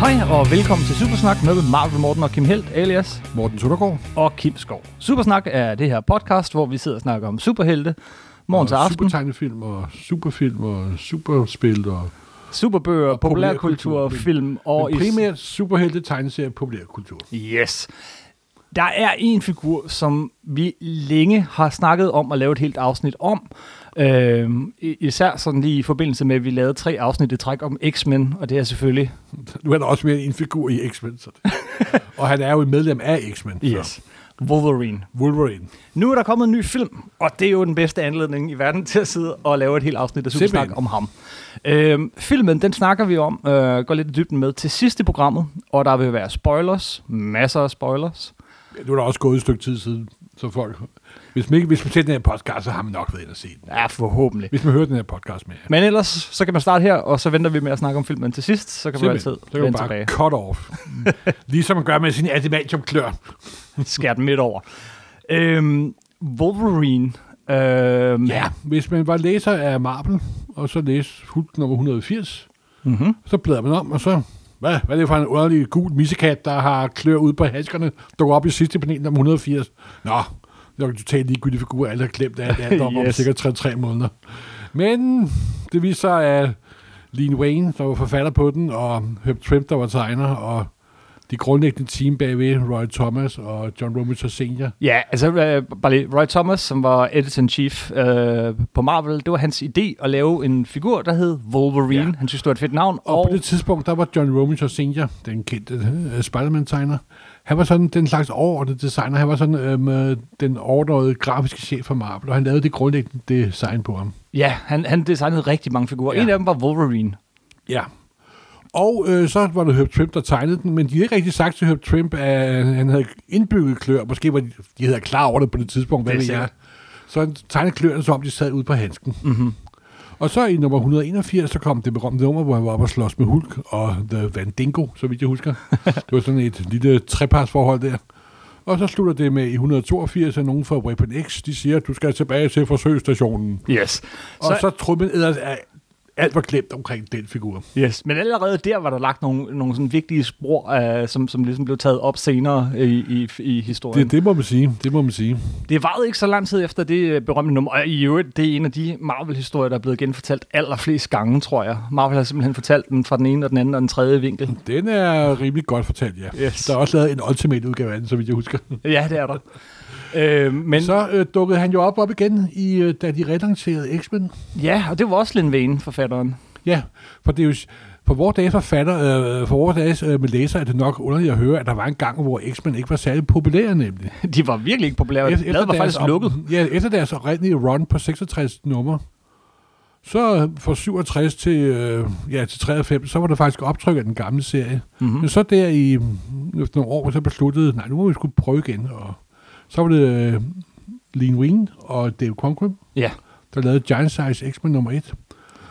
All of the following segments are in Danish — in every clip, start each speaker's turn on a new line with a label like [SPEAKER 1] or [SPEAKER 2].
[SPEAKER 1] Hej og velkommen til Supersnak med Marvel Morten og Kim Helt, alias
[SPEAKER 2] Morten Søndergaard.
[SPEAKER 1] og Kim Skov. Supersnak er det her podcast, hvor vi sidder og snakker om superhelte, morgen til aften,
[SPEAKER 2] Supertegnefilm og superfilm og superspil og
[SPEAKER 1] superbøger, populærkultur,
[SPEAKER 2] populærkultur,
[SPEAKER 1] film og...
[SPEAKER 2] og
[SPEAKER 1] is-
[SPEAKER 2] primært superhelte tegneserier populærkultur.
[SPEAKER 1] Yes. Der er en figur, som vi længe har snakket om at lave et helt afsnit om. Øhm, i- især sådan lige i forbindelse med, at vi lavede tre afsnit i træk om X-Men, og det er selvfølgelig...
[SPEAKER 2] Nu er der også mere en figur i X-Men. Så det. og han er jo et medlem af X-Men. Så.
[SPEAKER 1] Wolverine.
[SPEAKER 2] Wolverine.
[SPEAKER 1] Nu er der kommet en ny film, og det er jo den bedste anledning i verden til at sidde og lave et helt afsnit af Supersnak om
[SPEAKER 2] Simpelthen.
[SPEAKER 1] ham. Øhm, filmen, den snakker vi om, øh, går lidt i dybden med til sidst i programmet, og der vil være spoilers, masser af spoilers.
[SPEAKER 2] Ja, Nu er der også gået et stykke tid siden, så folk... Hvis man, ikke, hvis man ser den her podcast, så har man nok været inde og se den.
[SPEAKER 1] Ja, forhåbentlig.
[SPEAKER 2] Hvis man hører den her podcast med her.
[SPEAKER 1] Men ellers, så kan man starte her, og så venter vi med at snakke om filmen til sidst, så kan man altid
[SPEAKER 2] Så kan man
[SPEAKER 1] vende
[SPEAKER 2] bare
[SPEAKER 1] tilbage.
[SPEAKER 2] cut off. ligesom man gør med sin adamantium klør.
[SPEAKER 1] Skær den midt over. Øhm, Wolverine. Øhm,
[SPEAKER 2] Ja, hvis man var læser af Marvel, og så læste Hulk nummer 180,
[SPEAKER 1] Mm-hmm.
[SPEAKER 2] Så bladrer man om, og så... Hvad, hvad er det for en underlig gul missekat, der har klør ude på handskerne, dukker op i sidste panel om 180? Nå, det var en totalt ligegyldig figur, alle har glemt alt, alt om, yes. om
[SPEAKER 1] Yes.
[SPEAKER 2] cirka 3-3 måneder. Men det viser sig, at Lean Wayne, der var forfatter på den, og Herb Trim, der var tegner, og det grundlæggende team bagved, Roy Thomas og John Romita Sr.,
[SPEAKER 1] Ja, altså øh, bare lige, Roy Thomas, som var editor-in-chief øh, på Marvel, det var hans idé at lave en figur, der hed Wolverine. Ja.
[SPEAKER 2] Ja.
[SPEAKER 1] Han synes, det var et fedt navn.
[SPEAKER 2] Og, og på det tidspunkt, der var John Romita Sr., den kendte uh, Spider-Man-tegner, han var sådan den slags overordnet designer. Han var sådan øhm, øh, den overordnede grafiske chef for Marvel, og han lavede det grundlæggende design på ham.
[SPEAKER 1] Ja, han, han designede rigtig mange figurer. Ja.
[SPEAKER 2] Ja.
[SPEAKER 1] En af dem var Wolverine.
[SPEAKER 2] Ja. Og øh, så var det Herb Trimp, der tegnede den, men de havde ikke rigtig sagt til Herb Trimp, at han havde indbygget klør. Måske var de, de havde klar over det på det tidspunkt, hvad
[SPEAKER 1] Det er
[SPEAKER 2] det er.
[SPEAKER 1] sikkert. Mhm.
[SPEAKER 2] Så han tegnede kløerne, som om de sad ude på handsken. Mm-hmm. Og så i nummer 181, så kom det berømte nummer, hvor han var oppe og slås med Hulk og The Vandingo, så vidt jeg husker. det var sådan et lille treparsforhold der. Og så slutter det med i 182, at nogen fra Weapon X, de siger, at du skal tilbage til forsøgsstationen.
[SPEAKER 1] Yes. Så,
[SPEAKER 2] Og så, så trummen ellers er alt var glemt omkring den figur.
[SPEAKER 1] yes. Men allerede der var der lagt nogle, nogle sådan vigtige spor, øh, som, som ligesom blev taget op senere i, i, i historien.
[SPEAKER 2] Det, det må man sige, det må man sige.
[SPEAKER 1] Det varede ikke så lang tid efter det øh, berømte nummer, og i øvrigt, det er en af de Marvel-historier, der er blevet genfortalt allerflest gange, tror jeg. Marvel har simpelthen fortalt den fra den ene og den anden og den tredje vinkel.
[SPEAKER 2] Den er rimelig godt fortalt, ja.
[SPEAKER 1] Yes.
[SPEAKER 2] Der er også lavet en ultimate udgave af den, så vidt jeg husker.
[SPEAKER 1] Ja, det er der. Øh, men
[SPEAKER 2] Men... Så øh, dukkede han jo op, op igen, i, øh, da de relancerede X-Men.
[SPEAKER 1] ja, og det var også Lin Vane, forfatteren.
[SPEAKER 2] Ja, for det er jo... s- For vores dage forfatter, øh, for vores dage øh, med læser er det nok underligt at høre, at der var en gang, hvor X-Men ikke var særlig populære nemlig.
[SPEAKER 1] De var virkelig ikke populære.
[SPEAKER 2] Efter-
[SPEAKER 1] Efter, Bladet var
[SPEAKER 2] deres
[SPEAKER 1] faktisk
[SPEAKER 2] op-
[SPEAKER 1] lukket.
[SPEAKER 2] Ja, efter deres oprindelige run på 66 numre, så øh, fra 67 til, øh, ja, til 93, så var der faktisk optryk af den gamle serie.
[SPEAKER 1] Mm-hmm.
[SPEAKER 2] Men så der i mm, efter nogle år, så besluttede, nej, nu må vi skulle prøve igen. Og så var det øh, Lean Wien og Dave Conklin,
[SPEAKER 1] Ja.
[SPEAKER 2] der lavede Giant Size X-Men nummer 1,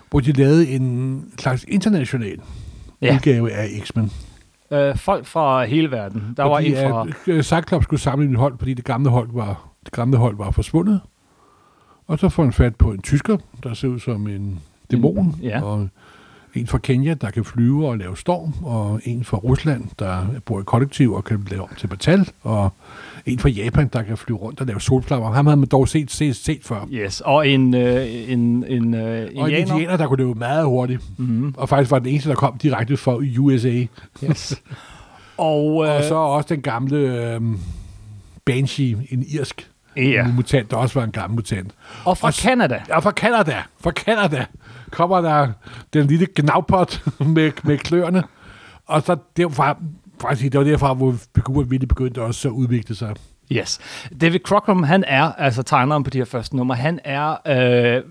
[SPEAKER 2] hvor de lavede en slags international
[SPEAKER 1] Ja.
[SPEAKER 2] ja. udgave af X-Men.
[SPEAKER 1] Øh, folk fra hele verden. Der var
[SPEAKER 2] fordi,
[SPEAKER 1] en fra...
[SPEAKER 2] at, øh, Cyclops skulle samle et hold, fordi det gamle hold var, det gamle hold var forsvundet. Og så får han fat på en tysker, der ser ud som en dæmon.
[SPEAKER 1] ja.
[SPEAKER 2] Og en fra Kenya, der kan flyve og lave storm. Og en fra Rusland, der bor i kollektiv og kan lave om til metal. Og en fra Japan, der kan flyve rundt og lave solflammer. Ham havde man dog set, set, set før.
[SPEAKER 1] Yes, og en, øh, en, en øh,
[SPEAKER 2] Og en
[SPEAKER 1] indianer.
[SPEAKER 2] indianer, der kunne løbe meget hurtigt.
[SPEAKER 1] Mm-hmm.
[SPEAKER 2] Og faktisk var den eneste, der kom direkte fra USA.
[SPEAKER 1] Yes. og, øh,
[SPEAKER 2] Og så også den gamle øh, Banshee, en irsk
[SPEAKER 1] ja.
[SPEAKER 2] en mutant, der også var en gammel mutant.
[SPEAKER 1] og fra
[SPEAKER 2] og s-
[SPEAKER 1] Canada.
[SPEAKER 2] Ja, fra Canada, fra Canada kommer der den lille gnavpot med, med kløerne. Og så derfra, faktisk, det var derfra, hvor figuren virkelig begyndte også at udvikle sig.
[SPEAKER 1] Yes. David Crockham, han er, altså tegneren på de her første numre, han er, øh,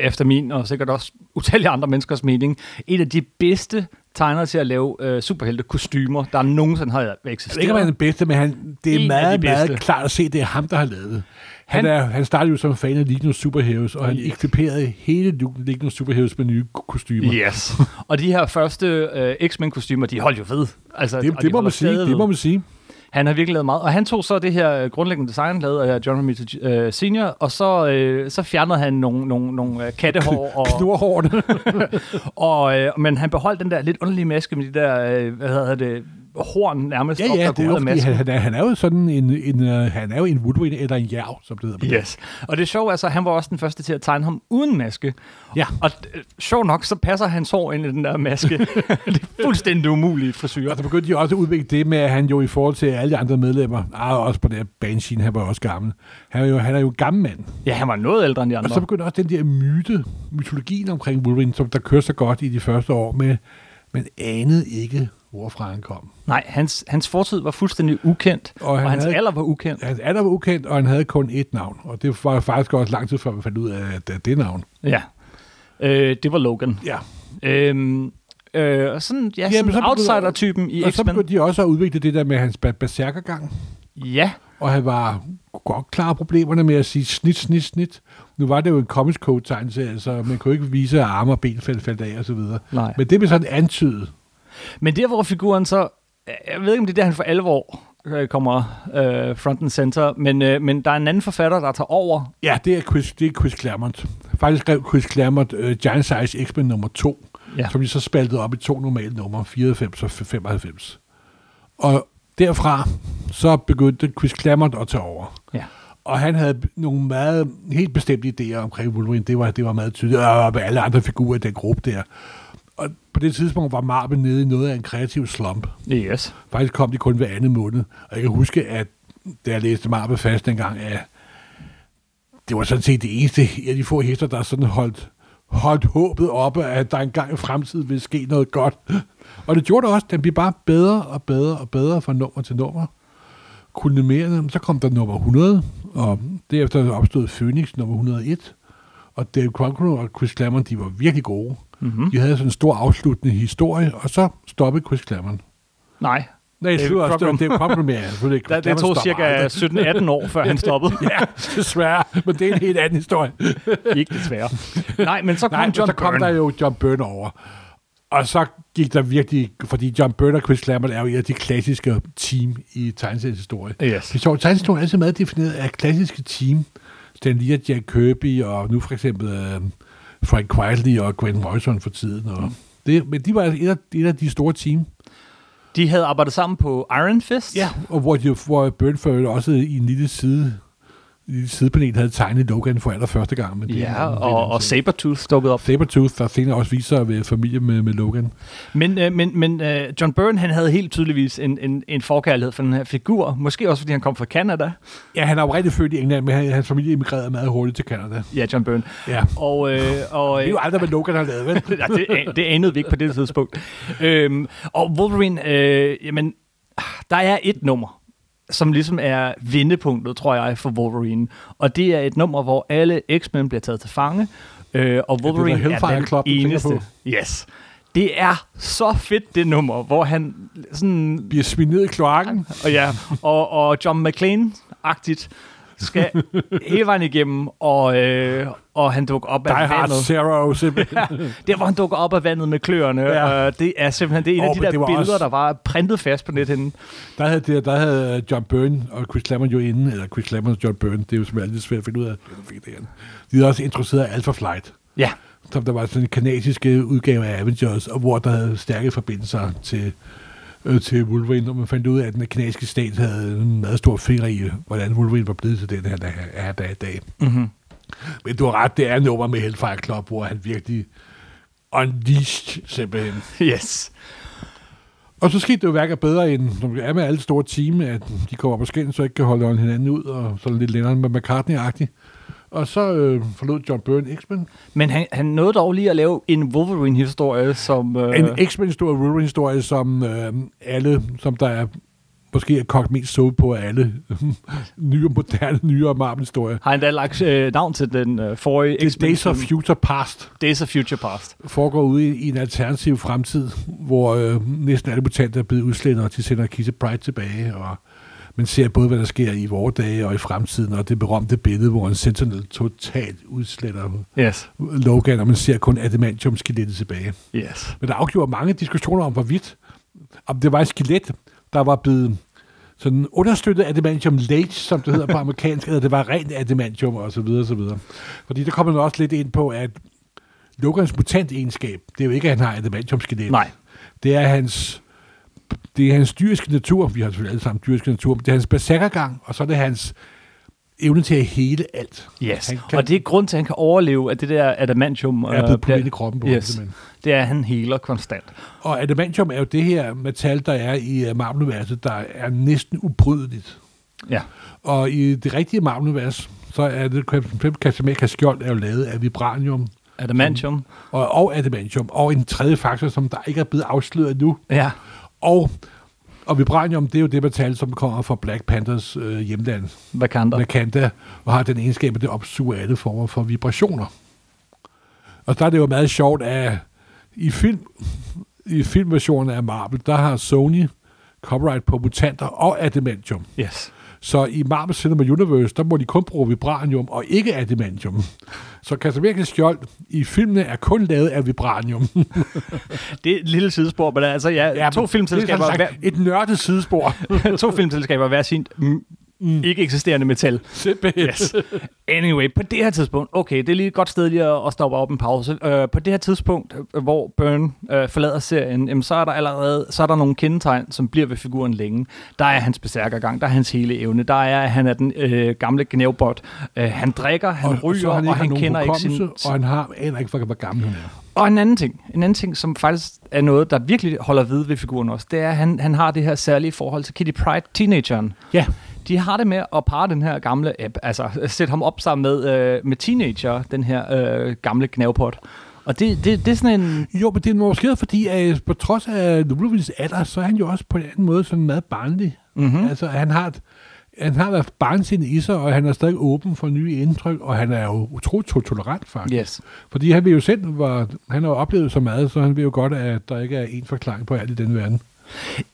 [SPEAKER 1] efter min og sikkert også utallige andre menneskers mening, en af de bedste tegnere til at lave øh, superhelte-kostymer, der nogensinde har
[SPEAKER 2] Jeg ved ikke, om
[SPEAKER 1] eksisteret.
[SPEAKER 2] han er den bedste, men han, det er
[SPEAKER 1] En af de
[SPEAKER 2] meget, meget
[SPEAKER 1] bedste.
[SPEAKER 2] klart at se, at det er ham, der har lavet det. Han,
[SPEAKER 1] Han-
[SPEAKER 2] han, er, han startede jo som fan af Lignos Superheroes, og han
[SPEAKER 1] Yes.
[SPEAKER 2] ekviperede hele Lignos Superheroes med nye kostymer.
[SPEAKER 1] Yes. og de her første øh, X-Men-kostymer, de holdt jo ved. Altså,
[SPEAKER 2] Det,
[SPEAKER 1] og de
[SPEAKER 2] det, må
[SPEAKER 1] holder
[SPEAKER 2] man sige,
[SPEAKER 1] stadig ved.
[SPEAKER 2] det må man sige.
[SPEAKER 1] Han har virkelig lavet meget. Og han tog så det her øh, grundlæggende design, lavet af John Romita øh, Senior, og så, øh, så fjernede han nogle, nogle, nogle øh, kattehår. Og,
[SPEAKER 2] Knurhårdt.
[SPEAKER 1] og, øh, men han beholdt den der lidt underlige maske med de der, øh, hvad hedder det, horn nærmest
[SPEAKER 2] ja,
[SPEAKER 1] op,
[SPEAKER 2] ja,
[SPEAKER 1] der
[SPEAKER 2] det
[SPEAKER 1] går
[SPEAKER 2] er
[SPEAKER 1] ud
[SPEAKER 2] jo,
[SPEAKER 1] af
[SPEAKER 2] fordi
[SPEAKER 1] masken.
[SPEAKER 2] han, han, er, han er jo sådan en, en uh, han er jo en woodwind eller en jerv, som det hedder. på
[SPEAKER 1] Yes. Og det sjove er så, at han var også den første til at tegne ham uden maske.
[SPEAKER 2] Ja.
[SPEAKER 1] Og øh, sjov nok, så passer hans hår ind i den der maske. det er fuldstændig umuligt frisyr.
[SPEAKER 2] Og så begyndte de også at udvikle det med, at han jo i forhold til alle de andre medlemmer, ah, også på det her Banshee, han var jo også gammel. Han er jo, han er jo en gammel mand.
[SPEAKER 1] Ja, han var noget ældre end de
[SPEAKER 2] Og
[SPEAKER 1] andre.
[SPEAKER 2] så begyndte også den der myte, mytologien omkring Wolverine, som der kører så godt i de første år, med, man anede ikke, hvorfra han kom.
[SPEAKER 1] Nej, hans, hans fortid var fuldstændig ukendt, og,
[SPEAKER 2] Og han
[SPEAKER 1] og hans
[SPEAKER 2] havde-
[SPEAKER 1] alder var ukendt.
[SPEAKER 2] Hans alder var ukendt, og han havde kun ét navn. Og det var faktisk også lang tid før, man fandt ud af at det, er det navn.
[SPEAKER 1] Ja. Øh, det var Logan.
[SPEAKER 2] Ja.
[SPEAKER 1] Øhm, øh, og sådan, ja, sådan
[SPEAKER 2] Jamen, så begynder-
[SPEAKER 1] outsider-typen i
[SPEAKER 2] Og så
[SPEAKER 1] X-Men.
[SPEAKER 2] begyndte de også at udvikle det der med hans ba- berserkergang.
[SPEAKER 1] Ja,
[SPEAKER 2] og han var godt klar over problemerne med at sige snit, snit, snit. Nu var det jo en comics code tegnelse, så man kunne ikke vise, at arme og ben faldt, faldt af og så videre.
[SPEAKER 1] Nej.
[SPEAKER 2] Men det blev sådan antydet.
[SPEAKER 1] men der hvor figuren så, jeg ved ikke om det er der, han for alvor øh, kommer øh, front and center, men, øh, men der er en anden forfatter, der tager over.
[SPEAKER 2] Ja, det er Chris, det er Chris Claremont. Faktisk skrev Chris Claremont uh, Giant Size X-Men nummer 2,
[SPEAKER 1] Ja.
[SPEAKER 2] som de så spaltede op i to normale numre, 94 og 95. Og derfra så begyndte Chris Claremont at tage over.
[SPEAKER 1] Ja.
[SPEAKER 2] Og han havde nogle meget, helt bestemte idéer omkring Wolverine. Det var, det var meget tydeligt. Og med alle andre figurer i den gruppe der. Og på det tidspunkt var Marvel nede i noget af en kreativ slump.
[SPEAKER 1] Yes.
[SPEAKER 2] Faktisk kom de kun hver anden måned. Og jeg kan huske, at da jeg læste Marvel fast dengang, at det var sådan set det eneste af de få hæfter, der sådan holdt, holdt håbet oppe, at der engang i fremtiden ville ske noget godt. Og det gjorde det også. Den blev bare bedre og bedre og bedre fra nummer til nummer. Kulminerende, så kom der nummer 100, og derefter opstod Phoenix nummer 101. Og Dave Conqueror og Chris Claremont, de var virkelig gode.
[SPEAKER 1] Mm-hmm.
[SPEAKER 2] De havde sådan en stor afsluttende historie, og så stoppede Chris Claremont.
[SPEAKER 1] Nej,
[SPEAKER 2] Nej,
[SPEAKER 1] David
[SPEAKER 2] jeg synes også, det var
[SPEAKER 1] Crockrum.
[SPEAKER 2] David Crockrum, ja. Selvfølgelig ikke.
[SPEAKER 1] der, det
[SPEAKER 2] Claremont
[SPEAKER 1] tog
[SPEAKER 2] stopper
[SPEAKER 1] cirka
[SPEAKER 2] aldrig.
[SPEAKER 1] 17-18 år, før han stoppede.
[SPEAKER 2] Ja, desværre, men det er en helt anden historie.
[SPEAKER 1] Ikke desværre. Nej, men så kom
[SPEAKER 2] Nej,
[SPEAKER 1] Nej,
[SPEAKER 2] men
[SPEAKER 1] John
[SPEAKER 2] så kom
[SPEAKER 1] Byrne.
[SPEAKER 2] der jo John Byrne over. Og så gik der virkelig, fordi John Byrne og Chris Claremont er jo et af de klassiske team i tegneseriens historie.
[SPEAKER 1] Yes.
[SPEAKER 2] Det er sjovt, tegneserien er altid meget defineret af klassiske team. Stan Lee og Jack Kirby, og nu for eksempel øh, Frank Quietly og Grant Morrison for tiden. Og
[SPEAKER 1] Mm.
[SPEAKER 2] det, men de var et af, et af de store team.
[SPEAKER 1] De havde arbejdet sammen på Iron Fist.
[SPEAKER 2] Og hvor, de, hvor Byrne for øvrigt også i en lille side en lille sidepanel havde tegnet Logan for allerførste gang. Men det er en
[SPEAKER 1] Ja,
[SPEAKER 2] anden- det er en
[SPEAKER 1] og,
[SPEAKER 2] anden
[SPEAKER 1] og
[SPEAKER 2] sag.
[SPEAKER 1] Sabertooth dukkede op.
[SPEAKER 2] Sabertooth, der senere også viser sig at være familie med, med Logan.
[SPEAKER 1] Men, øh, men, men øh, John Byrne, han havde helt tydeligvis en, en, en forkærlighed for den her figur. Måske også, fordi han kom fra Canada.
[SPEAKER 2] Ja, han er oprindeligt født i England, men han, hans familie emigrerede meget hurtigt til Canada.
[SPEAKER 1] Ja, John Byrne.
[SPEAKER 2] Ja.
[SPEAKER 1] Og, øh, og,
[SPEAKER 2] Det er
[SPEAKER 1] øh,
[SPEAKER 2] jo aldrig, hvad Logan har lavet, vel?
[SPEAKER 1] ja, det, an- det anede vi ikke på det tidspunkt. Øhm, og Wolverine, øh, jamen, ah, der er et nummer, som ligesom er vendepunktet, tror jeg, for Wolverine. Og det er et nummer, hvor alle X-Men bliver taget til fange, øh, og
[SPEAKER 2] der
[SPEAKER 1] Wolverine ja, er
[SPEAKER 2] Hellfire
[SPEAKER 1] den
[SPEAKER 2] Club, du tænker
[SPEAKER 1] eneste.
[SPEAKER 2] på.
[SPEAKER 1] Yes. Det er så fedt, det nummer, hvor han sådan
[SPEAKER 2] Bliver smidt ned i kloakken.
[SPEAKER 1] og ja, og, og John McClane-agtigt skal hele vejen igennem, og, øh, og han dukker op
[SPEAKER 2] Die
[SPEAKER 1] af
[SPEAKER 2] Hard
[SPEAKER 1] vandet.
[SPEAKER 2] Zero, simpelthen.
[SPEAKER 1] Ja, der, hvor han dukker op af vandet med kløerne.
[SPEAKER 2] Ja.
[SPEAKER 1] Ja. Øh, det er simpelthen det er en
[SPEAKER 2] Åh,
[SPEAKER 1] af de
[SPEAKER 2] men
[SPEAKER 1] der
[SPEAKER 2] det var
[SPEAKER 1] billeder,
[SPEAKER 2] også-
[SPEAKER 1] der var printet fast på nethinden.
[SPEAKER 2] Der havde, det, der havde John Byrne og Chris Claremont jo inden, eller Chris Claremont og John Byrne, det er jo som altid svært at finde ud af. De er også interesseret af Alpha Flight.
[SPEAKER 1] Ja,
[SPEAKER 2] som der var sådan en kanadiske udgave af Avengers, og hvor der havde stærke forbindelser til, øh, til Wolverine, og man fandt ud af, at den kanadiske stat havde en meget stor finger i, hvordan Wolverine var blevet til den her, der er der i dag.
[SPEAKER 1] Mhm.
[SPEAKER 2] Men du har ret, det er nummer med Hellfire Club, hvor han virkelig unleashed simpelthen.
[SPEAKER 1] yes.
[SPEAKER 2] Og så skete det jo hverken bedre end, som det er med alle store team, at de kommer op og skændes, så ikke kan holde hinanden ud, og sådan lidt længere med McCartney-agtigt. Og så øh, forlod John Byrne X-Men,
[SPEAKER 1] Men han, han nåede dog lige at lave en Wolverine-historie, som... Øh,
[SPEAKER 2] En X-Men-historie, Wolverine-historie, som øh, alle, som der er, måske er kogt mest suppe på af alle nye, moderne, nyere Marvel-historier.
[SPEAKER 1] har endda lagt øh, navn til den øh, forrige
[SPEAKER 2] Det er Days of
[SPEAKER 1] X-Men-film.
[SPEAKER 2] Future Past
[SPEAKER 1] Days of Future Past.
[SPEAKER 2] foregår ude i, i en alternativ fremtid, hvor øh, næsten alle mutanter er blevet udslettet, og de sender Kitty Pride tilbage, og man ser både, hvad der sker i vore dage og i fremtiden, og det berømte billede, hvor en Sentinel totalt udsletter
[SPEAKER 1] Yes,
[SPEAKER 2] Logan, og man ser kun adamantium-skelettet tilbage.
[SPEAKER 1] yes.
[SPEAKER 2] Men der afgjorde mange diskussioner om, hvorvidt om det var et skelet, der var blevet sådan understøttet adamantium late, som det hedder på amerikansk, eller det var rent adamantium og så videre, så videre. Fordi der kommer man også lidt ind på, at Logans mutant-egenskab, det er jo ikke, at han har adamantium-skelet.
[SPEAKER 1] Nej.
[SPEAKER 2] Det er hans, det er hans dyriske natur. Vi har selvfølgelig alle sammen dyriske natur, men det er hans berserkergang, og så er det hans evne til at hele alt.
[SPEAKER 1] Yes.
[SPEAKER 2] Han
[SPEAKER 1] Kan... Og det er grund til, at han kan overleve, at det der adamantium... øh,
[SPEAKER 2] Er blevet puttet ind i kroppen på ham,
[SPEAKER 1] yes.
[SPEAKER 2] simpelthen.
[SPEAKER 1] Det er, at han heler konstant.
[SPEAKER 2] Og adamantium er jo det her metal, der er i øh, Marvel-universet, der er næsten ubrydeligt.
[SPEAKER 1] Ja.
[SPEAKER 2] Og i det rigtige Marvel-univers, så er det Captain skjold er jo lavet af vibranium
[SPEAKER 1] Adamantium.
[SPEAKER 2] og, og adamantium, og en tredje faktor, som der ikke er blevet afsløret nu.
[SPEAKER 1] Ja.
[SPEAKER 2] Og, og vibranium, det er jo det metal, som kommer fra Black Panthers øh, hjemland,
[SPEAKER 1] Hvad kan der?
[SPEAKER 2] Wakanda, og har den egenskab, at det opsuger alle former for vibrationer. Og der er det jo meget sjovt, at i, film, i filmversionen af Marvel, der har Sony copyright på mutanter og adamantium.
[SPEAKER 1] Yes.
[SPEAKER 2] Så i Marvel Cinema Universe, der må de kun bruge vibranium og ikke adamantium. Så Casablanca Skjold i filmene er kun lavet af vibranium.
[SPEAKER 1] Det er et lille sidespor, men altså, ja, ja to filmselskaber...
[SPEAKER 2] Det er sådan sagt et nørdet sidespor.
[SPEAKER 1] hver- to filmselskaber hver sin mm, ikke eksisterende metal.
[SPEAKER 2] Simpelthen.
[SPEAKER 1] Yes. Anyway, på det her tidspunkt, okay, det er lige et godt sted lige at, at stoppe op en pause. Øh, på det her tidspunkt, øh, hvor Burn øh, forlader serien, jamen, så er der allerede så er der nogle kendetegn, som bliver ved figuren længe. Der er hans besærkergang, der er hans hele evne, der er, at han er den øh, gamle gnævbot. Øh, han drikker, han
[SPEAKER 2] Og, og
[SPEAKER 1] ryger,
[SPEAKER 2] så har han ikke
[SPEAKER 1] og han
[SPEAKER 2] nogen
[SPEAKER 1] kender ikke sin...
[SPEAKER 2] hukommelse, Og han har, aner ikke, hvor hvor gammel han er.
[SPEAKER 1] Og en anden ting, en anden ting, som faktisk er noget, der virkelig holder ved ved figuren også, det er, at han, han har det her særlige forhold til Kitty Pride, teenageren.
[SPEAKER 2] Ja.
[SPEAKER 1] De har det med at parre den her gamle, øh, altså sætte ham op sammen med, øh, med teenager, den her øh, gamle knævpot. Og det, det, det er sådan en...
[SPEAKER 2] Jo, men det er måske fordi, at øh, på trods af Ludvigs alder, så er han jo også på en anden måde sådan meget barnlig.
[SPEAKER 1] Mhm.
[SPEAKER 2] Mm-hmm. Altså, han har, et- han har været barnsindet i sig, og han er stadig åben for nye indtryk, og han er jo utroligt to- tolerant, faktisk.
[SPEAKER 1] Yes.
[SPEAKER 2] Fordi han vil jo selv, var, han har jo oplevet så meget, så han ved jo godt, at der ikke er en forklaring på alt i den verden.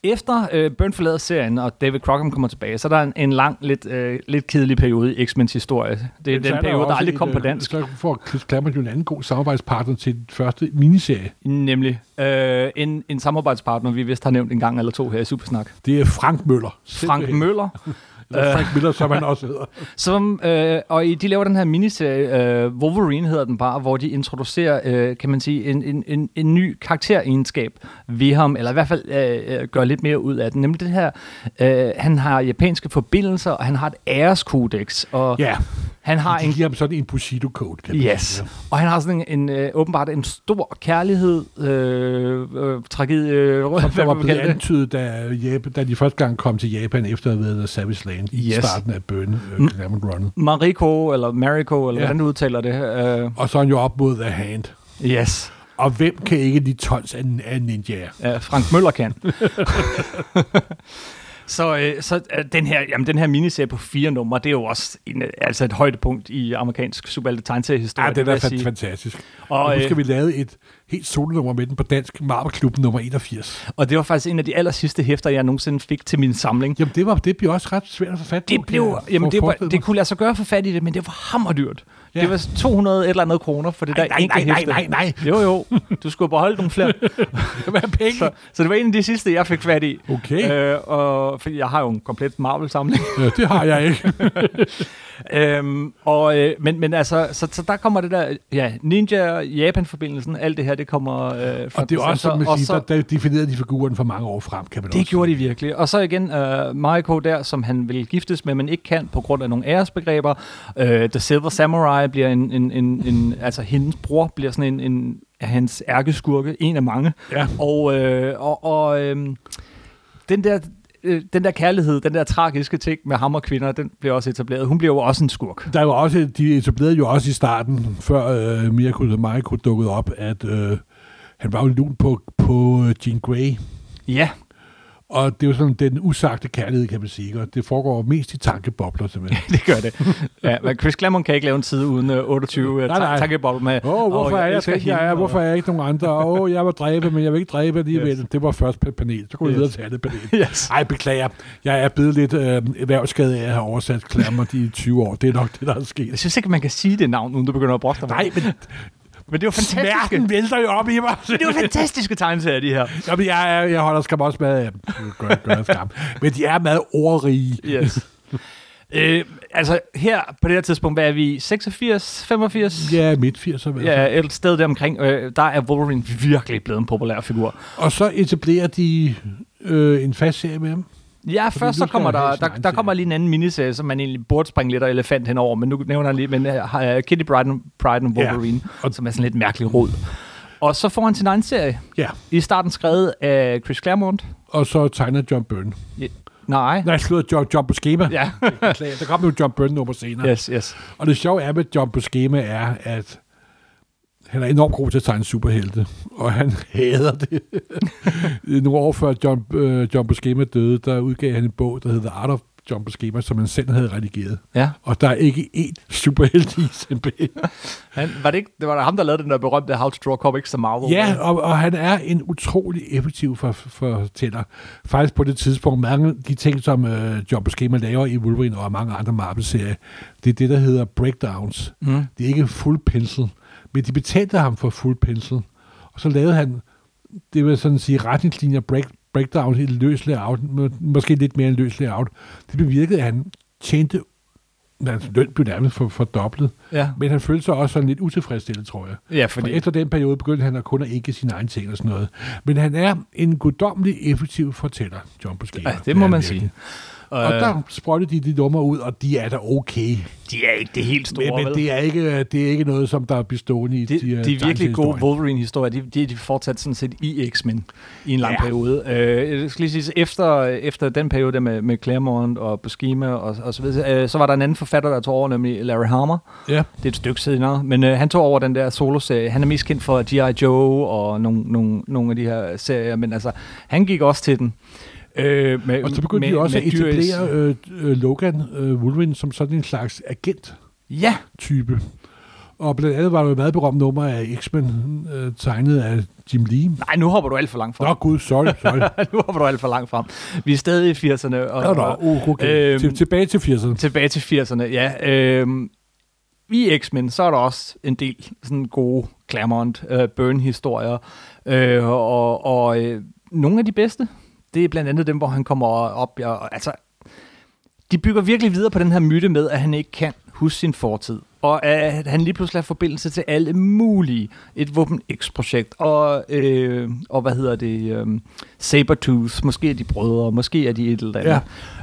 [SPEAKER 1] Efter øh, Burn forlader serien, og David Crockham kommer tilbage, så er der en, en lang, lidt, øh, lidt kedelig periode i X-Men's historie. Det er
[SPEAKER 2] Så
[SPEAKER 1] den
[SPEAKER 2] er
[SPEAKER 1] periode, der
[SPEAKER 2] også
[SPEAKER 1] aldrig
[SPEAKER 2] et,
[SPEAKER 1] kom på
[SPEAKER 2] øh,
[SPEAKER 1] dansk.
[SPEAKER 2] Så får Chris Claremont jo en anden god samarbejdspartner til den første miniserie.
[SPEAKER 1] Nemlig øh, en, en samarbejdspartner, vi vist har nævnt en gang eller to her i Supersnak.
[SPEAKER 2] Det er Frank Møller.
[SPEAKER 1] Frank Øh.
[SPEAKER 2] Simpelthen.
[SPEAKER 1] Møller.
[SPEAKER 2] Eller Frank Miller, som han også hedder.
[SPEAKER 1] Som, øh, og i- de laver den her miniserie, øh, Wolverine hedder den bare, hvor de introducerer, øh, kan man sige, en, en, en, en ny karakteregenskab ved ham, eller i hvert fald øh, øh, gør lidt mere ud af den. Nemlig det her, øh, han har japanske forbindelser, og han har et æreskodex, og
[SPEAKER 2] Ja,
[SPEAKER 1] han har
[SPEAKER 2] de
[SPEAKER 1] en...
[SPEAKER 2] giver ham sådan en Bushido-code. kan man
[SPEAKER 1] Yes.
[SPEAKER 2] sige.
[SPEAKER 1] Og han har sådan en, en øh, åbenbart en stor kærlighed, øh, øh, tragedie, øh,
[SPEAKER 2] Som der
[SPEAKER 1] hvad
[SPEAKER 2] var
[SPEAKER 1] man
[SPEAKER 2] blevet
[SPEAKER 1] kalder det.
[SPEAKER 2] antydet, da, Japan, da de første gang kom til Japan efter at have været der Savage Land i
[SPEAKER 1] Yes. Mm.
[SPEAKER 2] starten af Burn øh, Glamour Runnet.
[SPEAKER 1] Mariko, eller Mariko, eller ja.
[SPEAKER 2] Ja.
[SPEAKER 1] hvordan du udtaler det. Øh,
[SPEAKER 2] Og så er han jo op mod The Hand.
[SPEAKER 1] yes.
[SPEAKER 2] Og hvem kan ikke de tons af, af ninjaer?
[SPEAKER 1] Ja, Frank Møller kan. så øh, så øh, den, her, jamen, den her miniserie på fire numre, det er jo også en, øh, altså et højdepunkt i amerikansk superhelte tegneseriehistorie.
[SPEAKER 2] Ja,
[SPEAKER 1] det
[SPEAKER 2] Ah, den
[SPEAKER 1] vil
[SPEAKER 2] er
[SPEAKER 1] jeg
[SPEAKER 2] fant-
[SPEAKER 1] sige.
[SPEAKER 2] fantastisk. Og,
[SPEAKER 1] Og,
[SPEAKER 2] og nu skal
[SPEAKER 1] øh,
[SPEAKER 2] vi lave et helt solonummer med den på dansk, Marvel-klubben nummer 81.
[SPEAKER 1] Og det var faktisk en af de aller sidste hæfter, jeg nogensinde fik til min samling.
[SPEAKER 2] Jamen, det, var, det blev også ret svært at få fat på,
[SPEAKER 1] Det
[SPEAKER 2] kan jeg-
[SPEAKER 1] blev,
[SPEAKER 2] for
[SPEAKER 1] jamen
[SPEAKER 2] at
[SPEAKER 1] det, var,
[SPEAKER 2] forestille
[SPEAKER 1] det
[SPEAKER 2] mig.
[SPEAKER 1] kunne lade sig gøre for fat i det, men det var hammerdyrt.
[SPEAKER 2] Ja.
[SPEAKER 1] Ja. Det var 200 et eller andet kroner for det
[SPEAKER 2] Ej,
[SPEAKER 1] der
[SPEAKER 2] nej, nej,
[SPEAKER 1] enkelte
[SPEAKER 2] nej,
[SPEAKER 1] hæfte.
[SPEAKER 2] nej, nej.
[SPEAKER 1] Jo, jo. Du skulle beholde nogle flere.
[SPEAKER 2] Det var penge.
[SPEAKER 1] Så, så det var en af de sidste, jeg fik fat i.
[SPEAKER 2] Okay.
[SPEAKER 1] Øh, og, fordi jeg har jo en komplet Marvel-samling.
[SPEAKER 2] Ja, det har jeg ikke.
[SPEAKER 1] Øhm, og, øh, men, men altså, så, så der kommer det der, ja, Ninja, Japan-forbindelsen, alt det her, det kommer... Øh, fra-
[SPEAKER 2] Og det er også,
[SPEAKER 1] så-
[SPEAKER 2] som man
[SPEAKER 1] og
[SPEAKER 2] siger,
[SPEAKER 1] så-
[SPEAKER 2] der, der definerede de figuren for mange år frem, kan man
[SPEAKER 1] det
[SPEAKER 2] også
[SPEAKER 1] gjorde de virkelig. Og så igen, øh, Mariko der, som han vil giftes med, men ikke kan på grund af nogle æresbegreber. Øh, The Silver Samurai bliver en, en, en, en... Altså, hendes bror bliver sådan en... en af hans ærkeskurke, en af mange.
[SPEAKER 2] Ja.
[SPEAKER 1] Og, øh, og, og øh, den der øh, den der kærlighed, den der tragiske ting med ham og kvinder, den bliver også etableret. Hun bliver jo også en skurk.
[SPEAKER 2] Der var også, de etablerede jo også i starten, før øh, Mirko og Mariko dukkede op, at øh, han var jo lun på, på øh, Jean Grey.
[SPEAKER 1] Ja,
[SPEAKER 2] Og det er jo sådan den usagte kærlighed, kan man sige. Og det foregår mest i tankebobler, simpelthen.
[SPEAKER 1] det gør det. Ja, men Chris Claremont kan ikke lave en side uden øh, 28
[SPEAKER 2] Nej, nej.
[SPEAKER 1] ta- tankebold med.
[SPEAKER 2] Åh, oh, hvorfor
[SPEAKER 1] "Åh,
[SPEAKER 2] oh, jeg er jeg
[SPEAKER 1] elsker
[SPEAKER 2] den, jeg er?
[SPEAKER 1] hende,"
[SPEAKER 2] Hvorfor er jeg ikke nogen andre? Åh, oh, jeg var dræbe, men jeg vil ikke dræbe alligevel. Yes.
[SPEAKER 1] Yes.
[SPEAKER 2] Det var først pa- panel. Så kunne vi
[SPEAKER 1] Yes.
[SPEAKER 2] videre til andet panel.
[SPEAKER 1] og- Yes.
[SPEAKER 2] Ej, beklager. Jeg er blevet lidt øh, erhvervsskadet af at have oversat Klammer de 20 år. Det er nok det, der er sket.
[SPEAKER 1] Jeg synes ikke, man kan sige det navn, uden du begynder at brokke dig.
[SPEAKER 2] Nej, men
[SPEAKER 1] Men det var fantastiske,
[SPEAKER 2] Smerten vælter jo op i mig.
[SPEAKER 1] det var fantastiske tegneserier, de her.
[SPEAKER 2] Jamen, jeg, jeg, jeg holder skam også meget af dem. Det Gør, gør jeg skam. Men de er meget ordrige.
[SPEAKER 1] Yes. øh, altså, her på det her tidspunkt, hvad er vi? i? 86, 85?
[SPEAKER 2] Ja, midt 80'er. vel.
[SPEAKER 1] Ja, et sted der omkring, øh, der er Wolverine virkelig blevet en populær figur.
[SPEAKER 2] Og så etablerer de øh, en fast serie med ham.
[SPEAKER 1] Ja, først så
[SPEAKER 2] nu skal
[SPEAKER 1] kommer
[SPEAKER 2] han
[SPEAKER 1] der,
[SPEAKER 2] have sin
[SPEAKER 1] der,
[SPEAKER 2] egen
[SPEAKER 1] der
[SPEAKER 2] serie.
[SPEAKER 1] kommer lige en anden miniserie, som man egentlig burde springe lidt og elefant henover, men nu nævner han lige, men uh, Kitty Pride and, Pride and
[SPEAKER 2] Ja.
[SPEAKER 1] Wolverine, ja. som er sådan lidt mærkelig rod. Og så får han sin egen serie,
[SPEAKER 2] Ja,
[SPEAKER 1] i starten skrevet af Chris Claremont.
[SPEAKER 2] og så tegner John Byrne.
[SPEAKER 1] Ja. Nej.
[SPEAKER 2] Nej, slutter John, John på skema. Ja.
[SPEAKER 1] Ja,
[SPEAKER 2] Der kom jo John Byrne nummer senere.
[SPEAKER 1] yes, yes.
[SPEAKER 2] Og det sjove er med John på skema er, at han er enormt god til at tegne superhelte, og han hader det. Nogle år før John, øh, John på skema døde, der udgav han en bog, der hedder Art of John på skema, som han selv havde redigeret.
[SPEAKER 1] Ja.
[SPEAKER 2] Og der er ikke én superhelt i sin bog.
[SPEAKER 1] Han, var det ikke, det var da ham, der lavede den der berømte How to Draw Comics of Marvel.
[SPEAKER 2] Ja, og, og han er en utrolig effektiv for, fortæller. Faktisk på det tidspunkt, mange af de ting, som øh, John Buscema laver i Wolverine og mange andre Marvel-serier, det er det, der hedder breakdowns.
[SPEAKER 1] Mm.
[SPEAKER 2] Det er ikke full pencil, men de betalte ham for full pencil. Og så lavede han, det vil sådan sige, retningslinjer break, breakdowns i et løs layout, må- måske lidt mere end løs layout. Det bevirkede, at han tjente, hans løn blev nærmest for, fordoblet,
[SPEAKER 1] Ja.
[SPEAKER 2] men han følte sig også sådan lidt utilfredsstillet, tror jeg.
[SPEAKER 1] ja,
[SPEAKER 2] Fordi...
[SPEAKER 1] fordi...
[SPEAKER 2] For efter den periode begyndte han at kun at ikke sine egne ting og sådan noget. Men han er en guddommelig effektiv fortæller, John Buscema.
[SPEAKER 1] Ja, det må
[SPEAKER 2] er
[SPEAKER 1] man
[SPEAKER 2] han
[SPEAKER 1] sige. Øh.
[SPEAKER 2] virkelig. Og der sprøjtede de de numre ud, og de er da okay.
[SPEAKER 1] de er ikke det helt store,
[SPEAKER 2] Men, men
[SPEAKER 1] vel?
[SPEAKER 2] det, er ikke, øh, det er ikke noget, som der er bestående i
[SPEAKER 1] Det, de,
[SPEAKER 2] øh,
[SPEAKER 1] de er virkelig gode
[SPEAKER 2] tegneseriehistorien.
[SPEAKER 1] Wolverine-historier. De, de, de er fortsat sådan set i X-Men i en lang ja.
[SPEAKER 2] Ja.
[SPEAKER 1] periode. Øh, jeg skal lige sige, efter, efter den periode der med, med Claremont og Buscema og, og så videre, øh, så var der en anden forfatter, der tog over, nemlig Larry Harmer.
[SPEAKER 2] Ja,
[SPEAKER 1] Det er et stykke senere, men øh, han tog over den der soloserie. Han er mest kendt for G.I. Joe og nogle, nogle, nogle af de her serier, men altså, han gik også til den. Øh, med,
[SPEAKER 2] og så begyndte de også at
[SPEAKER 1] dyr i-
[SPEAKER 2] etablere øh, øh, Logan øh, Wolverine som sådan en slags agent-type.
[SPEAKER 1] Ja,
[SPEAKER 2] Og blandt andet var der jo et meget berømt nummer af X-Men, øh, tegnet af Jim Lee.
[SPEAKER 1] nej, nu hopper du alt for langt frem.
[SPEAKER 2] Nå gud, sorry, sorry.
[SPEAKER 1] nu hopper du alt for langt frem. Vi er stadig i 80'erne. Og,
[SPEAKER 2] Nå, nå, oh,
[SPEAKER 1] og,
[SPEAKER 2] okay.
[SPEAKER 1] Øhm,
[SPEAKER 2] Til- Tilbage til 80'erne.
[SPEAKER 1] tilbage til 80'erne, ja. Øhm, I X-Men, så er der også en del sådan gode Claremont, øh, Burn-historier, øh, og, og øh, nogle af de bedste, det er blandt andet dem, hvor han kommer op, og, altså, de bygger virkelig videre på den her myte med, at han ikke kan huske sin fortid, og at han lige pludselig har forbindelse til alle mulige. Et Våben X-projekt, og, øh, og hvad hedder det, øh, Sabertooth, måske er de brødre, måske er de et eller andet.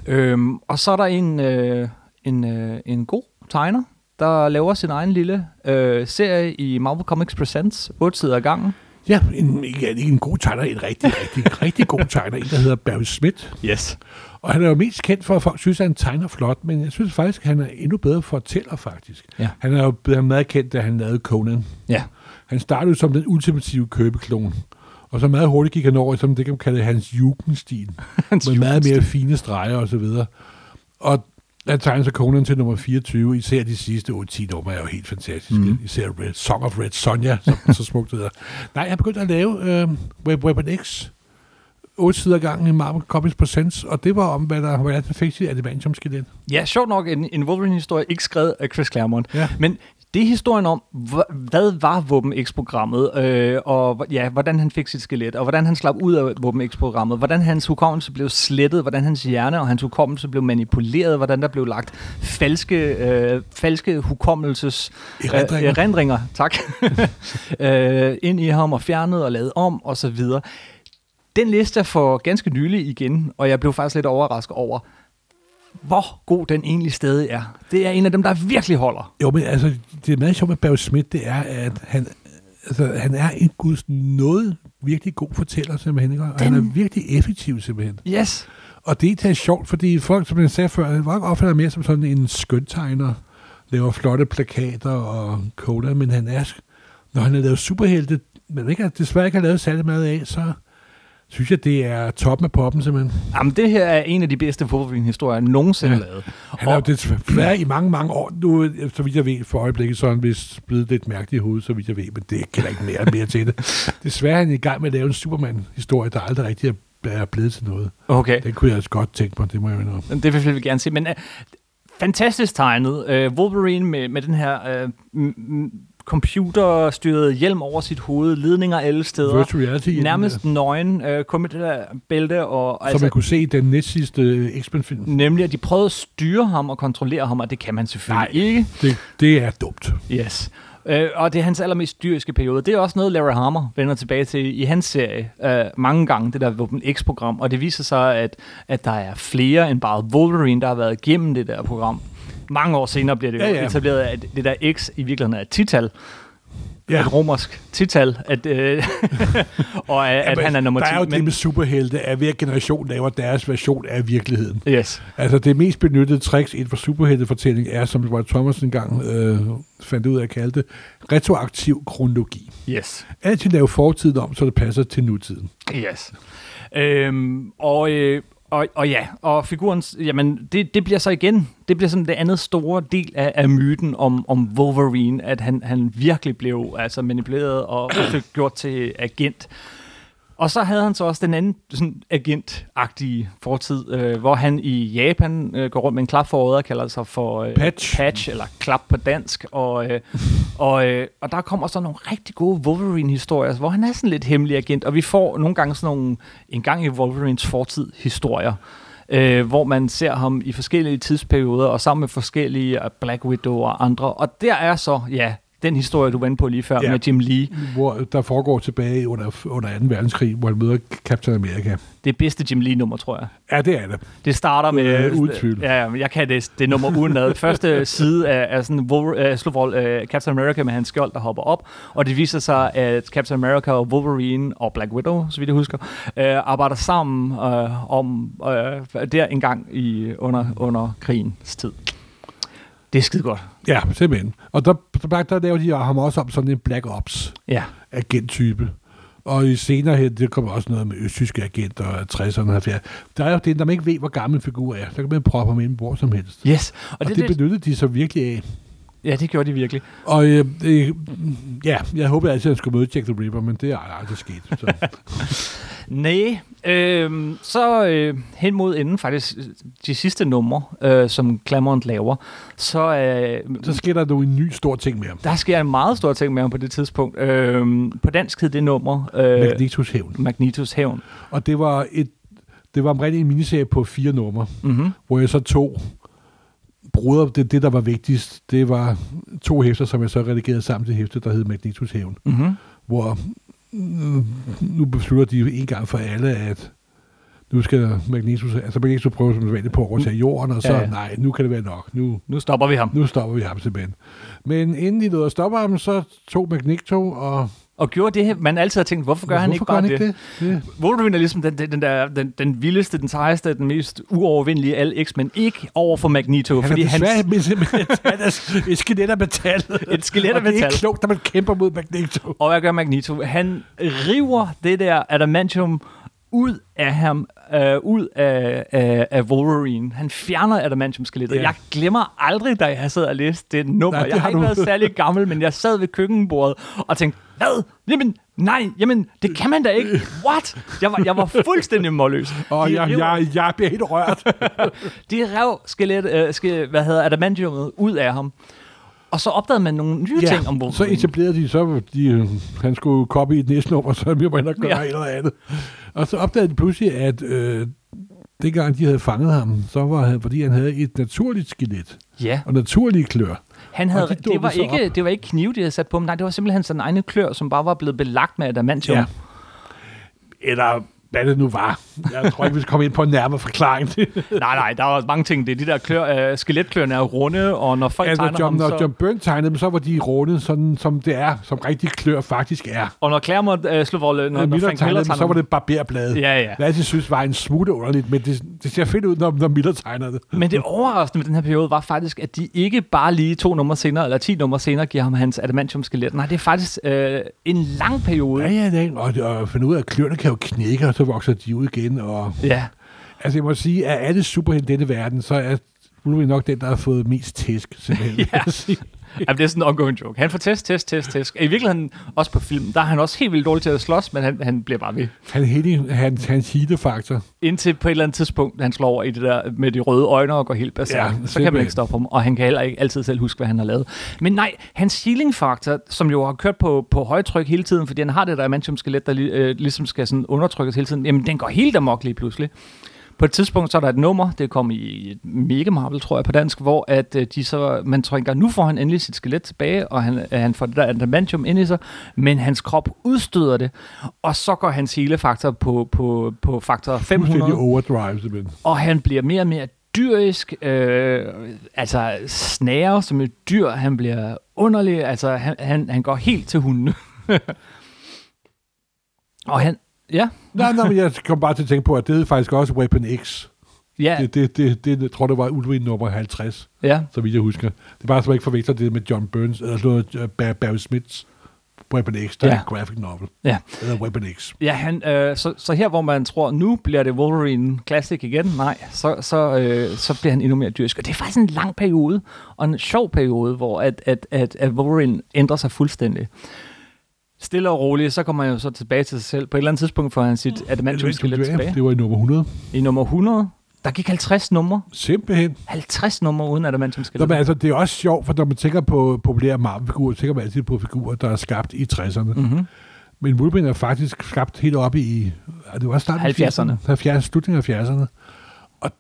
[SPEAKER 1] Ja. Øhm, og så er der en, øh, en, øh, en god tegner, der laver sin egen lille øh, serie i Marvel Comics Presents, 8 sider ad gangen.
[SPEAKER 2] Ja, en, ikke, ikke en god tegner, en rigtig, rigtig, rigtig god tegner, en der hedder Barry Smith.
[SPEAKER 1] Yes.
[SPEAKER 2] Og han er jo mest kendt for, at folk synes, at han tegner flot, men jeg synes faktisk, at han er endnu bedre fortæller, faktisk.
[SPEAKER 1] Ja.
[SPEAKER 2] Han er jo blevet meget kendt, da han lavede Conan.
[SPEAKER 1] Ja.
[SPEAKER 2] Han startede som den ultimative købeklon, og så meget hurtigt gik han over i som det, kan man kalde hans jugendstil,
[SPEAKER 1] Hans
[SPEAKER 2] med meget mere fine streger og så videre. Og han tegner så Conan til nummer 24, især de sidste 8-10 numre er jo helt fantastiske. Mm. Især Red, Song of Red Sonja, som den så smukt hedder. Nej, han begyndte at lave øh, Web, Weapon X, 8 sider gangen i Marvel Comics Presents, og det var om, hvad der, hvordan han fik sit adamantium-skelet.
[SPEAKER 1] Ja, sjovt nok en, en Wolverine-historie, ikke skrevet af Chris Claremont.
[SPEAKER 2] Ja.
[SPEAKER 1] Men det er historien om, hva- hvad var Våben X-programmet, øh, og hvor- ja, hvordan han fik sit skelet, og hvordan han slap ud af Våben X-programmet, hvordan hans hukommelse blev slettet, hvordan hans hjerne og hans hukommelse blev manipuleret, hvordan der blev lagt falske, øh, falske hukommelses
[SPEAKER 2] Erindringer.
[SPEAKER 1] Øh, erindringer tak, øh, ind i ham og fjernet og lavet om og så videre. Den liste er for ganske nylig igen, og jeg blev faktisk lidt overrasket over, hvor god den egentlig stadig er. Det er en af dem, der virkelig holder.
[SPEAKER 2] Jo, men altså, det er meget sjovt med Barry Smith, det er, at han, altså, han er en guds noget virkelig god fortæller, simpelthen. Ikke? Og han er virkelig effektiv, simpelthen.
[SPEAKER 1] Yes.
[SPEAKER 2] Og det er da sjovt, fordi folk, som jeg sagde før, han var opfatter mere som sådan en skøntegner, laver flotte plakater og cola, men han er, når han har lavet superhelte, men ikke, har- desværre ikke har lavet særlig meget af, så synes jeg, det er toppen af poppen, simpelthen.
[SPEAKER 1] Jamen, det her er en af de bedste Wolverine-historier, jeg nogensinde ja.
[SPEAKER 2] Ja.
[SPEAKER 1] lavet.
[SPEAKER 2] Han har jo desværre i mange, mange år, nu, så vidt jeg ved, for øjeblikket, så er han vist blevet lidt mærkelig i hovedet, så vidt jeg ved, men det gælder ikke mere, mere til det. Desværre er han i gang med at lave en Superman-historie, der aldrig rigtig er- er blevet til noget.
[SPEAKER 1] Okay.
[SPEAKER 2] Det kunne jeg altså godt tænke mig, det må jeg indrømme.
[SPEAKER 1] Det vil vi gerne se. øh, øh, Men uh, fantastisk tegnet. Uh, Wolverine med, med den her uh, computerstyret hjelm over sit hoved, ledninger alle steder.
[SPEAKER 2] Virtual reality. øh,
[SPEAKER 1] Nærmest altså- nøgen, øh, kun med det der bælte. Og, og
[SPEAKER 2] Som man kunne se i den næstsidste øh, X-Men-film.
[SPEAKER 1] Nemlig, at de prøvede at styre ham og kontrollere ham, og det kan man selvfølgelig Nej. ikke.
[SPEAKER 2] Det, det er dumt.
[SPEAKER 1] Yes. Øh, og det er hans allermest dyriske periode. Det er også noget, Larry Hammer vender tilbage til i hans serie øh, mange gange, det der Våben X-program. Og det viser sig, at, at der er flere end bare Wolverine, der har været igennem det der program. Mange år senere bliver det jo
[SPEAKER 2] Ja,
[SPEAKER 1] ja,
[SPEAKER 2] ja.
[SPEAKER 1] ja. etableret, at det der X i virkeligheden er et tital. Ja. Et romersk tital. At, øh, og at, at
[SPEAKER 2] Jamen,
[SPEAKER 1] han er nummer 10.
[SPEAKER 2] Der er jo det
[SPEAKER 1] men-
[SPEAKER 2] med superhelte, at hver generation laver deres version af virkeligheden.
[SPEAKER 1] Yes.
[SPEAKER 2] Altså det mest benyttede tricks inden for superheltefortælling er, som Roy Thomas engang øh, fandt ud af at kalde det, retroaktiv kronologi.
[SPEAKER 1] Yes.
[SPEAKER 2] Altid lave fortiden om, så det passer til nutiden.
[SPEAKER 1] Yes. Øhm, og, øh, og, og ja, og figurens, jamen, det, det bliver så igen, det bliver sådan det andet store del af, af myten om, om Wolverine, at han, han virkelig blev altså, manipuleret og forsøgt gjort til agent. Og så havde han så også den anden sådan agentagtige fortid, øh, hvor han i Japan øh, går rundt med en klap for øjet og kalder sig for øh,
[SPEAKER 2] Patch.
[SPEAKER 1] patch, eller klap på dansk. Og, øh, og, øh, og der kommer så nogle rigtig gode Wolverine-historier, hvor han er sådan lidt hemmelig agent, og vi får nogle gange sådan nogle en gang i Wolverines fortid-historier. Øh, hvor man ser ham i forskellige tidsperioder, og sammen med forskellige øh, Black Widow og andre. Og der er så, ja, den historie, du var inde på lige før
[SPEAKER 2] Ja.
[SPEAKER 1] ja. med Jim Lee.
[SPEAKER 2] Hvor der foregår tilbage under, under 2. verdenskrig, hvor han møder Captain America.
[SPEAKER 1] Det bedste Jim Lee-nummer, tror jeg.
[SPEAKER 2] Ja, det er det.
[SPEAKER 1] Det starter med...
[SPEAKER 2] Øh, uden tvivl.
[SPEAKER 1] Ja, ja, men jeg kan det. Det er nummer udenad. Første side af, af sådan Wolver, uh, Slovol, uh, Captain America med hans skjold, der hopper op. Og det viser sig, at Captain America og Wolverine og Black Widow, så vidt jeg husker, uh, arbejder sammen uh, om uh, der engang i, under, under krigens tid. Det er skide godt.
[SPEAKER 2] Ja, simpelthen. Og der, der, der laver de ham også om sådan en Black Ops.
[SPEAKER 1] Ja.
[SPEAKER 2] agenttype. Og i senere hen, det kommer også noget med østtyske agenter og 60'erne og 70'erne. Der er jo det, når man ikke ved, hvor gammel en figur er. Der kan man proppe ham ind hvor som helst.
[SPEAKER 1] Yes.
[SPEAKER 2] Og det, det benyttede de så virkelig af.
[SPEAKER 1] ja, det gjorde de virkelig.
[SPEAKER 2] Og øh, øh, ja, jeg håbede altid, at han skulle møde Jack the Ripper, men det er aldrig sket. Så.
[SPEAKER 1] Nej, øh, så øh, hen mod enden faktisk øh, de sidste numre, øh, som Clamont laver, så, øh,
[SPEAKER 2] så sker der nu en ny stor ting med ham.
[SPEAKER 1] der sker en meget stor ting med ham på det tidspunkt. Øh, på dansk hed det nummer øh,
[SPEAKER 2] Magnetos Hævn.
[SPEAKER 1] Magnetos Hævn.
[SPEAKER 2] Og det var et det var omkring en miniserie på fire numre,
[SPEAKER 1] Mm-hmm.
[SPEAKER 2] hvor jeg så tog bruder, det, det der var vigtigst, det var to hæfter, som jeg så redigerede sammen til hæfte, der hed Magnetos Hævn.
[SPEAKER 1] Mm-hmm.
[SPEAKER 2] hvor mm, nu beslutter de jo en gang for alle, at nu skal Magnetus, altså Magnetus prøver som vanligt på at overtage jorden, og så
[SPEAKER 1] Ja,
[SPEAKER 2] ja.
[SPEAKER 1] ja.
[SPEAKER 2] nej, nu kan det være nok, nu,
[SPEAKER 1] Nu stopper vi ham.
[SPEAKER 2] nu stopper vi ham simpelthen. Men inden de nåede at stoppe ham, så tog Magneto, og
[SPEAKER 1] Og gjorde det, man altid har tænkt, hvorfor gør han ikke
[SPEAKER 2] hvorfor
[SPEAKER 1] bare
[SPEAKER 2] han
[SPEAKER 1] det?
[SPEAKER 2] ikke det? det?
[SPEAKER 1] Wolverine er ligesom den, den, den, der, den, den vildeste, den sejeste, den mest uovervindelige af alle X-Men. Ikke over for Magneto,
[SPEAKER 2] Han
[SPEAKER 1] fordi
[SPEAKER 2] er
[SPEAKER 1] han...
[SPEAKER 2] desværre med han er et skelet af metal.
[SPEAKER 1] Et skelet af
[SPEAKER 2] Og det er
[SPEAKER 1] metal.
[SPEAKER 2] ikke klogt, når man kæmper mod Magneto.
[SPEAKER 1] Og hvad gør Magneto? Han river det der adamantium ud af ham, øh, ud af, øh, af, af Wolverine. Han fjerner adamantium-skelettet.
[SPEAKER 2] Ja.
[SPEAKER 1] Yeah. Jeg glemmer aldrig, da jeg sad og læste det nummer.
[SPEAKER 2] Nej,
[SPEAKER 1] Nej,
[SPEAKER 2] det
[SPEAKER 1] det jeg
[SPEAKER 2] har
[SPEAKER 1] har ikke
[SPEAKER 2] du.
[SPEAKER 1] været særlig gammel, men jeg sad ved køkkenbordet og tænkte, hvad? Jamen, nej, jamen, det kan man da ikke. What? Jeg var, jeg var fuldstændig målløs.
[SPEAKER 2] Og
[SPEAKER 1] De
[SPEAKER 2] jeg,
[SPEAKER 1] river-
[SPEAKER 2] jeg, jeg bliver helt rørt.
[SPEAKER 1] de rev skelet, øh, ske, hvad hedder adamantiumet ud af ham. Og så opdagede man nogle nye yeah, ting om
[SPEAKER 2] så
[SPEAKER 1] Wolverine.
[SPEAKER 2] etablerede de så, de, han skulle copy i et næste nummer, så vi må hellere gøre ja.
[SPEAKER 1] Ja.
[SPEAKER 2] et eller andet. Og så opdagede de pludselig, at øh, dengang de havde fanget ham, så var han, fordi han havde et naturligt skelet
[SPEAKER 1] Ja,
[SPEAKER 2] og naturlige klør.
[SPEAKER 1] Han
[SPEAKER 2] Og
[SPEAKER 1] havde, de
[SPEAKER 2] de dukkede
[SPEAKER 1] det, var
[SPEAKER 2] så
[SPEAKER 1] ikke, det var ikke knive, de havde sat på ham. Nej, det var simpelthen sådan egne klør, som bare var blevet belagt med adamantium.
[SPEAKER 2] Ja.
[SPEAKER 1] Ja.
[SPEAKER 2] Eller hvad det nu var. Jeg tror ikke, vi skal komme ind på en nærmere forklaring.
[SPEAKER 1] nej, nej, der var mange ting. Det er de der klør, øh, skeletkløerne er runde, og når folk altså,
[SPEAKER 2] altså,
[SPEAKER 1] tegner
[SPEAKER 2] John,
[SPEAKER 1] John, ham,
[SPEAKER 2] når
[SPEAKER 1] så...
[SPEAKER 2] John Byrne tegnede dem, så var de runde, sådan som det er, som rigtig klør faktisk er.
[SPEAKER 1] Og når Claremont øh, slog vold, når,
[SPEAKER 2] Når
[SPEAKER 1] når
[SPEAKER 2] Miller
[SPEAKER 1] Frank Miller
[SPEAKER 2] tegnede dem, så
[SPEAKER 1] tegner
[SPEAKER 2] var
[SPEAKER 1] det...
[SPEAKER 2] det barberblad.
[SPEAKER 1] Ja, ja.
[SPEAKER 2] Jeg altid synes var en smule underligt, men det, det ser fedt ud, når, når Miller tegner det.
[SPEAKER 1] Men det overraskende med den her periode var faktisk, at de ikke bare lige to numre senere, eller ti numre senere, giver ham hans adamantium-skelet. Nej, det er faktisk øh, en lang periode.
[SPEAKER 2] Ja, ja, det er, ikke- og, og finde ud af, at kløerne kan jo knække, og så vokser de ud igen. Og,
[SPEAKER 1] ja.
[SPEAKER 2] altså, jeg må sige, at alle superhelte i denne verden, så er Wolverine nok den, der har fået mest tæsk, simpelthen.
[SPEAKER 1] Ja. Jamen, det er sådan en ongoing joke. Han får test, test, test, test. I virkeligheden, også på film, der er han også helt vildt dårlig til at slås, men han, han bliver bare ved.
[SPEAKER 2] Han hitting, hans, hans heatefaktor.
[SPEAKER 1] Indtil på et eller andet tidspunkt, han slår over i det der med de røde øjne og går helt basalt. Ja,
[SPEAKER 2] Ja,
[SPEAKER 1] så kan man
[SPEAKER 2] simpelthen.
[SPEAKER 1] ikke stoppe ham, og han kan heller ikke altid selv huske, hvad han har lavet. Men nej, hans healing-faktor, som jo har kørt på, på højtryk hele tiden, fordi han har det der adamantium-skelet, der li- øh, ligesom skal sådan undertrykkes hele tiden, jamen den går helt amok lige pludselig. På et tidspunkt, så er der et nummer, det kom i et Mega Marvel, tror jeg, på dansk, hvor at, øh, de så, man tænker, nu får han endelig sit skelet tilbage, og han, øh, han får det der adamantium ind i sig, men hans krop udstøder det, og så går hans helefaktor på, på, på faktor 500
[SPEAKER 2] Fuldstændig overdrive, simpelthen.
[SPEAKER 1] og han bliver mere og mere dyrisk, øh, altså snærer som et dyr, han bliver underlig, altså han, han, han går helt til hunden. og han, ja,
[SPEAKER 2] Nej, nej, men jeg kom bare til at tænke på, at det hed faktisk også Weapon X.
[SPEAKER 1] ja,
[SPEAKER 2] Det, det, det, det jeg tror det var Ulvin nummer 50,
[SPEAKER 1] ja,
[SPEAKER 2] så vidt jeg husker. Det er bare, så man ikke forveksler det med John Burns, eller sådan noget, øh, Bar- Barry Smiths Weapon X, der
[SPEAKER 1] Ja.
[SPEAKER 2] er en graphic novel,
[SPEAKER 1] ja.
[SPEAKER 2] eller Weapon X.
[SPEAKER 1] Ja, han, øh, så, så her hvor man tror, nu bliver det Wolverine Classic igen, nej, så, så, øh, så bliver han endnu mere dyrisk. Og det er faktisk en lang periode, og en sjov periode, hvor at, at, at, at Wolverine ændrer sig fuldstændig. Stille og roligt, så kommer han jo så tilbage til sig selv. På et eller andet tidspunkt får han sit adamantium-skelet tilbage.
[SPEAKER 2] Det var i nummer 100.
[SPEAKER 1] I nummer 100, der gik 50 numre.
[SPEAKER 2] Simpelthen.
[SPEAKER 1] 50 numre uden
[SPEAKER 2] Nå,
[SPEAKER 1] adamantium-skelet.
[SPEAKER 2] men altså, det er også sjovt, for når man tænker på populære Marvel-figurer, tænker man altid på figurer, der er skabt i 60'erne.
[SPEAKER 1] Mm-hmm.
[SPEAKER 2] Men Wolverine er faktisk skabt helt op i... Er det var starten af
[SPEAKER 1] 70'erne.
[SPEAKER 2] 70, slutningen af 70'erne. Og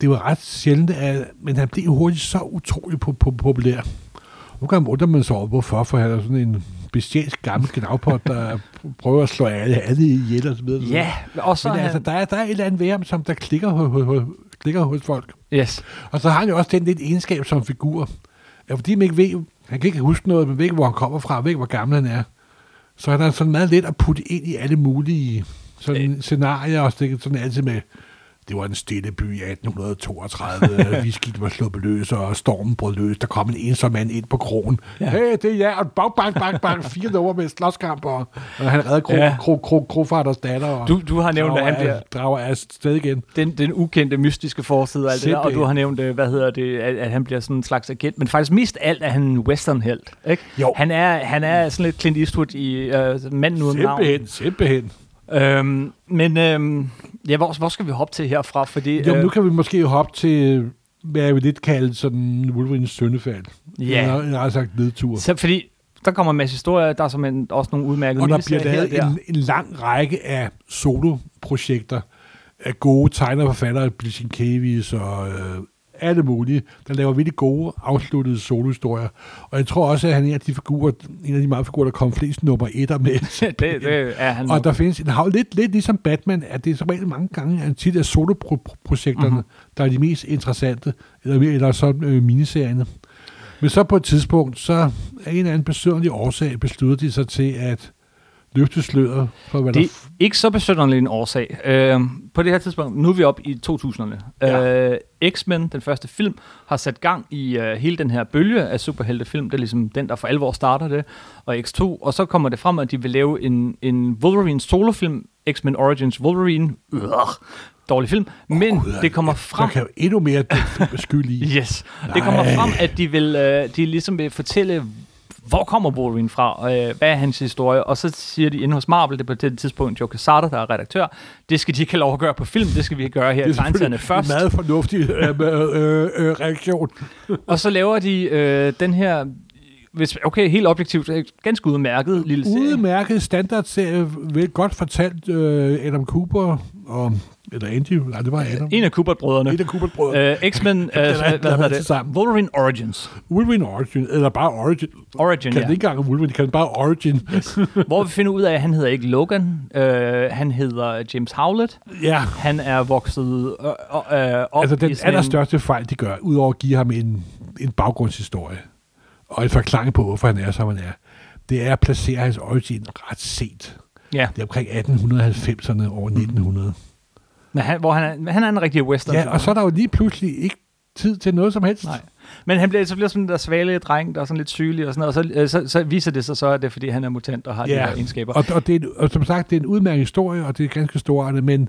[SPEAKER 2] det var ret sjældent, at, men han blev hurtigt så utrolig po- po- populær. Nu kan man undre man sig over, hvorfor, for han er sådan en bestialsk gammel gnavpot, der prøver at slå alle, alle ihjel og så videre.
[SPEAKER 1] Ja, og så
[SPEAKER 2] Men
[SPEAKER 1] er
[SPEAKER 2] altså,
[SPEAKER 1] han...
[SPEAKER 2] der er, der er et eller andet ved ham, som der klikker, hos, hos, klikker hos folk.
[SPEAKER 1] Yes.
[SPEAKER 2] Og så har han jo også den lidt egenskab som figur. Ja, fordi man ikke ved, han kan ikke huske noget, man ved ikke, hvor han kommer fra, man ved ikke, hvor gammel han er. Så han er sådan meget let at putte ind i alle mulige sådan scenarier, og stikke sådan altid med, det var en stille by i 1832, vi skidt var sluppet løs, og stormen brød løs, der kom en ensom mand ind på krogen.
[SPEAKER 1] Ja.
[SPEAKER 2] Ja. Hey, det er jeg, og bang, bang, bang, bang, fire nummer med slåskamp, og, og han redder kro,
[SPEAKER 1] Ja.
[SPEAKER 2] ja. kro, kro, krofarters datter, og
[SPEAKER 1] Du, du har nævnt,
[SPEAKER 2] drager,
[SPEAKER 1] at han bliver...
[SPEAKER 2] af, drager afsted igen.
[SPEAKER 1] den, den ukendte, mystiske forside og alt det der, og
[SPEAKER 2] Simpelthen.
[SPEAKER 1] du har nævnt, øh, hvad hedder det, at, at han bliver sådan en slags agent, men faktisk mest alt er han en westernhelt, ikke?
[SPEAKER 2] Jo.
[SPEAKER 1] Han er, han er sådan lidt Clint Eastwood i øh, Manden Uden Navn.
[SPEAKER 2] Simpelthen, simpelthen.
[SPEAKER 1] Øhm, men øhm, ja, hvor, hvor skal vi hoppe til herfra? Fordi,
[SPEAKER 2] Jo,
[SPEAKER 1] øh,
[SPEAKER 2] nu kan vi måske hoppe til, hvad jeg vil lidt kalde sådan Wolverines søndefald.
[SPEAKER 1] Ja.
[SPEAKER 2] Eller, eller sagt nedtur.
[SPEAKER 1] så, fordi der kommer en masse historier, der er som en, også nogle udmærkede
[SPEAKER 2] Og der bliver
[SPEAKER 1] miniserier her
[SPEAKER 2] lavet
[SPEAKER 1] og der.
[SPEAKER 2] en, en lang række af soloprojekter af gode tegnerforfattere, Blishinkevis og øh, alle mulige, der laver virkelig gode, afsluttede solohistorier. Og jeg tror også, at han er en af de figurer, en af de mange figurer, der kom flest nummer etter med.
[SPEAKER 1] det, det er han
[SPEAKER 2] Og der findes, der har jo lidt, lidt ligesom Batman, at det er så rigtig mange gange, at tit er soloprojekterne,
[SPEAKER 1] Mhm.
[SPEAKER 2] mm-hmm. der er de mest interessante, eller, eller så øh, miniserierne. Men så på et tidspunkt, så af en eller anden besøgerlig årsag, besluttede de sig til at løfte sløret for, hvad
[SPEAKER 1] Det
[SPEAKER 2] det...
[SPEAKER 1] er ikke så besynderlig en årsag. Øh, på det her tidspunkt, nu er vi oppe i 2000'erne. Ja. Øh, X-Men, den første film, har sat gang i øh, hele den her bølge af superheltefilm. Det er ligesom den, der for alvor starter det. Og X2, og så kommer det frem, at de vil lave en, en Wolverine solofilm, X-Men Origins Wolverine. Øh, dårlig film. Men
[SPEAKER 2] der,
[SPEAKER 1] det kommer
[SPEAKER 2] der
[SPEAKER 1] frem...
[SPEAKER 2] kan jo endnu mere den skyld i.
[SPEAKER 1] Yes. Det kommer
[SPEAKER 2] Nej.
[SPEAKER 1] frem, at de, vil, øh, de ligesom vil fortælle, hvor kommer Wolverine fra, og øh, hvad er hans historie, og så siger de inde hos Marvel, det er på det tidspunkt Joe Quesada, der er redaktør, det skal de ikke have lov at gøre på film, det skal vi gøre her i
[SPEAKER 2] Det er selvfølgelig
[SPEAKER 1] tegnserne
[SPEAKER 2] en
[SPEAKER 1] først.
[SPEAKER 2] meget fornuftig øh, øh, øh, reaktion.
[SPEAKER 1] Og så laver de øh, den her, hvis, okay, helt objektivt, øh, ganske udmærket lille serie.
[SPEAKER 2] Udmærket standardserie, vel godt fortalt øh, Adam Cooper og... Eller Andy, nej, det var Adam.
[SPEAKER 1] En af Kubert-brødrene.
[SPEAKER 2] Et af Coopers brødre.
[SPEAKER 1] Øh, X-Men, øh,
[SPEAKER 2] er-
[SPEAKER 1] hvad
[SPEAKER 2] den er
[SPEAKER 1] hedder det?
[SPEAKER 2] til sammen.
[SPEAKER 1] Wolverine Origins.
[SPEAKER 2] Wolverine Origin, eller bare Origin.
[SPEAKER 1] Origin,
[SPEAKER 2] Kan
[SPEAKER 1] ja.
[SPEAKER 2] det ikke engang Wolverine, kan det bare Origin.
[SPEAKER 1] Hvor vi finder ud af, at han hedder ikke Logan, øh, han hedder James Howlett.
[SPEAKER 2] ja,
[SPEAKER 1] Han er vokset øh, øh, øh, op
[SPEAKER 2] altså
[SPEAKER 1] i
[SPEAKER 2] den
[SPEAKER 1] sådan en-
[SPEAKER 2] allerstørste fejl, de gør, udover at give ham en, en baggrundshistorie, og en forklaring på, hvorfor han er, som han er, det er at placere hans origin ret sent.
[SPEAKER 1] Ja,
[SPEAKER 2] Det er omkring 1890'erne over 1900.
[SPEAKER 1] men han, hvor han, er, men han er en rigtig western.
[SPEAKER 2] Ja, og Mhm. så er der jo lige pludselig ikke tid til noget som helst.
[SPEAKER 1] Nej. Men han bliver, så bliver sådan en der svage dreng, der er sådan lidt sygelig og sådan noget, og så, øh, så, så viser det sig så, at det er, fordi han er mutant og har de her egenskaber.
[SPEAKER 2] Og, og, det er, en- og som sagt, det er en udmærket historie, og det er ganske storartet, men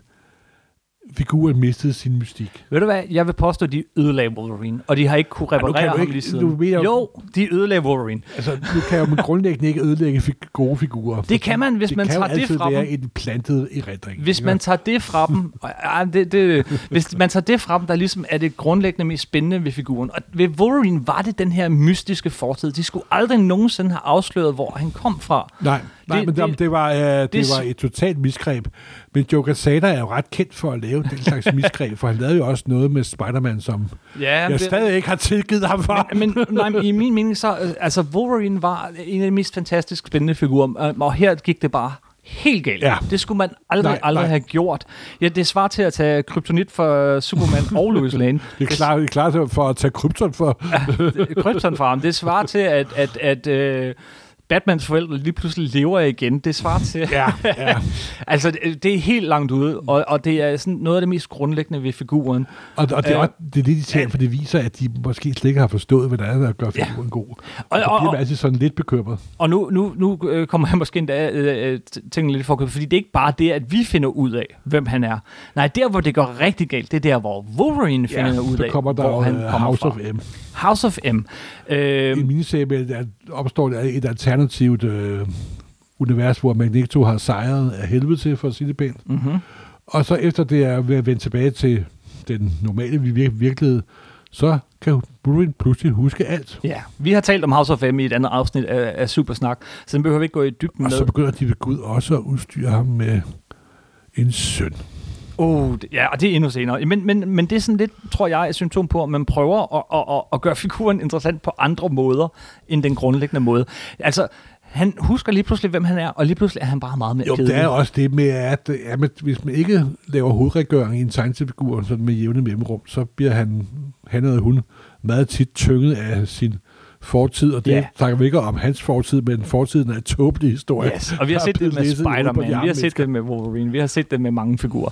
[SPEAKER 2] figuren mistede sin mystik.
[SPEAKER 1] Ved du hvad? Jeg vil påstå, at de ødelagde Wolverine, og de har ikke kunne
[SPEAKER 2] nu kan
[SPEAKER 1] reparere
[SPEAKER 2] du
[SPEAKER 1] ham
[SPEAKER 2] ikke-
[SPEAKER 1] lige siden.
[SPEAKER 2] du mener-
[SPEAKER 1] jo, de ødelagde Wolverine.
[SPEAKER 2] Altså, nu kan jeg jo grundlæggende ikke ødelægge fig- gode figurer. fordi
[SPEAKER 1] kan man, hvis man
[SPEAKER 2] kan jo
[SPEAKER 1] tager det
[SPEAKER 2] altid
[SPEAKER 1] fra
[SPEAKER 2] være
[SPEAKER 1] dem.
[SPEAKER 2] en plantet erindring.
[SPEAKER 1] Hvis
[SPEAKER 2] ikke?
[SPEAKER 1] man tager det fra dem, og, ja, det, det, hvis man tager det fra dem, der ligesom er det grundlæggende mest spændende ved figuren. Og ved Wolverine var det den her mystiske fortid. De skulle aldrig nogensinde have afsløret, hvor han kom fra.
[SPEAKER 2] Nej, nej det,
[SPEAKER 1] Det-
[SPEAKER 2] men det,
[SPEAKER 1] det-
[SPEAKER 2] det, var, øh, det,
[SPEAKER 1] det-
[SPEAKER 2] det var et totalt misgreb. Men Joker Sada er jo ret kendt for at lave den slags misgreb, for han lavede jo også noget med Spider-Man, som
[SPEAKER 1] Ja,
[SPEAKER 2] jeg stadig ikke har tilgivet ham for.
[SPEAKER 1] men nej, men i min mening så, øh, altså Wolverine var en af de mest fantastisk spændende figurer, øh, og her gik det bare helt galt.
[SPEAKER 2] Ja.
[SPEAKER 1] Det skulle man aldrig,
[SPEAKER 2] Nej,
[SPEAKER 1] nej, aldrig
[SPEAKER 2] nej.
[SPEAKER 1] nej. have gjort. Ja, det svarer til at tage kryptonit for øh, Superman og Lois Lane.
[SPEAKER 2] Det er klart, det er klart for at tage krypton for.
[SPEAKER 1] Krypton Farm, det svarer til, at, at, at øh, Batmans forældre lige pludselig lever igen. Det svarer til...
[SPEAKER 2] Ja, ja.
[SPEAKER 1] altså, det, det er helt langt ude, og, og det er sådan noget af det mest grundlæggende ved figuren.
[SPEAKER 2] Og, og det, er
[SPEAKER 1] Øh,
[SPEAKER 2] også, det er lidt irriterende, for det viser, at de måske slet ikke har forstået, hvad der er, der gør figuren god. Og, og, det
[SPEAKER 1] og-
[SPEAKER 2] bliver man
[SPEAKER 1] og-
[SPEAKER 2] altid sådan lidt bekymret.
[SPEAKER 1] Og nu, nu, nu øh, kommer jeg måske endda øh, øh, tingene lidt forkøbet, fordi det er ikke bare det, at vi finder ud af, hvem han er. Nej, der hvor det går rigtig galt, det er der, hvor Wolverine finder ud
[SPEAKER 2] så
[SPEAKER 1] af,
[SPEAKER 2] kommer der
[SPEAKER 1] hvor han
[SPEAKER 2] øh,
[SPEAKER 1] kommer
[SPEAKER 2] House
[SPEAKER 1] fra.
[SPEAKER 2] of M.
[SPEAKER 1] House of M. Øh,
[SPEAKER 2] I miniserien med, der opstår der et alternativt øh, univers, hvor Magneto har sejret af helvede til, for at sige det pænt.
[SPEAKER 1] mm-hmm.
[SPEAKER 2] Og så efter det er ved at vende tilbage til den normale vir- virkelighed, så kan Wolverine pludselig huske alt.
[SPEAKER 1] Ja, vi har talt om House of M i et andet afsnit af, af Supersnak, så den behøver vi ikke gå i dybden med.
[SPEAKER 2] Og så begynder de ved Gud også at udstyre ham med en søn.
[SPEAKER 1] Oh, det- ja, og det er endnu senere. Men, men, men det er sådan lidt, tror jeg, et symptom på, at man prøver at, at, at, at gøre figuren interessant på andre måder, end den grundlæggende måde. Altså, han husker lige pludselig, hvem han er, og lige pludselig er han bare meget mere
[SPEAKER 2] Jo,
[SPEAKER 1] kedelig.
[SPEAKER 2] det er også det med, at ja, men hvis man ikke laver hovedregøring i en tegnsefigur sådan med jævne mellemrum, så bliver han, han eller hun meget tit tynget af sin fortid, og det
[SPEAKER 1] Ja.
[SPEAKER 2] yeah. snakker vi ikke om hans fortid, men fortiden er en tåbelig historie.
[SPEAKER 1] Yes, og vi har
[SPEAKER 2] Der er
[SPEAKER 1] set det
[SPEAKER 2] blevet
[SPEAKER 1] med
[SPEAKER 2] læsset ud på de
[SPEAKER 1] Spider-Man, vi
[SPEAKER 2] arme
[SPEAKER 1] har set Øh,
[SPEAKER 2] mennesker.
[SPEAKER 1] det med Wolverine, vi har set det med mange figurer.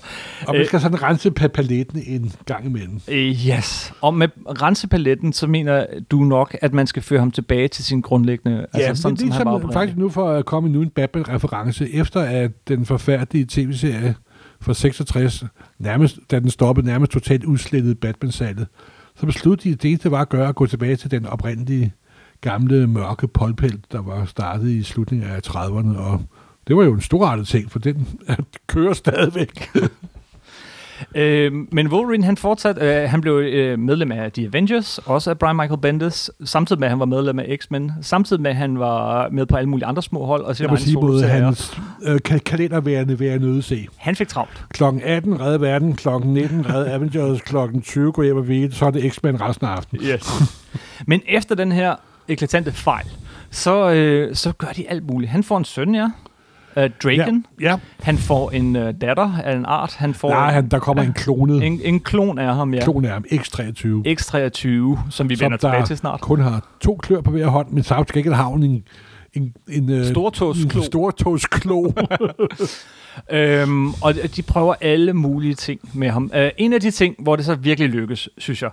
[SPEAKER 2] Og man skal sådan rense pa- paletten en gang imellem.
[SPEAKER 1] Øh, yes, og med rensepaletten, så mener du nok, at man skal føre ham tilbage til sin grundlæggende...
[SPEAKER 2] Ja, altså,
[SPEAKER 1] sådan,
[SPEAKER 2] men det er
[SPEAKER 1] som han var
[SPEAKER 2] ligesom,
[SPEAKER 1] oprindelig.
[SPEAKER 2] faktisk nu for at komme nu en Batman-reference, efter at den forfærdelige tv-serie fra 66, nærmest, da den stoppede nærmest totalt udslettet Batman-salget, så besluttede de, at det eneste var at gøre at gå tilbage til den oprindelige gamle mørke polpelt, der var startet i slutningen af 30'erne, og det var jo en storartet ting, for den kører stadigvæk.
[SPEAKER 1] Øh, men Wolverine, han fortsat, øh, han blev øh, medlem af The Avengers, også af Brian Michael Bendis, samtidig med, at han var medlem af X-Men, samtidig med, at han var med på alle mulige andre små hold og sin
[SPEAKER 2] Jeg må
[SPEAKER 1] egen
[SPEAKER 2] sige, både
[SPEAKER 1] soloserier.
[SPEAKER 2] hans øh, ka- kalenderværende vil jeg nødt se.
[SPEAKER 1] Han fik travlt.
[SPEAKER 2] Klokken 18 redde verden, klokken 19 redde Avengers, klokken 20 gå hjem og hvile, så er det X-Men resten af aftenen.
[SPEAKER 1] Yes. men efter den her eklatante fejl, så, øh, så gør de alt muligt. Han får en søn, ja. Uh, Draken.
[SPEAKER 2] Ja. ja.
[SPEAKER 1] Han får en uh, datter af en art. Han får
[SPEAKER 2] Nej, han, der kommer en klonet en
[SPEAKER 1] en, en klon af ham, ja.
[SPEAKER 2] klon af ham, X23.
[SPEAKER 1] X23, som vi vender tilbage til snart.
[SPEAKER 2] kun har to klør på hver hånd, men samt skal ikke have en, en, en, øh,
[SPEAKER 1] Stortåsklo.
[SPEAKER 2] en stortåsklo.
[SPEAKER 1] Øhm, og de prøver alle mulige ting med ham. Øh, en af de ting, hvor det så virkelig lykkes, synes jeg,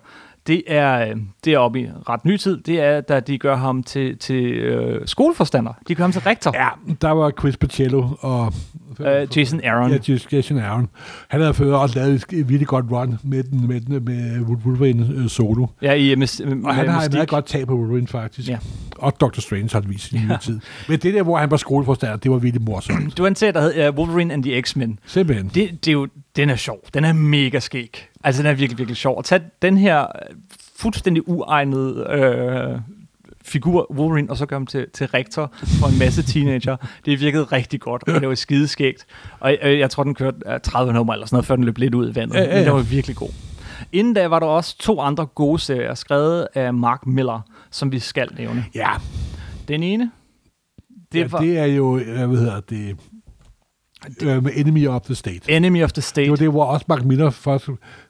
[SPEAKER 1] det er, øh, det er oppe i ret ny tid, det er, da de gør ham til, til øh, skoleforstander. De gør ham til rektor.
[SPEAKER 2] ja, der var Chris Pacello og...
[SPEAKER 1] Øh, Jason Aaron.
[SPEAKER 2] Ja, Jason- Jason Aaron. Han havde før også lavet et virkelig godt run med den med, den, med Wolverine øh, solo.
[SPEAKER 1] Ja, i MS, med
[SPEAKER 2] Og han har et
[SPEAKER 1] Mystique.
[SPEAKER 2] meget godt tag på Wolverine, faktisk.
[SPEAKER 1] Ja.
[SPEAKER 2] Og Dr. Strange har det vist i ja. nyere tid. Men det der, hvor han var skoleforstander, det var virkelig morsomt.
[SPEAKER 1] Du har en serie, der hedder øh, Wolverine and the X-Men.
[SPEAKER 2] Simpelthen.
[SPEAKER 1] Det, det er jo, den er sjov. Den er mega skæg. Altså, den er virkelig, virkelig sjov. At tage den her øh, fuldstændig uegnede øh, figur, Wolverine, og så gøre ham til, til rektor for en masse teenager. Det virkede rigtig godt, og det var skideskægt. Og øh, jeg tror, den kørte øh, 30 nummer eller sådan noget, før den løb lidt ud i vandet.
[SPEAKER 2] Ja, ja,
[SPEAKER 1] Men
[SPEAKER 2] ja.
[SPEAKER 1] den var virkelig god. Inden da var der også to andre gode serier, skrevet af Mark Miller, som vi skal nævne.
[SPEAKER 2] Ja,
[SPEAKER 1] Den ene, det
[SPEAKER 2] det,
[SPEAKER 1] var
[SPEAKER 2] ja, det er jo, øh, hvad hedder det, øh, med Enemy of the State.
[SPEAKER 1] Enemy of the
[SPEAKER 2] Det
[SPEAKER 1] State.
[SPEAKER 2] var det, hvor også Mark Miller først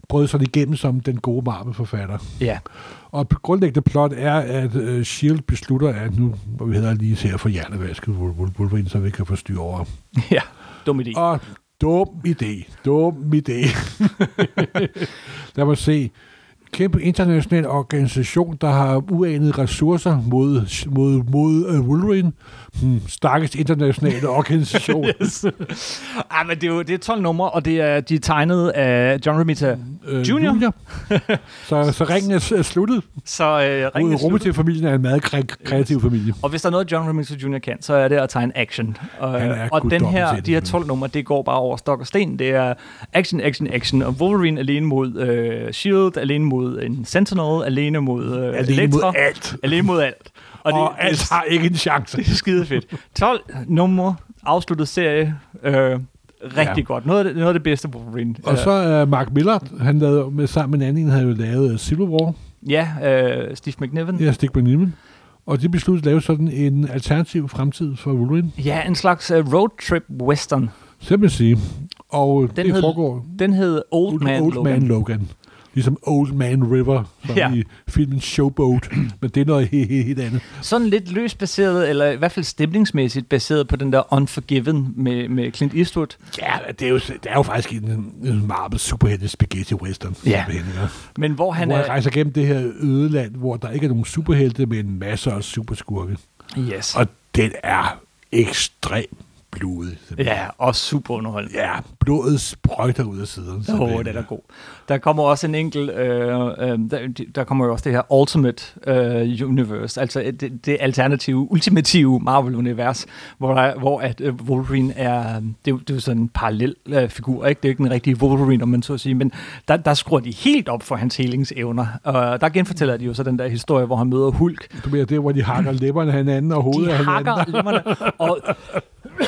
[SPEAKER 2] brød sig igennem som den gode Marvel-forfatter.
[SPEAKER 1] Ja.
[SPEAKER 2] Og grundlæggende plot er, at øh, S.H.I.E.L.D. beslutter, at nu må vi hedder lige her for hjernevasket Wol- Wol- Wolverine, så vi ikke kan få styr over. ham.
[SPEAKER 1] ja, dum idé.
[SPEAKER 2] Og dum idé, dum idé. Lad mig se. kæmpe international organisation, der har uanede ressourcer mod, mod, mod uh, Wolverine. Hmm, stakkels internationale organisation.
[SPEAKER 1] Yes. Ej, men det er jo det er 12 numre, og det er, de er tegnet af John Romita
[SPEAKER 2] Øh,
[SPEAKER 1] Junior.
[SPEAKER 2] så, så ringen er, s- er sluttet.
[SPEAKER 1] Så øh, ring til
[SPEAKER 2] Rummet til familien er en meget kre- kreativ familie.
[SPEAKER 1] Og hvis der er noget, John Romita Jr. kan, så er det at tegne action. Og,
[SPEAKER 2] Han er
[SPEAKER 1] og den
[SPEAKER 2] guddommelig
[SPEAKER 1] her,
[SPEAKER 2] til
[SPEAKER 1] de her
[SPEAKER 2] det.
[SPEAKER 1] 12 numre, det går bare over stok og sten. Det er action, action, action. Og Wolverine alene mod øh, S.H.I.E.L.D., alene mod en Sentinel, alene mod øh,
[SPEAKER 2] Alene
[SPEAKER 1] Elektra.
[SPEAKER 2] mod alt.
[SPEAKER 1] Alene mod alt.
[SPEAKER 2] Og,
[SPEAKER 1] det-
[SPEAKER 2] og alt har ikke en chance.
[SPEAKER 1] Det er skide fedt. 12 numre, afsluttet serie. Øh, rigtig
[SPEAKER 2] Ja.
[SPEAKER 1] ja. godt. Noget af, det, noget af det bedste Wolverine.
[SPEAKER 2] Og så er Mark Millard, han lavede med sammen med en anden, en, havde jo lavet øh, Civil War,
[SPEAKER 1] Øh, ja, øh, Steve McNiven.
[SPEAKER 2] ja, Stig Benjamin. Og de besluttede at lave sådan en alternativ fremtid for Wolverine,
[SPEAKER 1] Ja, en slags uh, roadtrip western.
[SPEAKER 2] simpelthen sige. Og øh,
[SPEAKER 1] Den
[SPEAKER 2] det
[SPEAKER 1] hed
[SPEAKER 2] foregår
[SPEAKER 1] Den hed Old Man
[SPEAKER 2] Old
[SPEAKER 1] Logan.
[SPEAKER 2] Man Logan. Ligesom Old Man River, som
[SPEAKER 1] Ja.
[SPEAKER 2] ja. i filmen Showboat. Men det er noget he- he- helt andet.
[SPEAKER 1] Sådan lidt løst baseret, eller i hvert fald stemningsmæssigt baseret på den der Unforgiven med, med Clint Eastwood.
[SPEAKER 2] Ja, det er jo, det er jo faktisk en, en Marvel superhelte spaghetti western.
[SPEAKER 1] Ja.
[SPEAKER 2] simpelthen,
[SPEAKER 1] Men hvor
[SPEAKER 2] Han
[SPEAKER 1] han
[SPEAKER 2] hvor han
[SPEAKER 1] er...
[SPEAKER 2] rejser gennem det her øde land, hvor der ikke er nogen superhelte, men masser af superskurke.
[SPEAKER 1] Yes.
[SPEAKER 2] Og den er ekstremt blodig. simpelthen.
[SPEAKER 1] Ja, og super underholdende.
[SPEAKER 2] ja, blodet sprøjter ud af siden.
[SPEAKER 1] Åh, oh, den er god. Der kommer også en enkelt, øh, øh, der, der kommer jo også det her Ultimate øh, Universe, altså øh, det, det alternative, ultimative Marvel-univers, hvor, der, hvor at øh, Wolverine er, øh, det, er jo- det er jo sådan en parallel øh, figur, ikke? det er jo ikke den rigtige Wolverine, om man så at sige, men der, der skruer de helt op for hans helingsevner, og der genfortæller de jo så den der historie, hvor han møder Hulk,
[SPEAKER 2] Du mener, det er, hvor de hakker læberne af hinanden og hovedet
[SPEAKER 1] de
[SPEAKER 2] af hinanden.
[SPEAKER 1] hakker lemmerne, og,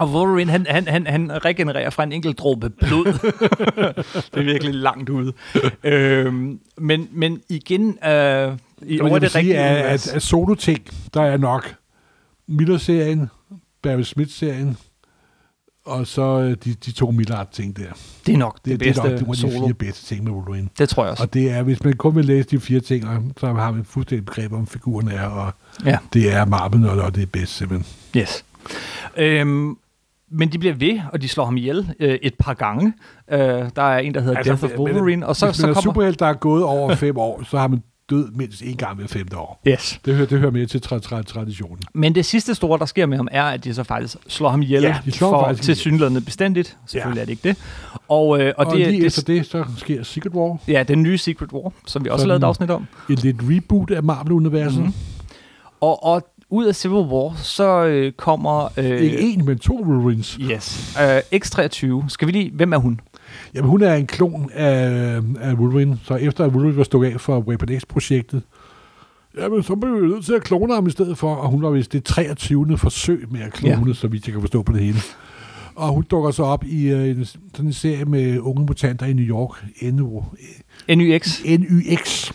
[SPEAKER 1] og Wolverine, han, han, han, han regenererer fra en enkelt dråbe blod. det er virkelig langt ude. Øhm, men, men igen, øh, i
[SPEAKER 2] Jamen,
[SPEAKER 1] over
[SPEAKER 2] jeg vil
[SPEAKER 1] det
[SPEAKER 2] sige,
[SPEAKER 1] rigtige
[SPEAKER 2] at,
[SPEAKER 1] univers.
[SPEAKER 2] at, at solo-ting, der er nok Miller-serien, Barry Smith-serien, og så øh, de, de to Millard-ting der. Det,
[SPEAKER 1] det er nok det,
[SPEAKER 2] det,
[SPEAKER 1] det
[SPEAKER 2] det
[SPEAKER 1] bedste
[SPEAKER 2] er nok det var de
[SPEAKER 1] solo. Altså-
[SPEAKER 2] fire bedste ting med Wolverine.
[SPEAKER 1] Det tror jeg også.
[SPEAKER 2] Og det er, hvis man kun vil læse de fire ting, og så har man fuldstændig begreb om, figuren er, og
[SPEAKER 1] Ja.
[SPEAKER 2] det er Marvel, og og det er bedst simpelthen.
[SPEAKER 1] Yes. Øhm, men de bliver ved, og de slår ham ihjel øh, et par gange. Øh, der er en, der hedder altså, Death of
[SPEAKER 2] men-
[SPEAKER 1] Wolverine, og så,
[SPEAKER 2] hvis
[SPEAKER 1] så
[SPEAKER 2] man
[SPEAKER 1] kommer...
[SPEAKER 2] er superhelt, der er gået over fem år, så har man død mindst en gang ved femte år.
[SPEAKER 1] Yes.
[SPEAKER 2] Det hører, det hører mere til tra- tra- traditionen.
[SPEAKER 1] Men det sidste store, der sker med ham, er, at de så faktisk slår ham ihjel
[SPEAKER 2] Ja, de slår ham
[SPEAKER 1] for
[SPEAKER 2] faktisk
[SPEAKER 1] til
[SPEAKER 2] ihjel.
[SPEAKER 1] synlædende bestandigt. Selvfølgelig ja. er det ikke det. Og, øh, og, og
[SPEAKER 2] Og, og
[SPEAKER 1] det,
[SPEAKER 2] lige
[SPEAKER 1] det,
[SPEAKER 2] efter det, så sker Secret War,
[SPEAKER 1] Ja, den nye Secret War, som vi også
[SPEAKER 2] Sådan.
[SPEAKER 1] lavede et afsnit om.
[SPEAKER 2] et lidt reboot af Marvel-universet. Mm-hmm.
[SPEAKER 1] Mhm. Og, og ud af Civil War, så øh, kommer... Øh,
[SPEAKER 2] Ikke E? en, men to Wolverines.
[SPEAKER 1] Yes. Øh, X23. Skal vi lige... Hvem er hun?
[SPEAKER 2] Jamen, hun er en klon af, af Wolverine, så efter at Wolverine var stukket af fra Weapon X-projektet, jamen, så blev vi nødt til at klone ham i stedet for, og hun var vist det 23. forsøg med at klone, ja. så vidt jeg kan forstå på det hele. Og hun dukker så op i øh, en, sådan en serie med unge mutanter i New York, NO, E?
[SPEAKER 1] NYX.
[SPEAKER 2] NYX,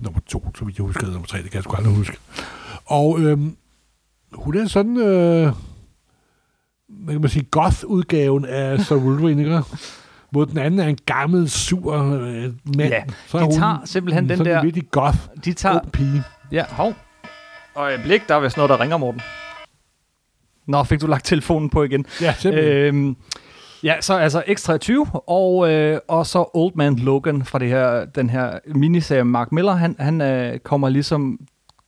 [SPEAKER 2] nummer to, så vidt jeg husker, eller nummer tre, det kan jeg sgu aldrig huske. Og øhm, hun er sådan, øh, hvad kan man sige, goth-udgaven af Sir Wolverine, ikke? Hvor den anden er en gammel, sur øh, mand.
[SPEAKER 1] Ja,
[SPEAKER 2] så
[SPEAKER 1] de tager simpelthen den
[SPEAKER 2] sådan
[SPEAKER 1] der-
[SPEAKER 2] en virkelig goth,
[SPEAKER 1] De tager...
[SPEAKER 2] ung pige.
[SPEAKER 1] Ja, hov. Og et blik, der er vist noget, der ringer, Morten. Nå, fik du lagt telefonen på igen.
[SPEAKER 2] Ja, simpelthen. Øh,
[SPEAKER 1] Øhm, ja, så altså X23, og, øh, og så Old Man Logan fra det her, den her miniserie Mark Miller, han, han øh, kommer ligesom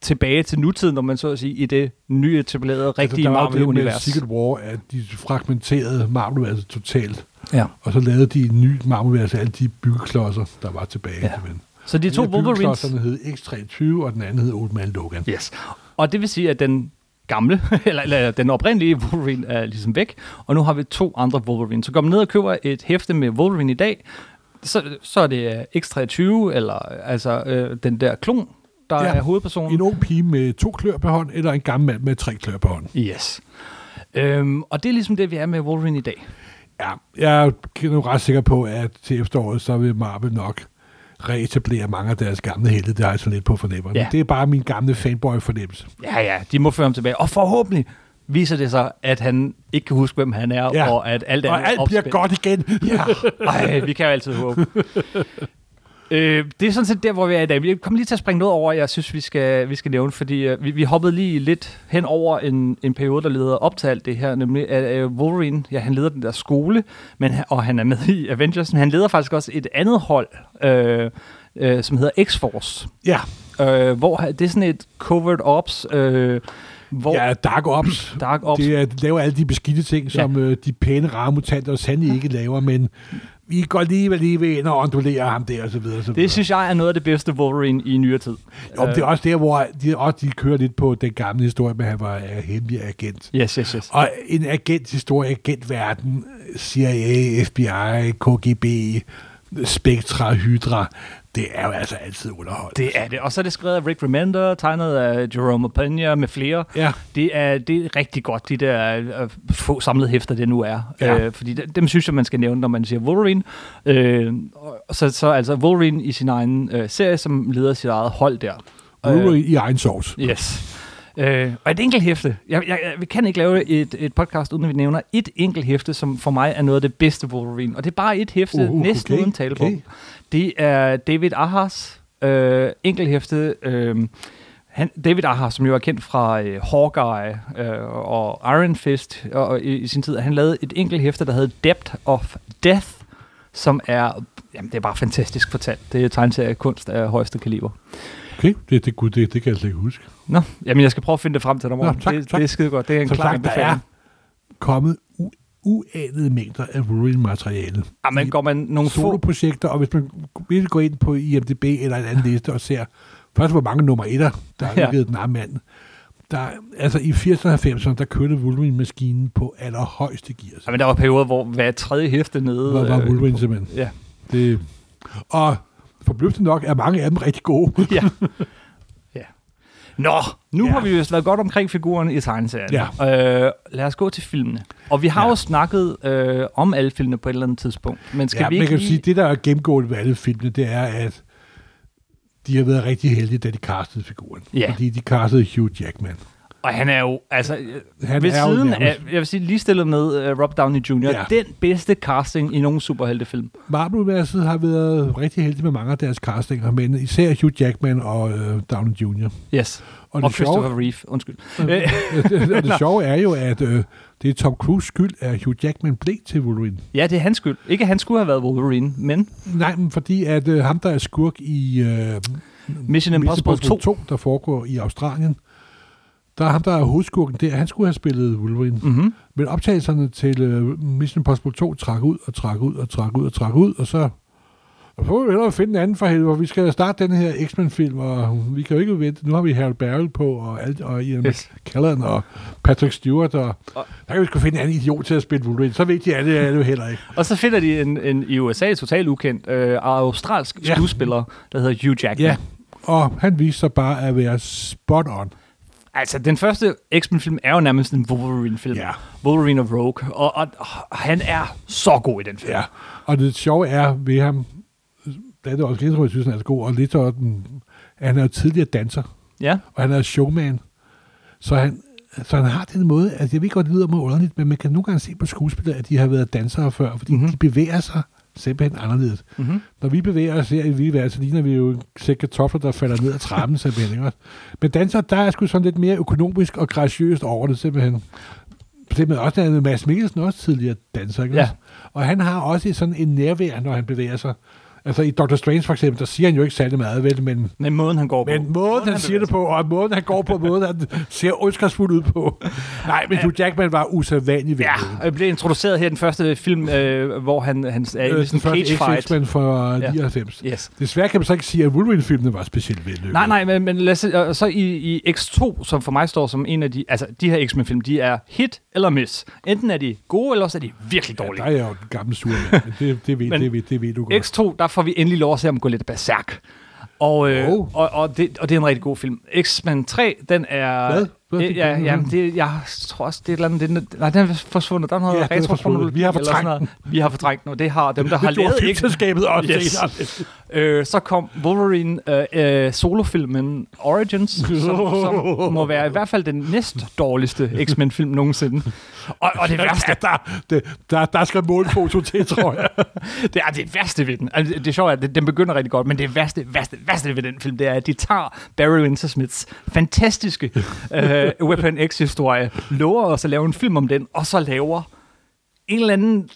[SPEAKER 1] tilbage til nutiden, når man så at sige, i det nye etablerede, rigtige altså, Marvel-univers.
[SPEAKER 2] Secret War, at de fragmenterede Marvel-universet totalt.
[SPEAKER 1] Ja.
[SPEAKER 2] Og så lavede de en ny Marvel-univers af alle de byggeklodser, der var tilbage.
[SPEAKER 1] Ja.
[SPEAKER 2] simpelthen.
[SPEAKER 1] Så de to
[SPEAKER 2] Den ene af
[SPEAKER 1] Wolverines...
[SPEAKER 2] byggeklodserne hed X23, og den anden hed Old Man Logan.
[SPEAKER 1] Yes. Og det vil sige, at den gamle, eller, eller den oprindelige Wolverine er ligesom væk, og nu har vi to andre Wolverine. Så går man ned og køber et hæfte med Wolverine i dag, så, så er det øh, X23, eller altså øh, den der klon, der
[SPEAKER 2] Ja.
[SPEAKER 1] er hovedpersonen.
[SPEAKER 2] En ung pige med to klør på hånd, eller en gammel mand med tre klør på hånd.
[SPEAKER 1] Yes. Øhm, og det er ligesom det, vi er med Wolverine i dag.
[SPEAKER 2] Ja, jeg er nu ret sikker på, at til efteråret, så vil Marvel nok reetablere mange af deres gamle helte. Det har jeg sådan lidt på fornemmeren.
[SPEAKER 1] Ja.
[SPEAKER 2] Ja. Det er bare min gamle fanboy-fornemmelse.
[SPEAKER 1] Ja, ja, de må føre ham tilbage. Og forhåbentlig viser det sig, at han ikke kan huske, hvem han er,
[SPEAKER 2] Ja.
[SPEAKER 1] og at alt andet
[SPEAKER 2] Og alt
[SPEAKER 1] er
[SPEAKER 2] bliver
[SPEAKER 1] opspændt.
[SPEAKER 2] godt igen.
[SPEAKER 1] Ja, ej, vi kan jo altid håbe. Øh, det er sådan set der, hvor vi er i dag. Vi kommer lige til at springe noget over, jeg synes, vi skal, vi skal nævne, fordi øh, vi, vi hoppede lige lidt hen over en, en periode, der leder op til alt det her, nemlig at øh, Wolverine, ja, han leder den der skole, men, han- og han er med i Avengers, men han leder faktisk også et andet hold, øh, øh, som hedder X-Force,
[SPEAKER 2] Ja,
[SPEAKER 1] øh, hvor han- det er sådan et covert ops, øh, hvor ja.
[SPEAKER 2] ja Dark Ops.
[SPEAKER 1] Dark Ops
[SPEAKER 2] Det er, de laver alle de beskidte ting,
[SPEAKER 1] Ja.
[SPEAKER 2] som øh, de pæne ramutanter sandelig ikke laver, men vi går alligevel lige ved ind og ondulerer ham der, og så videre, og så videre.
[SPEAKER 1] Det synes jeg er noget af det bedste Wolverine i nyere tid. Øh,
[SPEAKER 2] Jo, men det er også der, hvor de, også de kører lidt på den gamle historie med, at han var øh, hemmelig agent.
[SPEAKER 1] Yes, yes, yes.
[SPEAKER 2] Og en agenthistorie, agentverden, CIA, FBI, KGB, Spectra, Hydra, det er jo altså altid underholdt.
[SPEAKER 1] Det er det. Og så er det skrevet af Rick Remender, tegnet af Jerome Pena med flere.
[SPEAKER 2] Ja.
[SPEAKER 1] Det er, det er rigtig godt, de der øh, få samlede hæfter, det nu er.
[SPEAKER 2] Ja.
[SPEAKER 1] Øh, fordi de- dem synes jeg, man skal nævne, når man siger Wolverine. Øh, og så, så altså Wolverine i sin egen øh, serie, som leder sit eget hold der. øh,
[SPEAKER 2] Brewery i egen sovs.
[SPEAKER 1] Yes. Øh, og et enkelt hæfte. Jeg, jeg, jeg, vi kan ikke lave et, et podcast, uden at vi nævner et enkelt hæfte, som for mig er noget af det bedste Wolverine. Og det er bare et hæfte,
[SPEAKER 2] Uh,
[SPEAKER 1] uh,
[SPEAKER 2] uh,
[SPEAKER 1] næsten
[SPEAKER 2] okay,
[SPEAKER 1] uden tale
[SPEAKER 2] okay.
[SPEAKER 1] på. Det er David Ahas øh, enkelt hæfte. Øh, han, David Ahas, som jo er kendt fra øh, Hawkeye øh, og Iron Fist og, og i, i sin tid, han lavede et enkelt hæfte, der hed Depth of Death, som er, jamen det er bare fantastisk fortalt. Det er tegneseriekunst af højeste kaliber.
[SPEAKER 2] Okay, det, det, gud, det, det kan jeg slet ikke huske.
[SPEAKER 1] Nå, jamen jeg skal prøve at finde det frem til dig, morgen.
[SPEAKER 2] tak,
[SPEAKER 1] det,
[SPEAKER 2] tak.
[SPEAKER 1] det er skide godt. Det er en
[SPEAKER 2] Som
[SPEAKER 1] klar
[SPEAKER 2] sagt, der er
[SPEAKER 1] anbefaling.
[SPEAKER 2] kommet u- uanede mængder af Wolverine-materiale.
[SPEAKER 1] Ja, Ah, men går man nogle få...
[SPEAKER 2] Soloprojekter, og hvis man vil gå ind på IMDB eller en anden liste og ser først, hvor mange nummer etter, der er
[SPEAKER 1] Ja.
[SPEAKER 2] ja. givet den arme mand. Der, altså i 80'erne og 90'erne, der kørte Wolverine-maskinen på allerhøjeste gear.
[SPEAKER 1] Ja, men der var perioder, hvor hver tredje hæfte nede...
[SPEAKER 2] Hvor var
[SPEAKER 1] øh,
[SPEAKER 2] Wolverine simpelthen.
[SPEAKER 1] Ja.
[SPEAKER 2] Det, og forbløffende nok er mange af dem rigtig gode.
[SPEAKER 1] ja. ja. Nå, nu
[SPEAKER 2] Ja.
[SPEAKER 1] ja. har vi jo været godt omkring figuren i tegneserien.
[SPEAKER 2] Ja.
[SPEAKER 1] Øh, lad os gå til filmene. Og vi har
[SPEAKER 2] Ja.
[SPEAKER 1] ja. jo snakket øh, om alle filmene på et eller andet tidspunkt. Men skal
[SPEAKER 2] ja,
[SPEAKER 1] vi
[SPEAKER 2] man
[SPEAKER 1] ikke
[SPEAKER 2] kan
[SPEAKER 1] lige...
[SPEAKER 2] sige, det der er gennemgående ved alle filmene, det er, at de har været rigtig heldige, da de castede figuren.
[SPEAKER 1] Ja.
[SPEAKER 2] Fordi de castede Hugh Jackman.
[SPEAKER 1] Og han er jo, altså, øh,
[SPEAKER 2] Han
[SPEAKER 1] ved
[SPEAKER 2] er jo
[SPEAKER 1] siden af,
[SPEAKER 2] nærmest-
[SPEAKER 1] jeg vil sige, lige stillet med uh, Rob Downey Jr.,
[SPEAKER 2] Ja.
[SPEAKER 1] ja. den bedste casting i nogen superheltefilm.
[SPEAKER 2] Marvel-universet har været rigtig heldige med mange af deres castinger, men især Hugh Jackman og øh, Downey Jr.
[SPEAKER 1] Yes.
[SPEAKER 2] Og
[SPEAKER 1] Og,
[SPEAKER 2] det
[SPEAKER 1] og Christopher
[SPEAKER 2] sjove-
[SPEAKER 1] Reeve, undskyld. Øh,
[SPEAKER 2] og det sjove er jo, at øh, det er Tom Cruise skyld, at Hugh Jackman blev til Wolverine.
[SPEAKER 1] Ja, det er hans skyld. Ikke at han skulle have været Wolverine, men
[SPEAKER 2] Nej, men fordi at øh, ham, der er skurk i øh,
[SPEAKER 1] Mission Impossible,
[SPEAKER 2] Impossible
[SPEAKER 1] 2.
[SPEAKER 2] 2, der foregår i Australien, der er ham, der er hovedskurken der, han skulle have spillet Wolverine.
[SPEAKER 1] Mm-hmm.
[SPEAKER 2] Men optagelserne til øh, Mission Impossible 2 trak ud og trak ud og trak ud og trak ud, og så og så må vi hellere finde en anden for helvede, hvor vi skal starte den her X-Men-film, og vi kan jo ikke vente. Nu har vi Harold Barrel på, og, alt, og Ian
[SPEAKER 1] Yes.
[SPEAKER 2] McKellen, og Patrick Stewart, og,
[SPEAKER 1] Og-
[SPEAKER 2] der kan vi sgu finde en anden idiot til at spille Wolverine. Så vigtigt er det, er det jo heller ikke.
[SPEAKER 1] Og så finder de en, en i USA totalt ukendt øh, australsk
[SPEAKER 2] Ja.
[SPEAKER 1] ja. skuespiller, der hedder Hugh Jackman.
[SPEAKER 2] Ja, og han viste sig bare at være spot on.
[SPEAKER 1] Altså, den første X-Men-film er jo nærmest en Wolverine-film.
[SPEAKER 2] Ja.
[SPEAKER 1] Wolverine og Rogue. Og, og, og han er så god i den film.
[SPEAKER 2] Ja, og det sjove er ved ham, der er det også lidt, jeg synes, han er så god, og lidt sådan, at han er jo tidligere danser.
[SPEAKER 1] ja.
[SPEAKER 2] og han er showman. Så han, så han har den måde, altså jeg ved godt, det lyder mig underligt, men man kan nogle gange se på skuespillere, at de har været dansere før, fordi mm-hmm.
[SPEAKER 1] Mhm.
[SPEAKER 2] de bevæger sig simpelthen anderledes.
[SPEAKER 1] Mm-hmm.
[SPEAKER 2] Når vi bevæger os her i Vildværd, så ligner vi jo en sæk kartofler, der falder ned ad trappen simpelthen. Ikke? også? Men dansere, der er sgu sådan lidt mere økonomisk og graciøst over det simpelthen. Simpelthen også, der er Mads Mikkelsen også tidligere danser, ikke?
[SPEAKER 1] Ja.
[SPEAKER 2] også? Og han har også sådan en nærvær, når han bevæger sig. Altså i Dr. Strange for eksempel, der siger han jo ikke særlig meget, vel, men
[SPEAKER 1] Men måden, han går på.
[SPEAKER 2] men måden, han siger det på, og måden, han går på, måden, han ser ondskabsfuld ud på. Nej, men Hugh Jackman var usædvanlig ved
[SPEAKER 1] Ja, og jeg blev introduceret her i den første film, øh, hvor han, han er i sådan en cage fight.
[SPEAKER 2] X-Men fra
[SPEAKER 1] Ja.
[SPEAKER 2] 99.
[SPEAKER 1] Yes.
[SPEAKER 2] Desværre kan man så ikke sige, at Wolverine-filmene var specielt vellykket.
[SPEAKER 1] Nej, nej, men, men lad os, se- og så i, i X2, som for mig står som en af de... Altså, de her X-Men-film, de er hit eller miss. Enten er de gode, eller også er de virkelig
[SPEAKER 2] Ja, der
[SPEAKER 1] dårlige.
[SPEAKER 2] er jeg jo den gamle sure mand. men Det, det, ved,
[SPEAKER 1] Men
[SPEAKER 2] det, ved, det ved du
[SPEAKER 1] Ja,
[SPEAKER 2] godt.
[SPEAKER 1] X2, der får vi endelig lov at se ham gå lidt berserk. Og, øh,
[SPEAKER 2] Oh.
[SPEAKER 1] og, og, det, og det er en rigtig god film. X-Men 3, den er...
[SPEAKER 2] Hvad? Hvad er
[SPEAKER 1] Øh,
[SPEAKER 2] det,
[SPEAKER 1] ja,
[SPEAKER 2] den
[SPEAKER 1] ja,
[SPEAKER 2] hedder?
[SPEAKER 1] det, jeg tror også, det er et eller andet... Det, er- nej, den er forsvundet. Der er noget
[SPEAKER 2] Ja,
[SPEAKER 1] ja,
[SPEAKER 2] den er forsvundet.
[SPEAKER 1] retrokronologi.
[SPEAKER 2] Vi har
[SPEAKER 1] eller sådan
[SPEAKER 2] fortrængt
[SPEAKER 1] noget. Vi har fortrængt noget. Det har dem, der har
[SPEAKER 2] det gjorde
[SPEAKER 1] lavet ikke.
[SPEAKER 2] filmselskabet også.
[SPEAKER 1] Yes.
[SPEAKER 2] senere.
[SPEAKER 1] Øh, så kom Wolverine øh, øh, solofilmen Origins, som, som må være i hvert fald den næst dårligste X-Men-film nogensinde. Og, og det værste,
[SPEAKER 2] Ja, der, det, der, der skal målfoto til, tror jeg.
[SPEAKER 1] det er det værste ved den. Altså, det, det sjove er, at den- den begynder rigtig godt, men det værste, værste, værste ved den film, det er, at de tager Barry Windsor-Smiths fantastiske øh, Weapon X-historie, lover os at lave en film om den, og så laver en eller anden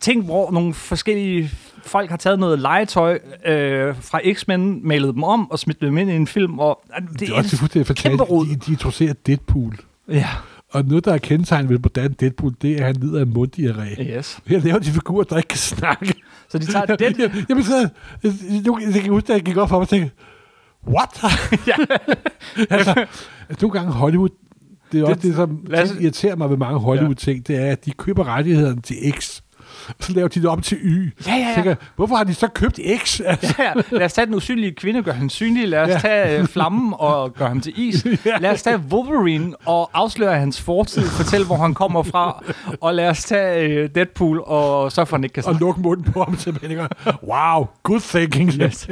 [SPEAKER 1] ting, hvor nogle forskellige folk har taget noget legetøj øh, fra X-Men, malet dem om og smidt dem ind i en film. Og, øh, det,
[SPEAKER 2] Det er også fuldstændig
[SPEAKER 1] kæmpe rod.
[SPEAKER 2] fantastisk. De, de introducerer Deadpool.
[SPEAKER 1] Ja,
[SPEAKER 2] Og noget, der er kendetegnet ved, hvordan Deadpool, det er, at han lider af munddiarré.
[SPEAKER 1] yes.
[SPEAKER 2] Her laver de figurer, der ikke kan snakke.
[SPEAKER 1] Så de tager den...
[SPEAKER 2] Jeg, jeg, jeg, jeg, jeg, jeg kan huske, da jeg gik op for mig og tænkte, what?
[SPEAKER 1] Ja.
[SPEAKER 2] altså, nogle gange Hollywood, det er også det,
[SPEAKER 1] Det-
[SPEAKER 2] det som
[SPEAKER 1] lad os-
[SPEAKER 2] ting irriterer mig ved mange Hollywood-ting, det er, at de køber rettighederne til X, og så laver de det om til Y.
[SPEAKER 1] Ja, ja, ja.
[SPEAKER 2] Tænker, hvorfor har de så købt X? Altså,
[SPEAKER 1] Ja, lad os tage den usynlige kvinde, gør hende synlig. Lad os
[SPEAKER 2] Ja.
[SPEAKER 1] ja. tage øh, flammen og gøre ham til is. Lad os tage Wolverine og afsløre hans fortid, fortælle, hvor han kommer fra. Og lad os tage øh, Deadpool og så for, han ikke kan
[SPEAKER 2] og
[SPEAKER 1] snakke.
[SPEAKER 2] lukke munden på ham, så man tænker, wow, good thinking.
[SPEAKER 1] Yes.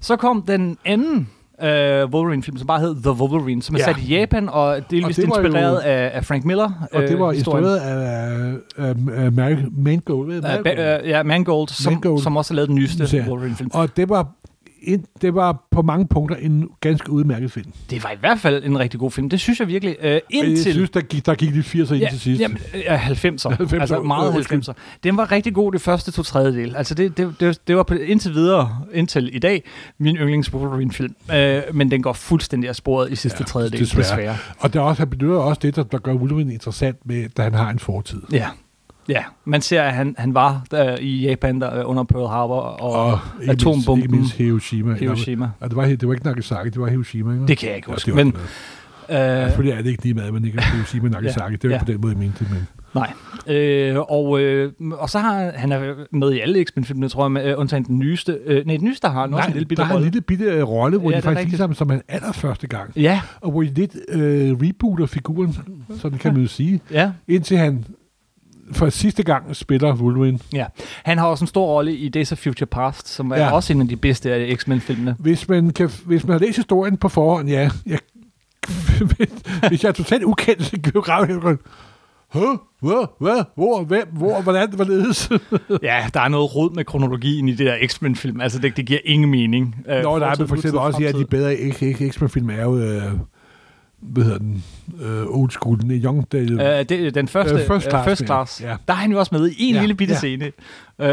[SPEAKER 1] Så kom den anden øh, Wolverine-film, som bare hed The Wolverine, som er
[SPEAKER 2] Ja.
[SPEAKER 1] ja. sat i Japan og delvist
[SPEAKER 2] Og det
[SPEAKER 1] og
[SPEAKER 2] var jo-
[SPEAKER 1] inspireret jo... af, af Frank Miller.
[SPEAKER 2] Og det var
[SPEAKER 1] Øh, historien.
[SPEAKER 2] instrueret af, af, af Mar- Mangold. ved du,
[SPEAKER 1] Af
[SPEAKER 2] Mangold?
[SPEAKER 1] Ba- øh, ja, Mangold, som,
[SPEAKER 2] Mangold.
[SPEAKER 1] Mangold, som også har lavet den nyeste
[SPEAKER 2] Ja.
[SPEAKER 1] Wolverine-film.
[SPEAKER 2] Og det var, en, det var på mange punkter en ganske udmærket film.
[SPEAKER 1] Det var i hvert fald en rigtig god film. Det synes jeg virkelig. Øh,
[SPEAKER 2] Men Jeg
[SPEAKER 1] indtil...
[SPEAKER 2] synes, der gik, der gik de 80'er ind til sidst.
[SPEAKER 1] Jamen, øh, ja, 90'er.
[SPEAKER 2] 90'er,
[SPEAKER 1] 90'er. Altså
[SPEAKER 2] øh,
[SPEAKER 1] meget
[SPEAKER 2] undskyld.
[SPEAKER 1] 90'er. Den var rigtig god det første to tredjedel. Altså det, det, det, det var på, indtil videre, indtil i dag, min yndlings Wolverine-film. Øh, men den går fuldstændig af sporet i sidste ja, tredjedel, desværre. desværre.
[SPEAKER 2] Og der er også, han benytter også det, der, der gør Wolverine interessant, med, da han har en fortid.
[SPEAKER 1] Ja. Ja, man ser, at han, han var der i Japan der, øh, under Pearl Harbor og,
[SPEAKER 2] Og
[SPEAKER 1] og
[SPEAKER 2] ikke
[SPEAKER 1] atombomben.
[SPEAKER 2] Mindst, ikke mindst Hiroshima.
[SPEAKER 1] Hiroshima.
[SPEAKER 2] Og det, var, det var ikke Nagasaki, det var Hiroshima. Ikke?
[SPEAKER 1] Det kan jeg ikke
[SPEAKER 2] Ja,
[SPEAKER 1] huske,
[SPEAKER 2] det var
[SPEAKER 1] men-
[SPEAKER 2] ikke noget.
[SPEAKER 1] Øh,
[SPEAKER 2] Selvfølgelig er det ikke lige meget, men ikke Hiroshima og Nagasaki. Det var
[SPEAKER 1] ja.
[SPEAKER 2] ikke på den måde, jeg mente det. Men.
[SPEAKER 1] Nej. Øh, og, øh, og så har han er med i alle X-Men-filmene, tror jeg, med, øh, undtagen den nyeste. Øh, nej, den nyeste har han også en lille bitte
[SPEAKER 2] der har en
[SPEAKER 1] rolle.
[SPEAKER 2] lille bitte øh, rolle, hvor
[SPEAKER 1] Ja,
[SPEAKER 2] ja, de
[SPEAKER 1] det er
[SPEAKER 2] faktisk
[SPEAKER 1] rigtigt.
[SPEAKER 2] ligesom som han allerførste gang.
[SPEAKER 1] Ja,
[SPEAKER 2] Og hvor de lidt øh, rebooter figuren, sådan kan man jo sige.
[SPEAKER 1] ja.
[SPEAKER 2] Indtil han for sidste gang spiller Wolverine.
[SPEAKER 1] Ja, han har også en stor rolle i Days of Future Past, som er
[SPEAKER 2] Ja.
[SPEAKER 1] ja. også en af de bedste af X-Men-filmene.
[SPEAKER 2] Hvis man, kan, hvis man har læst historien på forhånd, ja. Jeg, hvis jeg er totalt ukendt, så geografisk, så går jeg, Huh? Hvad? Hvad? Hvor? Hvem? Hvor? Hvordan? Hvorledes?
[SPEAKER 1] ja, der er noget rod med kronologien i det der X-Men-film. Altså, det, det giver ingen mening. Øh,
[SPEAKER 2] Nå, der er
[SPEAKER 1] fortid,
[SPEAKER 2] for
[SPEAKER 1] nutid,
[SPEAKER 2] eksempel også her,
[SPEAKER 1] fremtid.
[SPEAKER 2] de bedre X- X- X-Men-film er jo, øh, hvad hedder den, øh, old school, den er Young, der, øh,
[SPEAKER 1] Øh, det, den første,
[SPEAKER 2] Øh,
[SPEAKER 1] uh,
[SPEAKER 2] First
[SPEAKER 1] first
[SPEAKER 2] Class,
[SPEAKER 1] class, first
[SPEAKER 2] mener jeg.
[SPEAKER 1] class
[SPEAKER 2] Ja.
[SPEAKER 1] ja. der er han jo også med i en
[SPEAKER 2] Ja,
[SPEAKER 1] ja. lille bitte
[SPEAKER 2] ja.
[SPEAKER 1] ja. scene.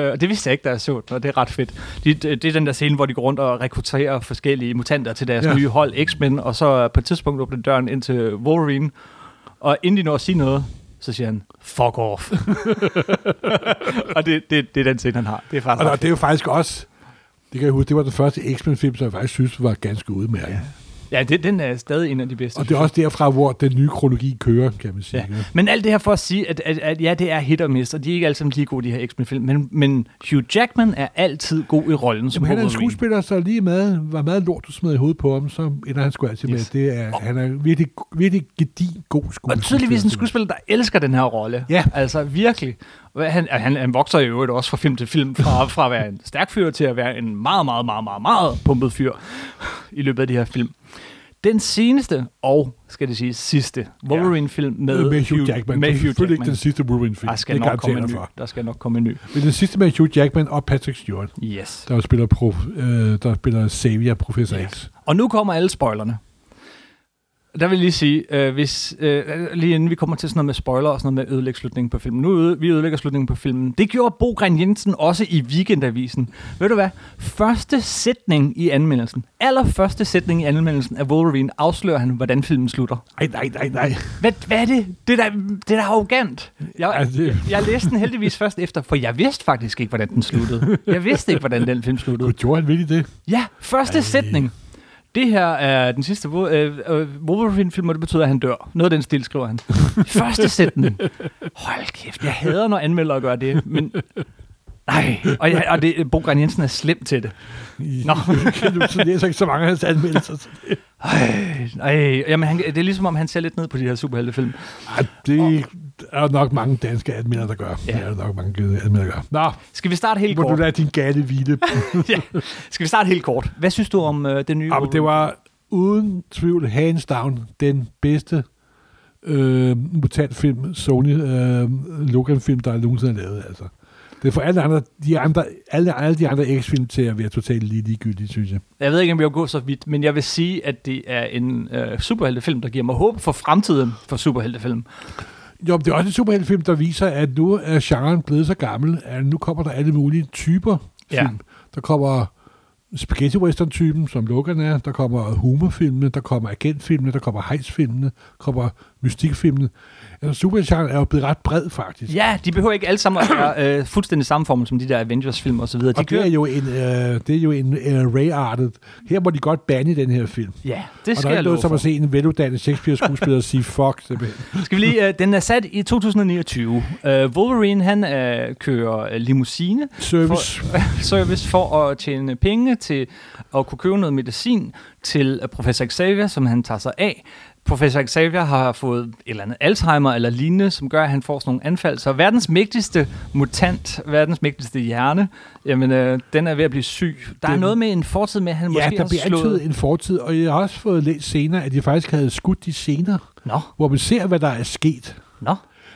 [SPEAKER 1] Øh, og det vidste jeg ikke, da jeg så den, og det er ret fedt. Det, det, det er den der scene, hvor de går rundt og rekrutterer forskellige mutanter til deres
[SPEAKER 2] Ja.
[SPEAKER 1] ja. nye hold, X-Men, og så på et tidspunkt åbner døren ind til Wolverine, og inden de når at sige noget, så siger han, fuck off. og det, det, det er den scene, han har. Det er faktisk
[SPEAKER 2] og der,
[SPEAKER 1] ret
[SPEAKER 2] det er jo faktisk også, det kan jeg huske, det var den første X-Men-film, som jeg faktisk synes var ganske udmærket. Ja.
[SPEAKER 1] Ja, det, den er stadig en af de bedste.
[SPEAKER 2] Og det er også derfra, hvor den nye kronologi kører, kan man sige.
[SPEAKER 1] Ja.
[SPEAKER 2] Ja.
[SPEAKER 1] Men alt det her for at sige, at, at, at ja, det er hit og miss, og de er ikke alle sammen lige gode, de her X-Men-film, men, men Hugh Jackman er altid god i rollen som
[SPEAKER 2] Jamen, han er en
[SPEAKER 1] Wolverine.
[SPEAKER 2] skuespiller, så lige med, var meget lort, du smed i hovedet på ham, så ender han sgu altid yes. med.
[SPEAKER 1] Yes.
[SPEAKER 2] at Det er, han er virkelig, virkelig gedin god skuespiller.
[SPEAKER 1] Og tydeligvis en skuespiller, der elsker den her rolle.
[SPEAKER 2] Ja.
[SPEAKER 1] Altså virkelig. Og Han, han, han vokser jo øvrigt også fra film til film, fra, fra at være en stærk fyr til at være en meget, meget, meget, meget, meget pumpet fyr i løbet af de her film. Den seneste, og skal det sige sidste, Wolverine-film med,
[SPEAKER 2] med, med Hugh Jackman.
[SPEAKER 1] Med
[SPEAKER 2] Det er
[SPEAKER 1] Hugh
[SPEAKER 2] selvfølgelig ikke
[SPEAKER 1] Jackman.
[SPEAKER 2] den sidste Wolverine-film.
[SPEAKER 1] Der skal,
[SPEAKER 2] det
[SPEAKER 1] nok komme
[SPEAKER 2] garanterer
[SPEAKER 1] en
[SPEAKER 2] jeg
[SPEAKER 1] ny.
[SPEAKER 2] for.
[SPEAKER 1] der skal nok komme en ny.
[SPEAKER 2] Men den sidste med Hugh Jackman og Patrick Stewart,
[SPEAKER 1] Yes.
[SPEAKER 2] der jo spiller, prof, øh, der spiller Xavier, Professor yes. X.
[SPEAKER 1] Og nu kommer alle spoilerne. Der vil jeg lige sige, øh, hvis, øh, lige inden vi kommer til sådan noget med spoiler og sådan noget med at ødelægge slutningen på filmen. Nu øde, vi ødelægger slutningen på filmen. Det gjorde Bo Gren Jensen også i Weekendavisen. Ved du hvad? Første sætning i anmeldelsen, aller første sætning i anmeldelsen af Wolverine, afslører han, hvordan filmen slutter.
[SPEAKER 2] Ej, nej, nej, nej.
[SPEAKER 1] Hvad, hvad er det? Det er da, det er da arrogant. Jeg,
[SPEAKER 2] Ja, Altså, det-
[SPEAKER 1] jeg læste den heldigvis først efter, for jeg vidste faktisk ikke, hvordan den sluttede. Jeg vidste ikke, hvordan den film sluttede.
[SPEAKER 2] Gud, gjorde han virkelig det?
[SPEAKER 1] Ja, første Ej. sætning. Det her er den sidste Wo- øh, øh, Wolverine-film, og det betyder, at han dør. Noget af den stil, skriver han. Første sætning. Hold kæft, jeg hader, når anmeldere gør det, men... Nej, og, jeg, og det, Bo Gren Jensen er slem til det.
[SPEAKER 2] I-
[SPEAKER 1] Nå.
[SPEAKER 2] Jeg kan nu så læser ikke så mange af hans anmeldelser.
[SPEAKER 1] Ej, jamen, han, det er ligesom om, han ser lidt ned på de her superheltefilm.
[SPEAKER 2] Ej, det er der nok mange danske anmeldere, der gør. Ja. Det er der nok mange anmeldere, der gør. Nå,
[SPEAKER 1] Skal vi starte helt
[SPEAKER 2] må du
[SPEAKER 1] kort?
[SPEAKER 2] lade din gatte hvile.
[SPEAKER 1] ja. Skal vi starte helt kort? Hvad synes du om øh, det nye?
[SPEAKER 2] Ja, Ah, men det var uden tvivl, hands down, den bedste øh, mutantfilm, Sony øh, Logan-film, der nogensinde er lavet. Altså. Det får alle, andre, de andre, alle, alle de andre X-film til at være totalt lige- ligegyldige, synes jeg.
[SPEAKER 1] Jeg ved ikke, om jeg vil gå så vidt, men jeg vil sige, at det er en øh, superheltefilm, der giver mig håb for fremtiden for superheltefilm.
[SPEAKER 2] Jo, men det er også en superheltefilm, der viser, at nu er genren blevet så gammel, at nu kommer der alle mulige typer film.
[SPEAKER 1] Ja.
[SPEAKER 2] Der kommer spaghetti western typen som Logan er, der kommer humorfilmene, der kommer agentfilmene, der kommer hejsfilmene, der kommer mystikfilmene. Altså, superheltgenren er jo blevet ret bred, faktisk.
[SPEAKER 1] Ja, de behøver ikke alle sammen at være øh, fuldstændig samme formel som de der Avengers-film osv. De
[SPEAKER 2] Og det er
[SPEAKER 1] kører...
[SPEAKER 2] jo en, øh, det er jo en øh, ray-artet. Her må de godt bande den her film.
[SPEAKER 1] Ja, det
[SPEAKER 2] og
[SPEAKER 1] skal
[SPEAKER 2] der er
[SPEAKER 1] jeg love
[SPEAKER 2] ikke noget som
[SPEAKER 1] for.
[SPEAKER 2] at se en veluddannet Shakespeare-skuespiller sige, fuck, det
[SPEAKER 1] Skal vi lige, øh, den er sat i 2029. Øh, Wolverine, han øh, kører øh, limousine
[SPEAKER 2] service.
[SPEAKER 1] service for at tjene penge til at kunne købe noget medicin til øh, professor Xavier, som han tager sig af. Professor Xavier har fået et eller andet Alzheimer eller lignende, som gør, at han får sådan nogle anfald. Så verdens mægtigste mutant, verdens mægtigste hjerne, jamen, øh, den er ved at blive syg. Der er
[SPEAKER 2] Den-
[SPEAKER 1] noget med en fortid med, at han
[SPEAKER 2] Ja,
[SPEAKER 1] måske
[SPEAKER 2] der
[SPEAKER 1] har
[SPEAKER 2] bliver
[SPEAKER 1] slået...
[SPEAKER 2] altid en fortid, og jeg har også fået læst senere, at de faktisk havde skudt de scener,
[SPEAKER 1] Nå,
[SPEAKER 2] hvor man ser, hvad der er sket.
[SPEAKER 1] nå.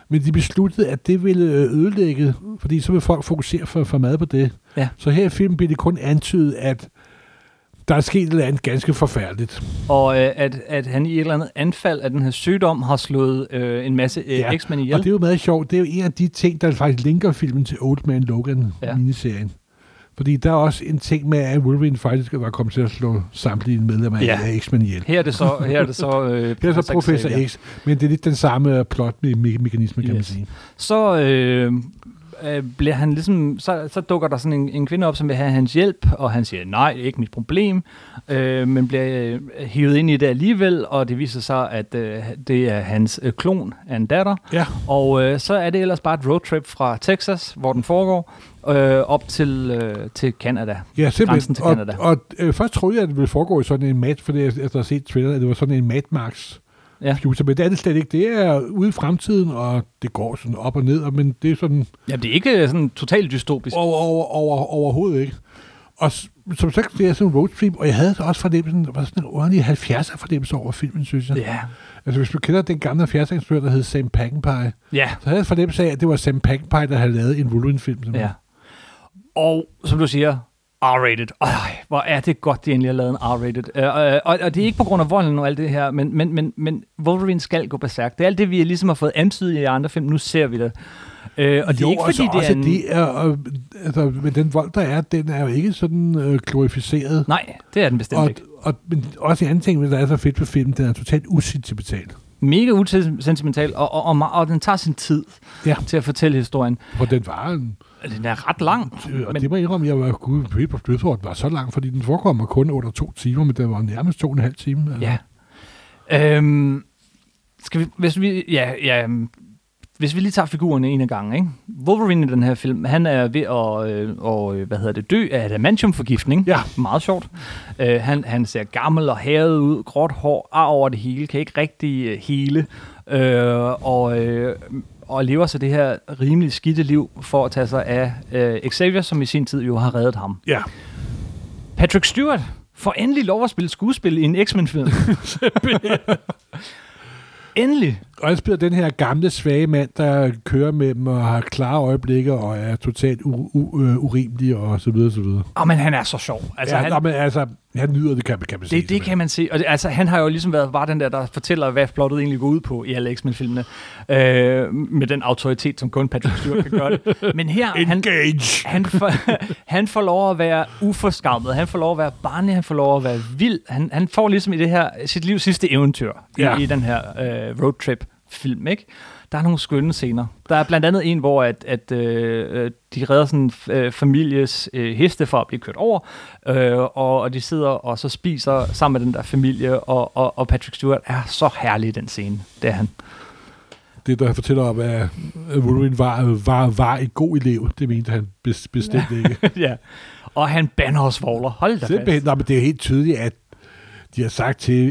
[SPEAKER 2] Men de besluttede, at det ville øh, ødelægge, fordi så vil folk fokusere for, for meget på det.
[SPEAKER 1] Ja.
[SPEAKER 2] Så her i filmen bliver det kun antydet, at der er sket et eller andet ganske forfærdeligt.
[SPEAKER 1] Og øh, at, at han i et eller andet anfald af den her sygdom har slået øh, en masse øh, ja.
[SPEAKER 2] Ja,
[SPEAKER 1] X-Men
[SPEAKER 2] Og det
[SPEAKER 1] ihjel.
[SPEAKER 2] er jo meget sjovt. Det er jo en af de ting, der faktisk linker filmen til Old Man Logan
[SPEAKER 1] Ja.
[SPEAKER 2] ja. miniserien. Fordi der er også en ting med, at Wolverine faktisk var kommet til at slå samtlige medlemmer
[SPEAKER 1] Ja.
[SPEAKER 2] ja. af X-Men ihjel.
[SPEAKER 1] Her er det så, her er det så, øh,
[SPEAKER 2] Her er så Professor
[SPEAKER 1] Xavier.
[SPEAKER 2] X, men det er lidt den samme øh, plot-mekanisme, kan man
[SPEAKER 1] Yes.
[SPEAKER 2] sige.
[SPEAKER 1] Så øh, øh, bliver han ligesom, så, så dukker der sådan en, en kvinde op, som vil have hans hjælp, og han siger, nej, det er ikke mit problem, øh, men bliver øh, hivet ind i det alligevel, og det viser sig, at øh, det er hans øh, klon af en datter.
[SPEAKER 2] Ja,
[SPEAKER 1] Og øh, så er det ellers bare et roadtrip fra Texas, hvor den foregår, øh, op til, øh, til Canada.
[SPEAKER 2] ja
[SPEAKER 1] Grænsen
[SPEAKER 2] simpelthen.
[SPEAKER 1] til Canada.
[SPEAKER 2] Og, og øh, først troede jeg, at det ville foregå i sådan en mat, fordi efter at have set Twitter, at det var sådan en Mad Max
[SPEAKER 1] Ja.
[SPEAKER 2] ja. future, men det er det slet ikke. Det er ude i fremtiden, og det går sådan op og ned, og- men det er sådan
[SPEAKER 1] Jamen, det er ikke øh, sådan totalt dystopisk.
[SPEAKER 2] over, over, over, overhovedet ikke. Og s- som sagt, det er sådan en roadtrip, og jeg havde så også fornemmelsen, der var sådan en underlig 70'er fornemmelse over filmen, synes jeg.
[SPEAKER 1] Ja,
[SPEAKER 2] Altså, hvis du kender den gamle 70'er instruktør, der hed Sam Peckinpah,
[SPEAKER 1] ja,
[SPEAKER 2] så havde jeg en fornemmelse af, at det var Sam Peckinpah, der havde lavet en Wolverine-film. simpelthen.
[SPEAKER 1] ja. Og som du siger, R-rated. Øj, hvor er det godt, de endelig har lavet en R-rated. Øh, øh, og, og det er ikke på grund af volden og alt det her, men, men, men, men Wolverine skal gå berserk. Det er alt det, vi ligesom har fået antydet i andre film. Nu ser vi det. Øh, og det er
[SPEAKER 2] Jo,
[SPEAKER 1] ikke, fordi
[SPEAKER 2] altså,
[SPEAKER 1] det er en...
[SPEAKER 2] også det er, øh, altså, men den vold, der er, den er jo ikke sådan øh, glorificeret.
[SPEAKER 1] Nej, det er den bestemt
[SPEAKER 2] og,
[SPEAKER 1] ikke.
[SPEAKER 2] og, men også en anden ting, der er så fedt ved filmen, den er totalt usentimental.
[SPEAKER 1] Mega usentimental, og, og, og, me- og den tager sin tid
[SPEAKER 2] Ja.
[SPEAKER 1] til at fortælle historien.
[SPEAKER 2] For den var en,
[SPEAKER 1] Den er ret lang.
[SPEAKER 2] øh, og
[SPEAKER 1] Men-
[SPEAKER 2] men, det må jeg indrømme, jeg var gud, Paper Blødford var så lang, fordi den forekommer kun under to timer, men den var nærmest to og en halv time. Altså.
[SPEAKER 1] Ja. Øhm, skal vi, hvis vi, ja, ja, øhm, hvis vi lige tager figurerne en af gangen, ikke? Wolverine i den her film, han er ved at, øh, og, øh, hvad hedder det, dø af adamantiumforgiftning.
[SPEAKER 2] Ja.
[SPEAKER 1] Meget sjovt. Øh, han, han ser gammel og hævet ud, gråt hår, ar over det hele, kan ikke rigtig øh, hele, øh, og, øh, og lever så det her rimelig skidte liv for at tage sig af øh, Xavier, som i sin tid jo har reddet ham.
[SPEAKER 2] ja.
[SPEAKER 1] Patrick Stewart får endelig lov at spille skuespil i en X-Men-film. endelig.
[SPEAKER 2] Og han spiller den her gamle, svage mand, der kører med dem og har klare øjeblikke og er totalt u- u- øh, urimelig og så videre, så videre.
[SPEAKER 1] Åh, men han er så sjov. Altså,
[SPEAKER 2] Altså, ja,
[SPEAKER 1] han,
[SPEAKER 2] han, nå, men, altså, han nyder det, kan, kan man sige.
[SPEAKER 1] det, det kan man se. Og det, altså, han har jo ligesom været bare den der, der fortæller, hvad plottet egentlig går ud på i alle X-Men-filmene. Øh, med den autoritet, som kun Patrick Stewart kan gøre det. Men her, han,
[SPEAKER 2] Engage!
[SPEAKER 1] han, får, han får lov at være uforskammet. Han får lov at være barnlig. Han får lov at være vild. Han, han får ligesom i det her, sit livs sidste eventyr ja.
[SPEAKER 2] Ja.
[SPEAKER 1] i, i den her øh, roadtrip-film, ikke? Der er nogle skønne scener. Der er blandt andet en, hvor at, at øh, øh, de redder sådan en f- øh, families øh, heste for at blive kørt over, øh, og, og de sidder og så spiser sammen med den der familie, og, og, og Patrick Stewart er så herlig i den scene. Det er han.
[SPEAKER 2] det, der fortæller om, at at Wolverine var, var, var en god elev, det mente han bes- bestemt ikke.
[SPEAKER 1] ja. Og han banner og svogler. Hold da fast.
[SPEAKER 2] Simpelthen, nej, men det er helt tydeligt, at de har sagt til,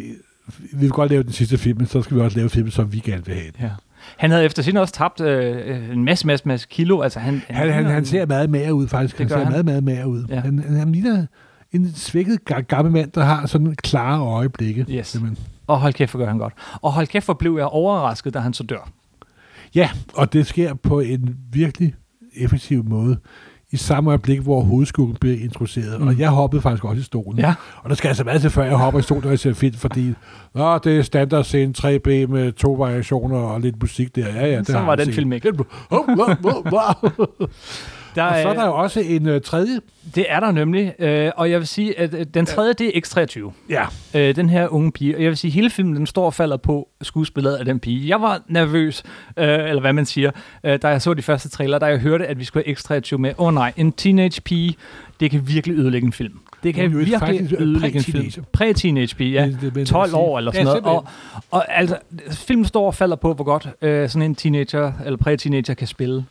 [SPEAKER 2] vi vil godt lave den sidste film, men så skal vi også lave filmen, som vi gerne vil have den.
[SPEAKER 1] Ja. Han havde efter sin også tabt øh, en masse, masse, masse kilo. Altså, han,
[SPEAKER 2] Han, han, han ser meget mere ud, faktisk. Han
[SPEAKER 1] Det gør
[SPEAKER 2] ser
[SPEAKER 1] han.
[SPEAKER 2] meget, meget mere ud.
[SPEAKER 1] Ja.
[SPEAKER 2] Ja. Han, han, han ligner en svækket ga- gammel mand, der har sådan klare øjeblikke.
[SPEAKER 1] Yes.
[SPEAKER 2] simpelthen.
[SPEAKER 1] Og hold kæft, hvor gør han godt. Og hold kæft, hvor blev jeg overrasket, da han så dør.
[SPEAKER 2] Ja, og det sker på en virkelig effektiv måde i samme øjeblik, hvor hovedskuggen bliver introduceret. Mm. Og jeg hoppede faktisk også i stolen.
[SPEAKER 1] Ja.
[SPEAKER 2] Og der skal altså meget til, før jeg hopper i stolen, når jeg ser film, fordi Nå, det er standard scene 3B med to variationer og lidt musik der. Ja, ja, det
[SPEAKER 1] Så
[SPEAKER 2] har
[SPEAKER 1] var
[SPEAKER 2] jeg
[SPEAKER 1] den
[SPEAKER 2] set.
[SPEAKER 1] film ikke.
[SPEAKER 2] Oh, wow, wow, wow.
[SPEAKER 1] Der,
[SPEAKER 2] Og så er
[SPEAKER 1] øh,
[SPEAKER 2] der jo også en øh, tredje.
[SPEAKER 1] Det er der nemlig, øh, og jeg vil sige, at øh, den tredje, det er X23.
[SPEAKER 2] Ja.
[SPEAKER 1] Øh, den her unge pige, og jeg vil sige, hele filmen, den står og falder på skuespillet af den pige. Jeg var nervøs, øh, eller hvad man siger, øh, da jeg så de første trailer, da jeg hørte, at vi skulle have X23 med. Åh oh, nej, en teenage pige, det kan virkelig ødelægge en film. Det
[SPEAKER 2] Hun
[SPEAKER 1] kan
[SPEAKER 2] er jo
[SPEAKER 1] virkelig
[SPEAKER 2] faktisk
[SPEAKER 1] ødelægge en film.
[SPEAKER 2] præ-teenager.
[SPEAKER 1] Præ-teenage pige,
[SPEAKER 2] Det- det- det-
[SPEAKER 1] ja.
[SPEAKER 2] det-
[SPEAKER 1] 12
[SPEAKER 2] sige.
[SPEAKER 1] år eller sådan
[SPEAKER 2] Ja,
[SPEAKER 1] noget. Og, og altså, filmen står og falder på, hvor godt øh, sådan en teenager, eller præ-teenager kan spille.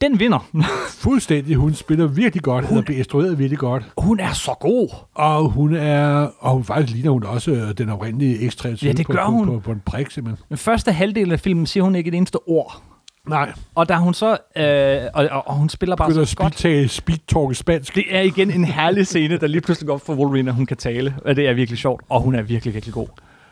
[SPEAKER 1] Den vinder.
[SPEAKER 2] Fuldstændig. Hun spiller virkelig godt. Hun bliver instrueret virkelig godt.
[SPEAKER 1] Hun er så god.
[SPEAKER 2] Og hun er... Og hun faktisk ligner hun også øh, den oprindelige X23
[SPEAKER 1] Ja, det gør
[SPEAKER 2] på,
[SPEAKER 1] hun.
[SPEAKER 2] På, på, på, en prik, simpelthen.
[SPEAKER 1] Den første halvdel af filmen siger hun ikke et eneste ord.
[SPEAKER 2] Nej.
[SPEAKER 1] Og da hun så, øh, og, og, og hun spiller bare
[SPEAKER 2] Begynder at
[SPEAKER 1] så
[SPEAKER 2] speed,
[SPEAKER 1] godt.
[SPEAKER 2] tale, speed talk i spansk.
[SPEAKER 1] Det er igen en herlig scene, der lige pludselig går op for Wolverine, at hun kan tale. Og det er virkelig sjovt, og hun er virkelig, virkelig god.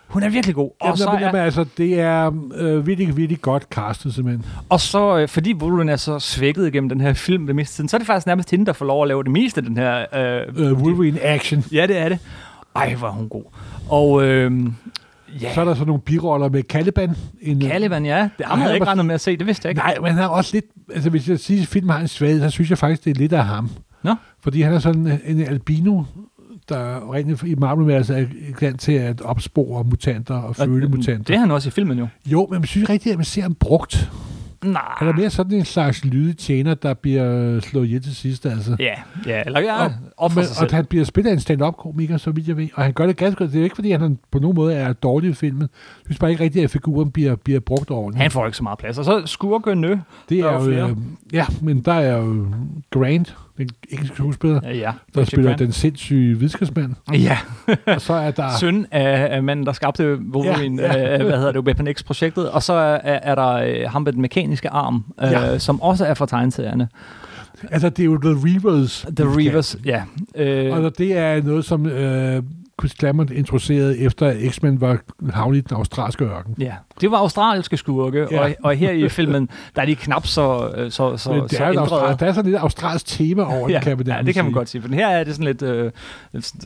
[SPEAKER 1] Hun er virkelig god. Og
[SPEAKER 2] Jamen,
[SPEAKER 1] så,
[SPEAKER 2] jamen, jamen,
[SPEAKER 1] er,
[SPEAKER 2] altså, det er øh, virkelig, virkelig godt castet, simpelthen.
[SPEAKER 1] og så, øh, fordi Wolverine er så svækket igennem den her film det meste tiden, så er det faktisk nærmest hende, der får lov at lave det meste af den her... Øh,
[SPEAKER 2] Øh, Wolverine action.
[SPEAKER 1] ja, det er det. Ej, hvor er hun god. Og øh, ja,
[SPEAKER 2] Så er der så nogle biroller med Caliban. En,
[SPEAKER 1] Caliban, ja. Det har
[SPEAKER 2] Ej,
[SPEAKER 1] jeg ikke
[SPEAKER 2] hvor-
[SPEAKER 1] regnet med at se, det vidste jeg ikke.
[SPEAKER 2] Nej, men han er også lidt... Altså, hvis jeg siger, at filmen har en svaghed, så synes jeg faktisk, det er lidt af ham.
[SPEAKER 1] Nå?
[SPEAKER 2] Fordi han er sådan en albino, der rent i marvel altså er i stand til at opspore mutanter og føle mutanter.
[SPEAKER 1] Det Ah. er han også i filmen jo.
[SPEAKER 2] Jo, men man synes rigtigt, at man ser ham brugt.
[SPEAKER 1] Nej.
[SPEAKER 2] Han er mere sådan en slags lydig tjener, der bliver slået ihjel til sidst, altså.
[SPEAKER 1] Ja, ja, eller ja,
[SPEAKER 2] Og-
[SPEAKER 1] offrer
[SPEAKER 2] Men,
[SPEAKER 1] sig selv.
[SPEAKER 2] og han bliver spillet af en stand-up-komiker, så vidt jeg ved. Og han gør det ganske godt. Det er ikke, fordi han på nogen måde er dårlig i filmen. Jeg synes bare ikke rigtigt, at figuren bliver, bliver brugt ordentligt.
[SPEAKER 1] Han får ikke så meget plads. Og så skurkene.
[SPEAKER 2] det
[SPEAKER 1] der er
[SPEAKER 2] er
[SPEAKER 1] jo
[SPEAKER 2] jo,
[SPEAKER 1] flere.
[SPEAKER 2] øh, ja, men der er jo Grant, den engelske skuespiller,
[SPEAKER 1] Ja, ja.
[SPEAKER 2] der
[SPEAKER 1] Richard
[SPEAKER 2] spiller
[SPEAKER 1] Grant.
[SPEAKER 2] den sindssyge videnskabsmand.
[SPEAKER 1] Ja,
[SPEAKER 2] Og så er der...
[SPEAKER 1] søn af, af manden, der skabte Wolverine, ja,
[SPEAKER 2] Ah. Ja,
[SPEAKER 1] ja.
[SPEAKER 2] ja.
[SPEAKER 1] Øh, hvad hedder det, Weapon X-projektet. Og så er, er der øh, ham med den mekaniske arm, øh, ja.
[SPEAKER 2] Ja.
[SPEAKER 1] som også er fra tegneserierne.
[SPEAKER 2] Altså, det er jo The Reavers.
[SPEAKER 1] The Reavers, ja. Øh,
[SPEAKER 2] Og det er noget, som øh, Chris Claremont introducerede efter X-Men var havnet i den australske ørken.
[SPEAKER 1] ja. Det var australske skurke, ja.
[SPEAKER 2] Ja.
[SPEAKER 1] og, og her i filmen, der er de knap så, øh, så, så,
[SPEAKER 2] Men det
[SPEAKER 1] så
[SPEAKER 2] er jo en
[SPEAKER 1] ændrede.
[SPEAKER 2] austral, der er sådan lidt australsk tema over
[SPEAKER 1] Ja,
[SPEAKER 2] det, kan man
[SPEAKER 1] ja,
[SPEAKER 2] nærmest
[SPEAKER 1] det kan man
[SPEAKER 2] sige.
[SPEAKER 1] godt sige. For den her er det sådan lidt øh,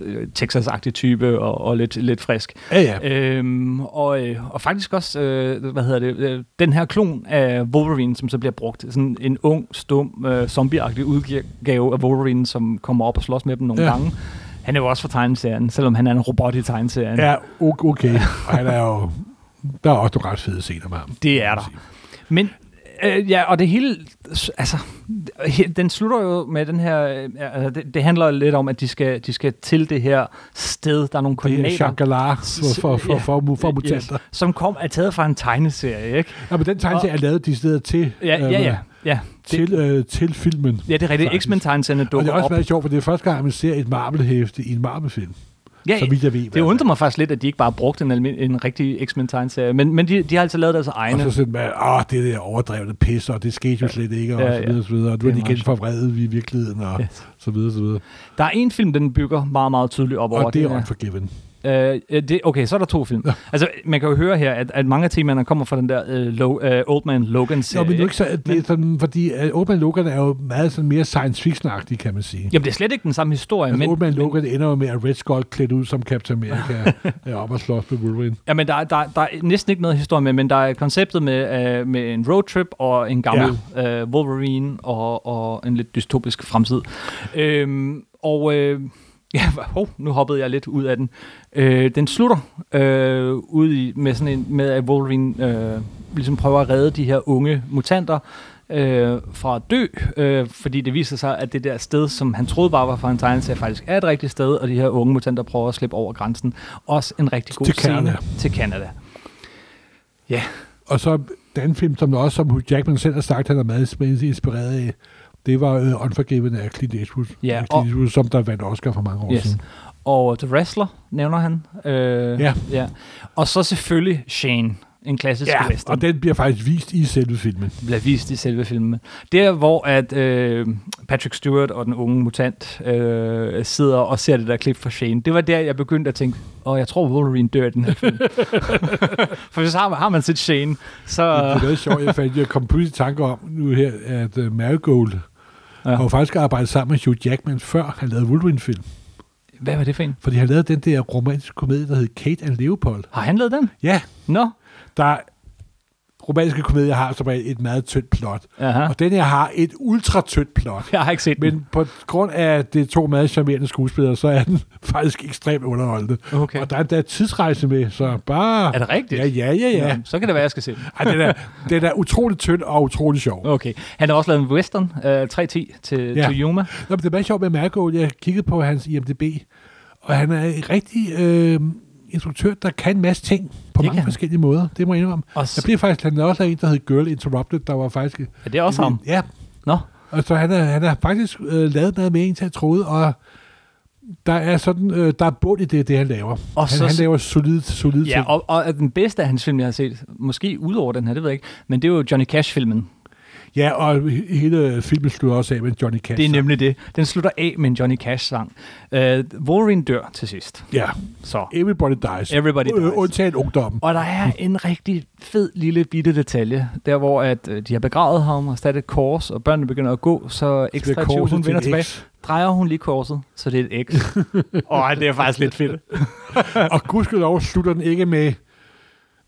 [SPEAKER 1] øh, Texas-agtig type og, og lidt, lidt frisk.
[SPEAKER 2] Ja, ja.
[SPEAKER 1] Øhm, og, øh, og faktisk også, øh, hvad hedder det, øh, den her klon af Wolverine, som så bliver brugt. Sådan en ung, stum, øh, zombieagtig udgave af Wolverine, som kommer op og slås med dem nogle ja.
[SPEAKER 2] Ja.
[SPEAKER 1] gange. Han er jo også fra tegneserien, selvom han er en robot i tegneserien.
[SPEAKER 2] Ja, o- okay. Og han er jo... Der er også nogle ret fede scener med ham.
[SPEAKER 1] Det er der. Men øh, ja, og det hele, altså, he- den slutter jo med den her, øh, altså, det, det handler lidt om, at de skal, de skal til det her sted, der er nogle
[SPEAKER 2] Det er
[SPEAKER 1] koordinater,
[SPEAKER 2] Shangala for, for, for, for, for, for mutanter.
[SPEAKER 1] yes, som kom er taget fra en tegneserie, ikke?
[SPEAKER 2] Ja, men den tegnelse er lavet de steder til,
[SPEAKER 1] Ja, ja,
[SPEAKER 2] øh,
[SPEAKER 1] ja. ja.
[SPEAKER 2] til, øh, til filmen.
[SPEAKER 1] Ja, det er rigtigt.
[SPEAKER 2] Faktisk.
[SPEAKER 1] X-Men-tegnserne
[SPEAKER 2] Og det
[SPEAKER 1] dukker
[SPEAKER 2] er også
[SPEAKER 1] op.
[SPEAKER 2] meget sjovt, for det er første gang, man ser et Marvel-hæfte i en Marvel-film.
[SPEAKER 1] Ja,
[SPEAKER 2] så vidt jeg ved, i hvert
[SPEAKER 1] det
[SPEAKER 2] fald.
[SPEAKER 1] undrer mig faktisk lidt, at de ikke bare brugte en, almin- en rigtig X-Men-tegnserie, men, men de, de har altså lavet deres
[SPEAKER 2] Og
[SPEAKER 1] egne.
[SPEAKER 2] så sådan, man, åh, det der overdrevne pis, og det skete jo slet ikke, og
[SPEAKER 1] Ja,
[SPEAKER 2] ja,
[SPEAKER 1] ja.
[SPEAKER 2] så videre, så videre. Og
[SPEAKER 1] Det
[SPEAKER 2] nu er
[SPEAKER 1] er
[SPEAKER 2] de
[SPEAKER 1] meget
[SPEAKER 2] igen forvredet i virkeligheden, og
[SPEAKER 1] Yes.
[SPEAKER 2] så videre, så videre.
[SPEAKER 1] Der er en film, den bygger meget, meget tydeligt op over.
[SPEAKER 2] Og det er
[SPEAKER 1] er-
[SPEAKER 2] Unforgiven.
[SPEAKER 1] Øh, ja, det, okay, så er der to film. Ja. Altså, man kan jo høre her, at, at mange af temaerne kommer fra den der øh, Lo, øh, Old Man
[SPEAKER 2] Nå,
[SPEAKER 1] Logan-serie.
[SPEAKER 2] men
[SPEAKER 1] ikke?
[SPEAKER 2] nu ikke så, at det er sådan, fordi uh, Old Man Logan er jo meget sådan mere science fiction kan man sige.
[SPEAKER 1] Jamen, det er slet ikke den samme historie,
[SPEAKER 2] Altså, men,
[SPEAKER 1] men,
[SPEAKER 2] Old Man Logan ender jo med, at Red Skull klædt ud som Captain America er op og slås med Wolverine.
[SPEAKER 1] ja, men der, er- der, er- der er næsten ikke noget historie med, men der er konceptet med, øh, med en roadtrip og en gammel ja. øh, Wolverine og, og en lidt dystopisk fremtid. Øhm, og øh, ja, oh, nu hoppede jeg lidt ud af den. Øh, den slutter øh, ud i, med, sådan en, med, at Wolverine øh, ligesom prøver at redde de her unge mutanter øh, fra at dø, øh, fordi det viser sig, at det der sted, som han troede bare var for en tegneserie, faktisk er et rigtigt sted, og de her unge mutanter prøver at slippe over grænsen. Også en rigtig god
[SPEAKER 2] Til
[SPEAKER 1] scene
[SPEAKER 2] Canada.
[SPEAKER 1] til Canada. Ja,
[SPEAKER 2] Og så den film, som også, som Hugh Jackman selv har sagt, han er meget inspireret af, Det var uh, Unforgiven af Clint Eastwood,
[SPEAKER 1] Ja,
[SPEAKER 2] af
[SPEAKER 1] og-
[SPEAKER 2] Clint Eastwood som der vandt Oscar for mange år yes.
[SPEAKER 1] Yes.
[SPEAKER 2] siden.
[SPEAKER 1] Og The Wrestler nævner han. Øh,
[SPEAKER 2] Ja.
[SPEAKER 1] ja. Og så selvfølgelig Shane, en klassisk
[SPEAKER 2] Ja,
[SPEAKER 1] western.
[SPEAKER 2] og den bliver faktisk vist i selve filmen.
[SPEAKER 1] bliver vist i selve filmen. Der, hvor at øh, Patrick Stewart og den unge mutant øh, sidder og ser det der klip fra Shane, det var der, jeg begyndte at tænke, åh, jeg tror Wolverine dør i den her film. For hvis har, man- har man set Shane,
[SPEAKER 2] Det
[SPEAKER 1] så...
[SPEAKER 2] er noget sjovt, jeg fandt. Jeg kom pludselig i tanke om nu her, at uh, Marigold
[SPEAKER 1] Ja.
[SPEAKER 2] ja. har jo faktisk arbejdet sammen med Hugh Jackman, før han lavede Wolverine-film.
[SPEAKER 1] Hvad var det for en?
[SPEAKER 2] Fordi han lavede den der romantiske komedie, der hed Kate and Leopold.
[SPEAKER 1] Har han lavet den?
[SPEAKER 2] Ja,
[SPEAKER 1] Nå?
[SPEAKER 2] der romantiske komedier har som regel et meget tyndt plot.
[SPEAKER 1] Aha.
[SPEAKER 2] Og den her har et ultratyndt plot.
[SPEAKER 1] Jeg har ikke set den.
[SPEAKER 2] Men på grund af det er to meget charmerende skuespillere, så er den faktisk ekstremt underholdende.
[SPEAKER 1] Okay.
[SPEAKER 2] Og der er endda tidsrejse med, så bare...
[SPEAKER 1] Er det rigtigt?
[SPEAKER 2] Ja, ja, ja, ja.
[SPEAKER 1] Nå, så kan det være, jeg skal se den.
[SPEAKER 2] Ej, den, er, den er utrolig tynd og utrolig sjov.
[SPEAKER 1] Okay. Han har også lavet en western, øh, 3.10 til,
[SPEAKER 2] Ja.
[SPEAKER 1] til Yuma.
[SPEAKER 2] Nå, men det er meget sjovt med Marco. Jeg kiggede på hans IMDB, og han er en rigtig øh, instruktør, der kan en masse ting på
[SPEAKER 1] Det
[SPEAKER 2] mange
[SPEAKER 1] kan han.
[SPEAKER 2] forskellige måder. Det må jeg indrømme.
[SPEAKER 1] Og
[SPEAKER 2] Jeg
[SPEAKER 1] så,
[SPEAKER 2] blev faktisk, han er også lavet en, der hed Girl Interrupted, der var faktisk...
[SPEAKER 1] er det også ham?
[SPEAKER 2] Ja,
[SPEAKER 1] Nå?
[SPEAKER 2] og så han er, han er faktisk øh, lavet noget mere, end jeg troede, og der er sådan, øh, der er bund i det, det han laver.
[SPEAKER 1] Og
[SPEAKER 2] han,
[SPEAKER 1] så-
[SPEAKER 2] han laver solid, solid
[SPEAKER 1] Ja,
[SPEAKER 2] ting.
[SPEAKER 1] og, og den bedste af hans film, jeg har set, måske udover den her, det ved jeg ikke, men det er jo Johnny Cash-filmen.
[SPEAKER 2] Ja, og he- hele filmen slutter også af med Johnny Cash.
[SPEAKER 1] Det er nemlig det. Den slutter af med en Johnny Cash-sang. Uh, Wolverine dør til sidst.
[SPEAKER 2] Ja,
[SPEAKER 1] Så.
[SPEAKER 2] Everybody Dies.
[SPEAKER 1] Everybody
[SPEAKER 2] Øh,
[SPEAKER 1] Dies.
[SPEAKER 2] Undtagen ungdommen.
[SPEAKER 1] Og der er en rigtig fed lille bitte detalje, der hvor at øh, de har begravet ham og sat et kors, og børnene begynder at gå, så
[SPEAKER 2] Det
[SPEAKER 1] ekstra
[SPEAKER 2] bliver
[SPEAKER 1] 20,
[SPEAKER 2] korset
[SPEAKER 1] hun
[SPEAKER 2] til
[SPEAKER 1] vender
[SPEAKER 2] en
[SPEAKER 1] tilbage.
[SPEAKER 2] X.
[SPEAKER 1] Drejer hun lige korset, så det er et X. Åh, oh, det er faktisk lidt fedt.
[SPEAKER 2] Og gudskelov slutter den ikke med,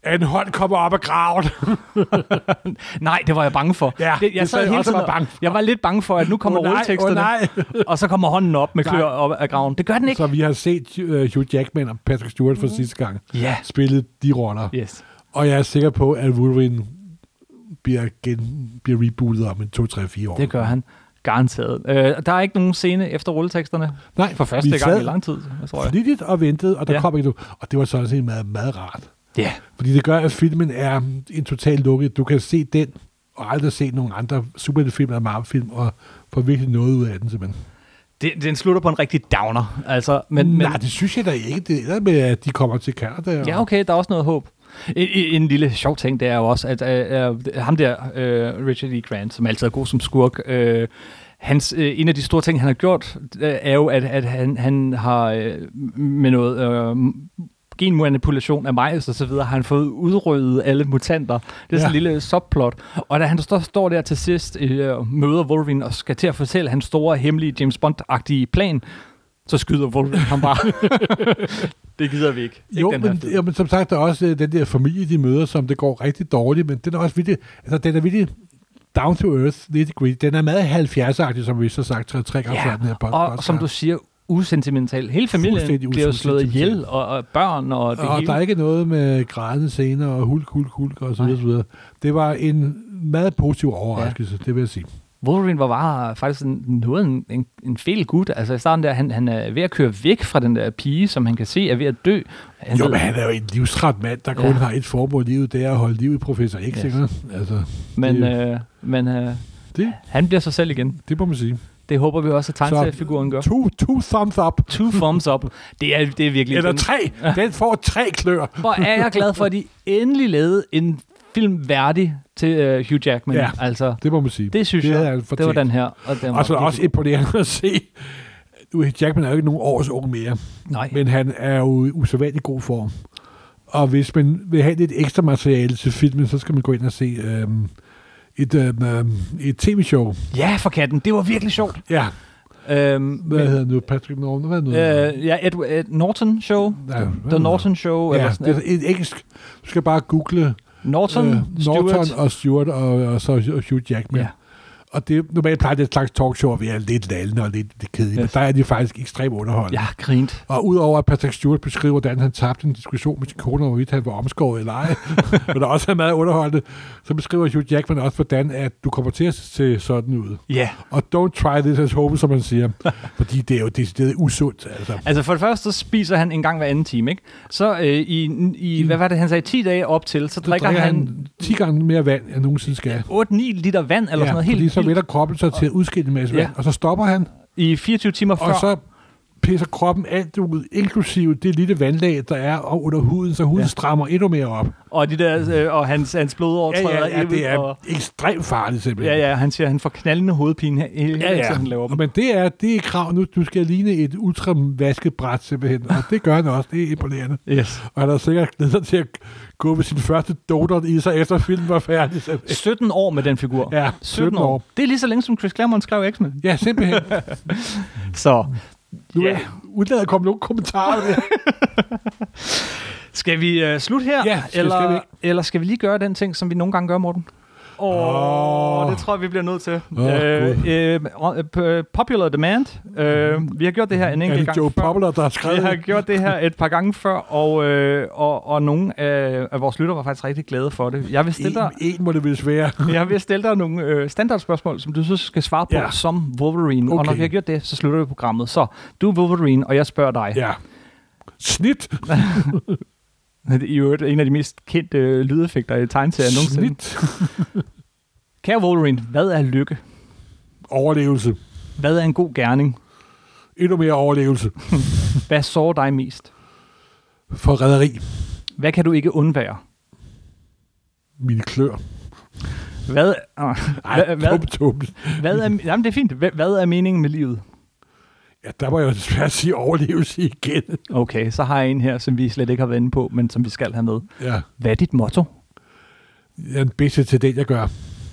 [SPEAKER 2] at en hånd kommer op af graven.
[SPEAKER 1] Nej, det var jeg bange for.
[SPEAKER 2] Ja,
[SPEAKER 1] det, jeg
[SPEAKER 2] det sad jeg
[SPEAKER 1] hele
[SPEAKER 2] også
[SPEAKER 1] tiden
[SPEAKER 2] og var
[SPEAKER 1] og-
[SPEAKER 2] bange for.
[SPEAKER 1] Jeg var lidt bange for, at nu kommer
[SPEAKER 2] Åh nej,
[SPEAKER 1] rulleteksterne,
[SPEAKER 2] åh nej.
[SPEAKER 1] og så kommer hånden op med
[SPEAKER 2] Nej.
[SPEAKER 1] klør op af graven. Det gør den ikke.
[SPEAKER 2] Så vi har set øh, Hugh Jackman og Patrick Stewart for
[SPEAKER 1] Mm.
[SPEAKER 2] sidste gang
[SPEAKER 1] Ja.
[SPEAKER 2] spille de roller.
[SPEAKER 1] Yes.
[SPEAKER 2] Og jeg er sikker på, at Wolverine bliver, gen, bliver rebootet om en 2-3-4 år.
[SPEAKER 1] Det gør han. Garanteret. Øh, og der er ikke nogen scene efter rulleteksterne.
[SPEAKER 2] Nej,
[SPEAKER 1] For første
[SPEAKER 2] vi
[SPEAKER 1] gang
[SPEAKER 2] sad
[SPEAKER 1] i lang tid, jeg tror jeg.
[SPEAKER 2] flittigt og ventede, og der
[SPEAKER 1] Ja.
[SPEAKER 2] ja. kom ikke noget. Og det var sådan set meget, meget rart.
[SPEAKER 1] Ja.
[SPEAKER 2] Fordi det gør, at filmen er en total lukket. Du kan se den, og aldrig se nogen andre superheltefilm eller Marvel-film, og få virkelig noget ud af den, simpelthen.
[SPEAKER 1] Det, den slutter på en rigtig downer. Altså, men, men,
[SPEAKER 2] Nej, det synes jeg da ikke. Det ender med, at de kommer til Canada.
[SPEAKER 1] ja,
[SPEAKER 2] og-
[SPEAKER 1] okay, der er også noget håb. En, en en lille sjov ting, det er jo også, at øh, øh, ham der, øh, Richard E. Grant, som altid er god som skurk, øh, hans, øh, en af de store ting, han har gjort, øh, er jo, at, at han, han har øh, med noget øh, genmanipulation af majs og så videre, har han fået udryddet alle mutanter. Det er sådan en
[SPEAKER 2] Ja.
[SPEAKER 1] lille subplot. Og da han står, står der til sidst øh, møder Wolverine og skal til at fortælle hans store, hemmelige James Bond-agtige plan, så skyder Wolverine ham bare. det gider vi ikke.
[SPEAKER 2] jo,
[SPEAKER 1] ikke den her
[SPEAKER 2] men,
[SPEAKER 1] fed.
[SPEAKER 2] jo, men som sagt, der er også øh, den der familie, de møder, som det går rigtig dårligt, men den er også virkelig, altså den er virkelig down to earth, lidt gritty. Den er meget 70'er-agtig, som vi så sagt, tre, tre gange før den her pod-
[SPEAKER 1] og
[SPEAKER 2] podcast.
[SPEAKER 1] som du siger, usentimental. Hele familien
[SPEAKER 2] Fuldstændig
[SPEAKER 1] bliver jo slået
[SPEAKER 2] usentimental.
[SPEAKER 1] ihjel, og, og børn og det
[SPEAKER 2] og
[SPEAKER 1] hele.
[SPEAKER 2] der er ikke noget med grædende scener og hulk, hulk, hulk og så videre, så videre. Det var en meget positiv overraskelse, ja. det vil jeg sige.
[SPEAKER 1] Wolverine var bare faktisk en, noget en, en, en fæl gut. Altså i starten der, han, han er ved at køre væk fra den der pige, som han kan se er ved at dø. Han
[SPEAKER 2] Jo,
[SPEAKER 1] ved-
[SPEAKER 2] men han er jo en livstræt mand, der kun
[SPEAKER 1] Altså- Ja.
[SPEAKER 2] har et formål i livet, det er at holde liv i Professor X,
[SPEAKER 1] Yes.
[SPEAKER 2] ikke? Altså,
[SPEAKER 1] men
[SPEAKER 2] det-
[SPEAKER 1] øh, men øh,
[SPEAKER 2] det,
[SPEAKER 1] han bliver sig selv igen.
[SPEAKER 2] det må man sige.
[SPEAKER 1] Det håber vi også, at tegnseriefiguren gør.
[SPEAKER 2] Two, two thumbs up.
[SPEAKER 1] Two thumbs up. Det er, det er virkelig...
[SPEAKER 2] Eller
[SPEAKER 1] den-
[SPEAKER 2] tre. Den får tre klør.
[SPEAKER 1] Hvor er jeg glad for, at de endelig lavede en film værdig til uh, Hugh Jackman. Ja.
[SPEAKER 2] Ja.
[SPEAKER 1] Altså,
[SPEAKER 2] Det må man sige.
[SPEAKER 1] det synes
[SPEAKER 2] det havde
[SPEAKER 1] jeg,
[SPEAKER 2] han
[SPEAKER 1] det var
[SPEAKER 2] fortjent.
[SPEAKER 1] den her. Og, den var
[SPEAKER 2] Og så er det også
[SPEAKER 1] virkelig-
[SPEAKER 2] imponerende at se. Nu er Jackman er jo ikke nogen års ung mere,
[SPEAKER 1] Nej.
[SPEAKER 2] men han er jo i usædvanlig god form. Og hvis man vil have lidt ekstra materiale til filmen, så skal man gå ind og se øhm, et, øhm, øhm, et tv-show.
[SPEAKER 1] Ja, for katten. Det var virkelig sjovt.
[SPEAKER 2] Ja,
[SPEAKER 1] Øhm,
[SPEAKER 2] hvad
[SPEAKER 1] men-
[SPEAKER 2] hedder han nu? Patrick Norton? Hvad er nu?
[SPEAKER 1] øh, ja, Ed, Ed Norton Show.
[SPEAKER 2] Nej, hvad
[SPEAKER 1] The
[SPEAKER 2] hedder
[SPEAKER 1] Norton Show.
[SPEAKER 2] Ja,
[SPEAKER 1] eller sådan
[SPEAKER 2] det er et engelsk. Du skal bare google
[SPEAKER 1] Norton,
[SPEAKER 2] øh,
[SPEAKER 1] Stewart.
[SPEAKER 2] Norton og Stewart og, og så Hugh
[SPEAKER 1] Ja.
[SPEAKER 2] Jackman. Ja. Og det, normalt plejer det slags talkshow at være lidt lallende og lidt, lidt kedelige,
[SPEAKER 1] Yes.
[SPEAKER 2] yes. men der er de faktisk ekstremt underholdende.
[SPEAKER 1] Jeg har grint.
[SPEAKER 2] Og udover at Patrick Stewart beskriver, hvordan han tabte en diskussion med sin kone om, hvorvidt han var omskåret eller ej, men der også er meget underholdende, så beskriver Hugh Jackman også, hvordan at du kommer til at se sådan ud.
[SPEAKER 1] Ja.
[SPEAKER 2] Og don't try this as hope, som man siger. Fordi det er jo decideret usundt. Altså.
[SPEAKER 1] Altså for det første, så spiser han en gang hver anden time, ikke? Så øh, i, i, hvad var det, han sagde, 10 dage op til, så
[SPEAKER 2] Mm. Så
[SPEAKER 1] drikker han,
[SPEAKER 2] 10 gange mere vand, end jeg nogensinde skal.
[SPEAKER 1] 8-9 liter vand eller sådan noget helt
[SPEAKER 2] fordi så så vælger kroppen sig til at udskille en masse
[SPEAKER 1] Ja.
[SPEAKER 2] vand, og så stopper han,
[SPEAKER 1] I 24 timer
[SPEAKER 2] og
[SPEAKER 1] før,
[SPEAKER 2] så pisser kroppen alt ud, inklusive det lille vandlag, der er under huden, så huden
[SPEAKER 1] Ja.
[SPEAKER 2] ja. strammer endnu mere op.
[SPEAKER 1] og, de der, øh, og hans, hans blodovertræder
[SPEAKER 2] Ja, ja, ja,
[SPEAKER 1] ind,
[SPEAKER 2] det er
[SPEAKER 1] og,
[SPEAKER 2] ekstremt farligt simpelthen.
[SPEAKER 1] ja, ja, han siger, han får knaldende hovedpine he- hele
[SPEAKER 2] Ja, ja.
[SPEAKER 1] tiden, han laver dem.
[SPEAKER 2] Men det er, det er krav nu. Du skal ligne et ultravaskebræt simpelthen, og det gør han også. Det er imponerende.
[SPEAKER 1] Yes.
[SPEAKER 2] Og han har sikkert glædet sig til at gå med sin første donut i sig, efter filmen var færdig. simpelthen.
[SPEAKER 1] 17 år med den figur.
[SPEAKER 2] Ja, 17 år.
[SPEAKER 1] Det er lige så længe, som Chris Claremont skrev X-Men.
[SPEAKER 2] Ja, simpelthen.
[SPEAKER 1] Så
[SPEAKER 2] Nu
[SPEAKER 1] Ja.
[SPEAKER 2] yeah. udlader at komme nogle kommentarer. Der.
[SPEAKER 1] skal vi øh, slutte her?
[SPEAKER 2] Ja, skal-
[SPEAKER 1] eller,
[SPEAKER 2] skal vi ikke?
[SPEAKER 1] eller skal vi lige gøre den ting, som vi nogle gange gør, Morten? Åh, oh,
[SPEAKER 2] Åh.
[SPEAKER 1] det tror jeg, vi bliver nødt til.
[SPEAKER 2] Åh,
[SPEAKER 1] øh, øh, popular Demand. Øh, vi har gjort det her en
[SPEAKER 2] Er
[SPEAKER 1] enkelt
[SPEAKER 2] det
[SPEAKER 1] gang
[SPEAKER 2] Joe
[SPEAKER 1] før.
[SPEAKER 2] Popler, der har skrevet
[SPEAKER 1] Vi har
[SPEAKER 2] det?
[SPEAKER 1] gjort det her et par gange før, og, øh, og, og nogle af, af vores lytter var faktisk rigtig glade for det. Jeg vil stille dig,
[SPEAKER 2] en, en må det vist være.
[SPEAKER 1] jeg vil stille dig nogle øh, standardspørgsmål, som du så skal svare på ja.
[SPEAKER 2] Ja.
[SPEAKER 1] som Wolverine. Okay. Og når
[SPEAKER 2] Okay.
[SPEAKER 1] vi har gjort det, så slutter vi programmet. Så du er Wolverine, og jeg spørger dig.
[SPEAKER 2] Ja. Snit.
[SPEAKER 1] Det er i øvrigt en af de mest kendte øh, lydeffekter i tegneserier nogensinde.
[SPEAKER 2] Snit.
[SPEAKER 1] Kære Wolverine, hvad er lykke?
[SPEAKER 2] Overlevelse.
[SPEAKER 1] Hvad er en god gerning?
[SPEAKER 2] Endnu mere overlevelse.
[SPEAKER 1] Hvad sårer dig mest?
[SPEAKER 2] Forræderi.
[SPEAKER 1] Hvad kan du ikke undvære?
[SPEAKER 2] Mine klør.
[SPEAKER 1] Hvad, ah,
[SPEAKER 2] Ej,
[SPEAKER 1] hvad, hvad,
[SPEAKER 2] tum, tum.
[SPEAKER 1] hvad er, jamen det er fint. Hvad, hvad er meningen med livet?
[SPEAKER 2] Ja, der må jeg jo desværre sige overlevelse igen.
[SPEAKER 1] Okay, så har jeg en her, som vi slet ikke har været inde på, men som vi skal have med.
[SPEAKER 2] Ja.
[SPEAKER 1] Hvad er dit motto?
[SPEAKER 2] Jeg er den bedste til det, jeg gør.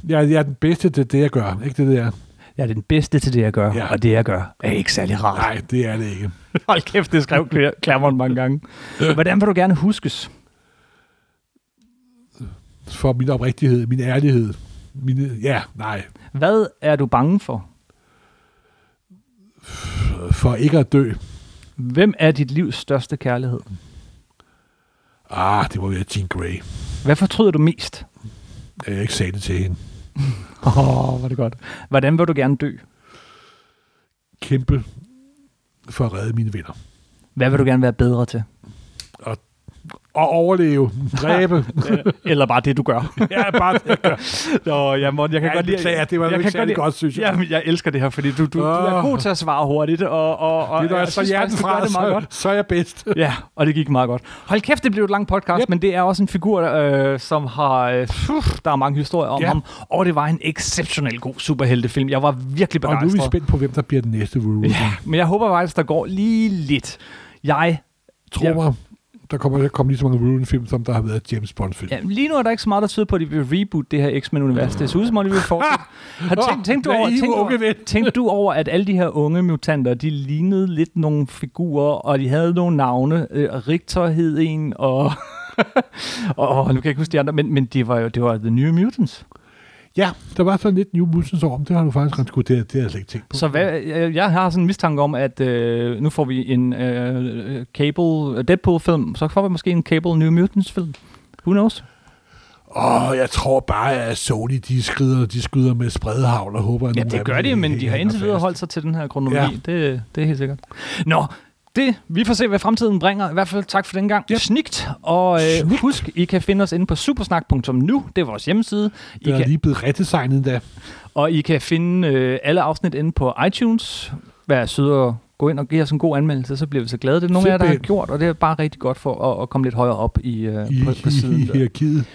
[SPEAKER 2] Jeg, jeg er den bedste til det, jeg gør. Ikke det, det er?
[SPEAKER 1] Jeg er den bedste til det, jeg gør, ja.
[SPEAKER 2] Ja.
[SPEAKER 1] og det, jeg gør, er ikke særlig rart.
[SPEAKER 2] Nej, det er det ikke.
[SPEAKER 1] Hold kæft, det skrev Cla- Claremont mange gange. Hvordan vil du gerne huskes?
[SPEAKER 2] For min oprigtighed, min ærlighed. Mine, ja, nej.
[SPEAKER 1] Hvad er du bange for?
[SPEAKER 2] For ikke at dø.
[SPEAKER 1] Hvem er dit livs største kærlighed?
[SPEAKER 2] Ah, det må være Jean Grey.
[SPEAKER 1] Hvad fortryder du mest?
[SPEAKER 2] At Jeg ikke sagde det til hende.
[SPEAKER 1] Åh, oh, var det godt. Hvordan vil du gerne dø?
[SPEAKER 2] Kæmpe for at redde mine venner.
[SPEAKER 1] Hvad vil du gerne være bedre til?
[SPEAKER 2] Og overleve. Dræbe.
[SPEAKER 1] Eller bare det, du gør.
[SPEAKER 2] ja, bare det.
[SPEAKER 1] Nå, jeg, må, jeg kan
[SPEAKER 2] Ja,
[SPEAKER 1] godt lide...
[SPEAKER 2] beklager, det var ikke særlig
[SPEAKER 1] lide-
[SPEAKER 2] godt, synes jeg.
[SPEAKER 1] Jamen, jeg elsker det her, fordi du, du, du er
[SPEAKER 2] Åh.
[SPEAKER 1] god til at svare hurtigt, og, og, og
[SPEAKER 2] Det er, når
[SPEAKER 1] jeg
[SPEAKER 2] jeg tager
[SPEAKER 1] synes
[SPEAKER 2] hjerten
[SPEAKER 1] faktisk, du gør
[SPEAKER 2] fra,
[SPEAKER 1] det meget
[SPEAKER 2] så,
[SPEAKER 1] godt.
[SPEAKER 2] så er jeg bedst.
[SPEAKER 1] Ja, og det gik meget godt. Hold kæft, det blev et langt podcast, yep.
[SPEAKER 2] Yep.
[SPEAKER 1] men det er også en figur, øh, som har... Øh, pff, der er mange historier om
[SPEAKER 2] Ja.
[SPEAKER 1] ham, og det var en exceptionelt god superheltefilm. Jeg var virkelig
[SPEAKER 2] Og nu er
[SPEAKER 1] begejstret.
[SPEAKER 2] vi spændt på, hvem der bliver den næste Wolverine. Ja,
[SPEAKER 1] ja, men jeg håber faktisk, der går lige lidt. Jeg
[SPEAKER 2] Tro
[SPEAKER 1] Ja.
[SPEAKER 2] mig, der kommer til at komme lige så mange Wolverine-film, som der har været James Bond-film.
[SPEAKER 1] Ja, lige nu er der ikke så meget, der tyder på, at de vil reboot det her X-Men-univers. Det ser ud som om, de vil fortsætte. Har
[SPEAKER 2] Åh,
[SPEAKER 1] tænkt, tænkt, du over,
[SPEAKER 2] naive
[SPEAKER 1] tænkt,
[SPEAKER 2] unge
[SPEAKER 1] over,
[SPEAKER 2] ven.
[SPEAKER 1] tænkt du over, at alle de her unge mutanter, de lignede lidt nogle figurer, og de havde nogle navne. Øh, Richter hed en, og... og nu kan jeg ikke huske de andre, men, men det var jo det var The New Mutants.
[SPEAKER 2] Ja, der var sådan lidt New Mutants over, men det har du faktisk ret godt, det, det har jeg slet ikke tænkt på.
[SPEAKER 1] Så hvad, jeg, jeg har sådan en mistanke om, at øh, nu får vi en øh, Cable Deadpool-film, så får vi måske en Cable New Mutants-film. Who knows?
[SPEAKER 2] Åh, jeg tror bare, at Sony, de skrider, de skyder med spredhavl og håber, at
[SPEAKER 1] Ja,
[SPEAKER 2] nogle af
[SPEAKER 1] det gør
[SPEAKER 2] dem,
[SPEAKER 1] de, men de har
[SPEAKER 2] hænger
[SPEAKER 1] indtil videre
[SPEAKER 2] fast.
[SPEAKER 1] holdt sig til den her kronologi. Ja.
[SPEAKER 2] Ja.
[SPEAKER 1] Det, det er helt sikkert. Nå, det, vi får se, hvad fremtiden bringer. I hvert fald tak for den gang. Yep.
[SPEAKER 2] Yep.
[SPEAKER 1] Snikt. Og øh, husk, I kan finde os inde på supersnak.nu. Det er vores hjemmeside. I
[SPEAKER 2] Den er
[SPEAKER 1] kan,
[SPEAKER 2] lige blevet redesignet endda.
[SPEAKER 1] og I kan finde øh, alle afsnit inde på iTunes. Vær sød og gå ind og give os en god anmeldelse, så bliver vi så glade. Det er nogle af jer, der har
[SPEAKER 2] Simpelthen.
[SPEAKER 1] gjort, og det er bare rigtig godt for at, at komme lidt højere op i, øh,
[SPEAKER 2] I,
[SPEAKER 1] på, på
[SPEAKER 2] i,
[SPEAKER 1] siden.
[SPEAKER 2] i
[SPEAKER 1] der.
[SPEAKER 2] hierarkiet.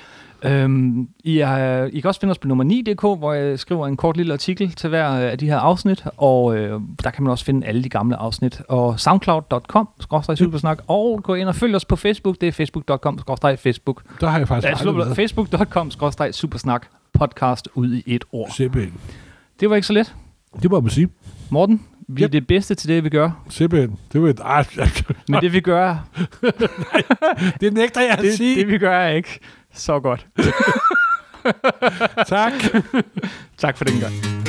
[SPEAKER 1] Øhm, I, er, I kan også finde os på nummer 9.dk, hvor jeg skriver en kort lille artikel til hver øh, af de her afsnit, og øh, der kan man også finde alle de gamle afsnit. Og soundcloud.com, supersnak, og gå ind og følg os på Facebook, det er facebook.com, facebook.
[SPEAKER 2] Der har jeg faktisk
[SPEAKER 1] Ja,
[SPEAKER 2] aldrig
[SPEAKER 1] slå-
[SPEAKER 2] været.
[SPEAKER 1] facebook.com, supersnak, podcast ud i et ord.
[SPEAKER 2] Simpelthen.
[SPEAKER 1] Det var ikke så let.
[SPEAKER 2] Det må man sige.
[SPEAKER 1] Morten, vi er
[SPEAKER 2] Yep.
[SPEAKER 1] det bedste til det, vi gør,
[SPEAKER 2] Simpelthen. Det, var et, ah,
[SPEAKER 1] men det vi gør,
[SPEAKER 2] det nægter jeg at
[SPEAKER 1] det,
[SPEAKER 2] sige.
[SPEAKER 1] det vi gør er ikke så godt.
[SPEAKER 2] Tak.
[SPEAKER 1] Tak for den gang.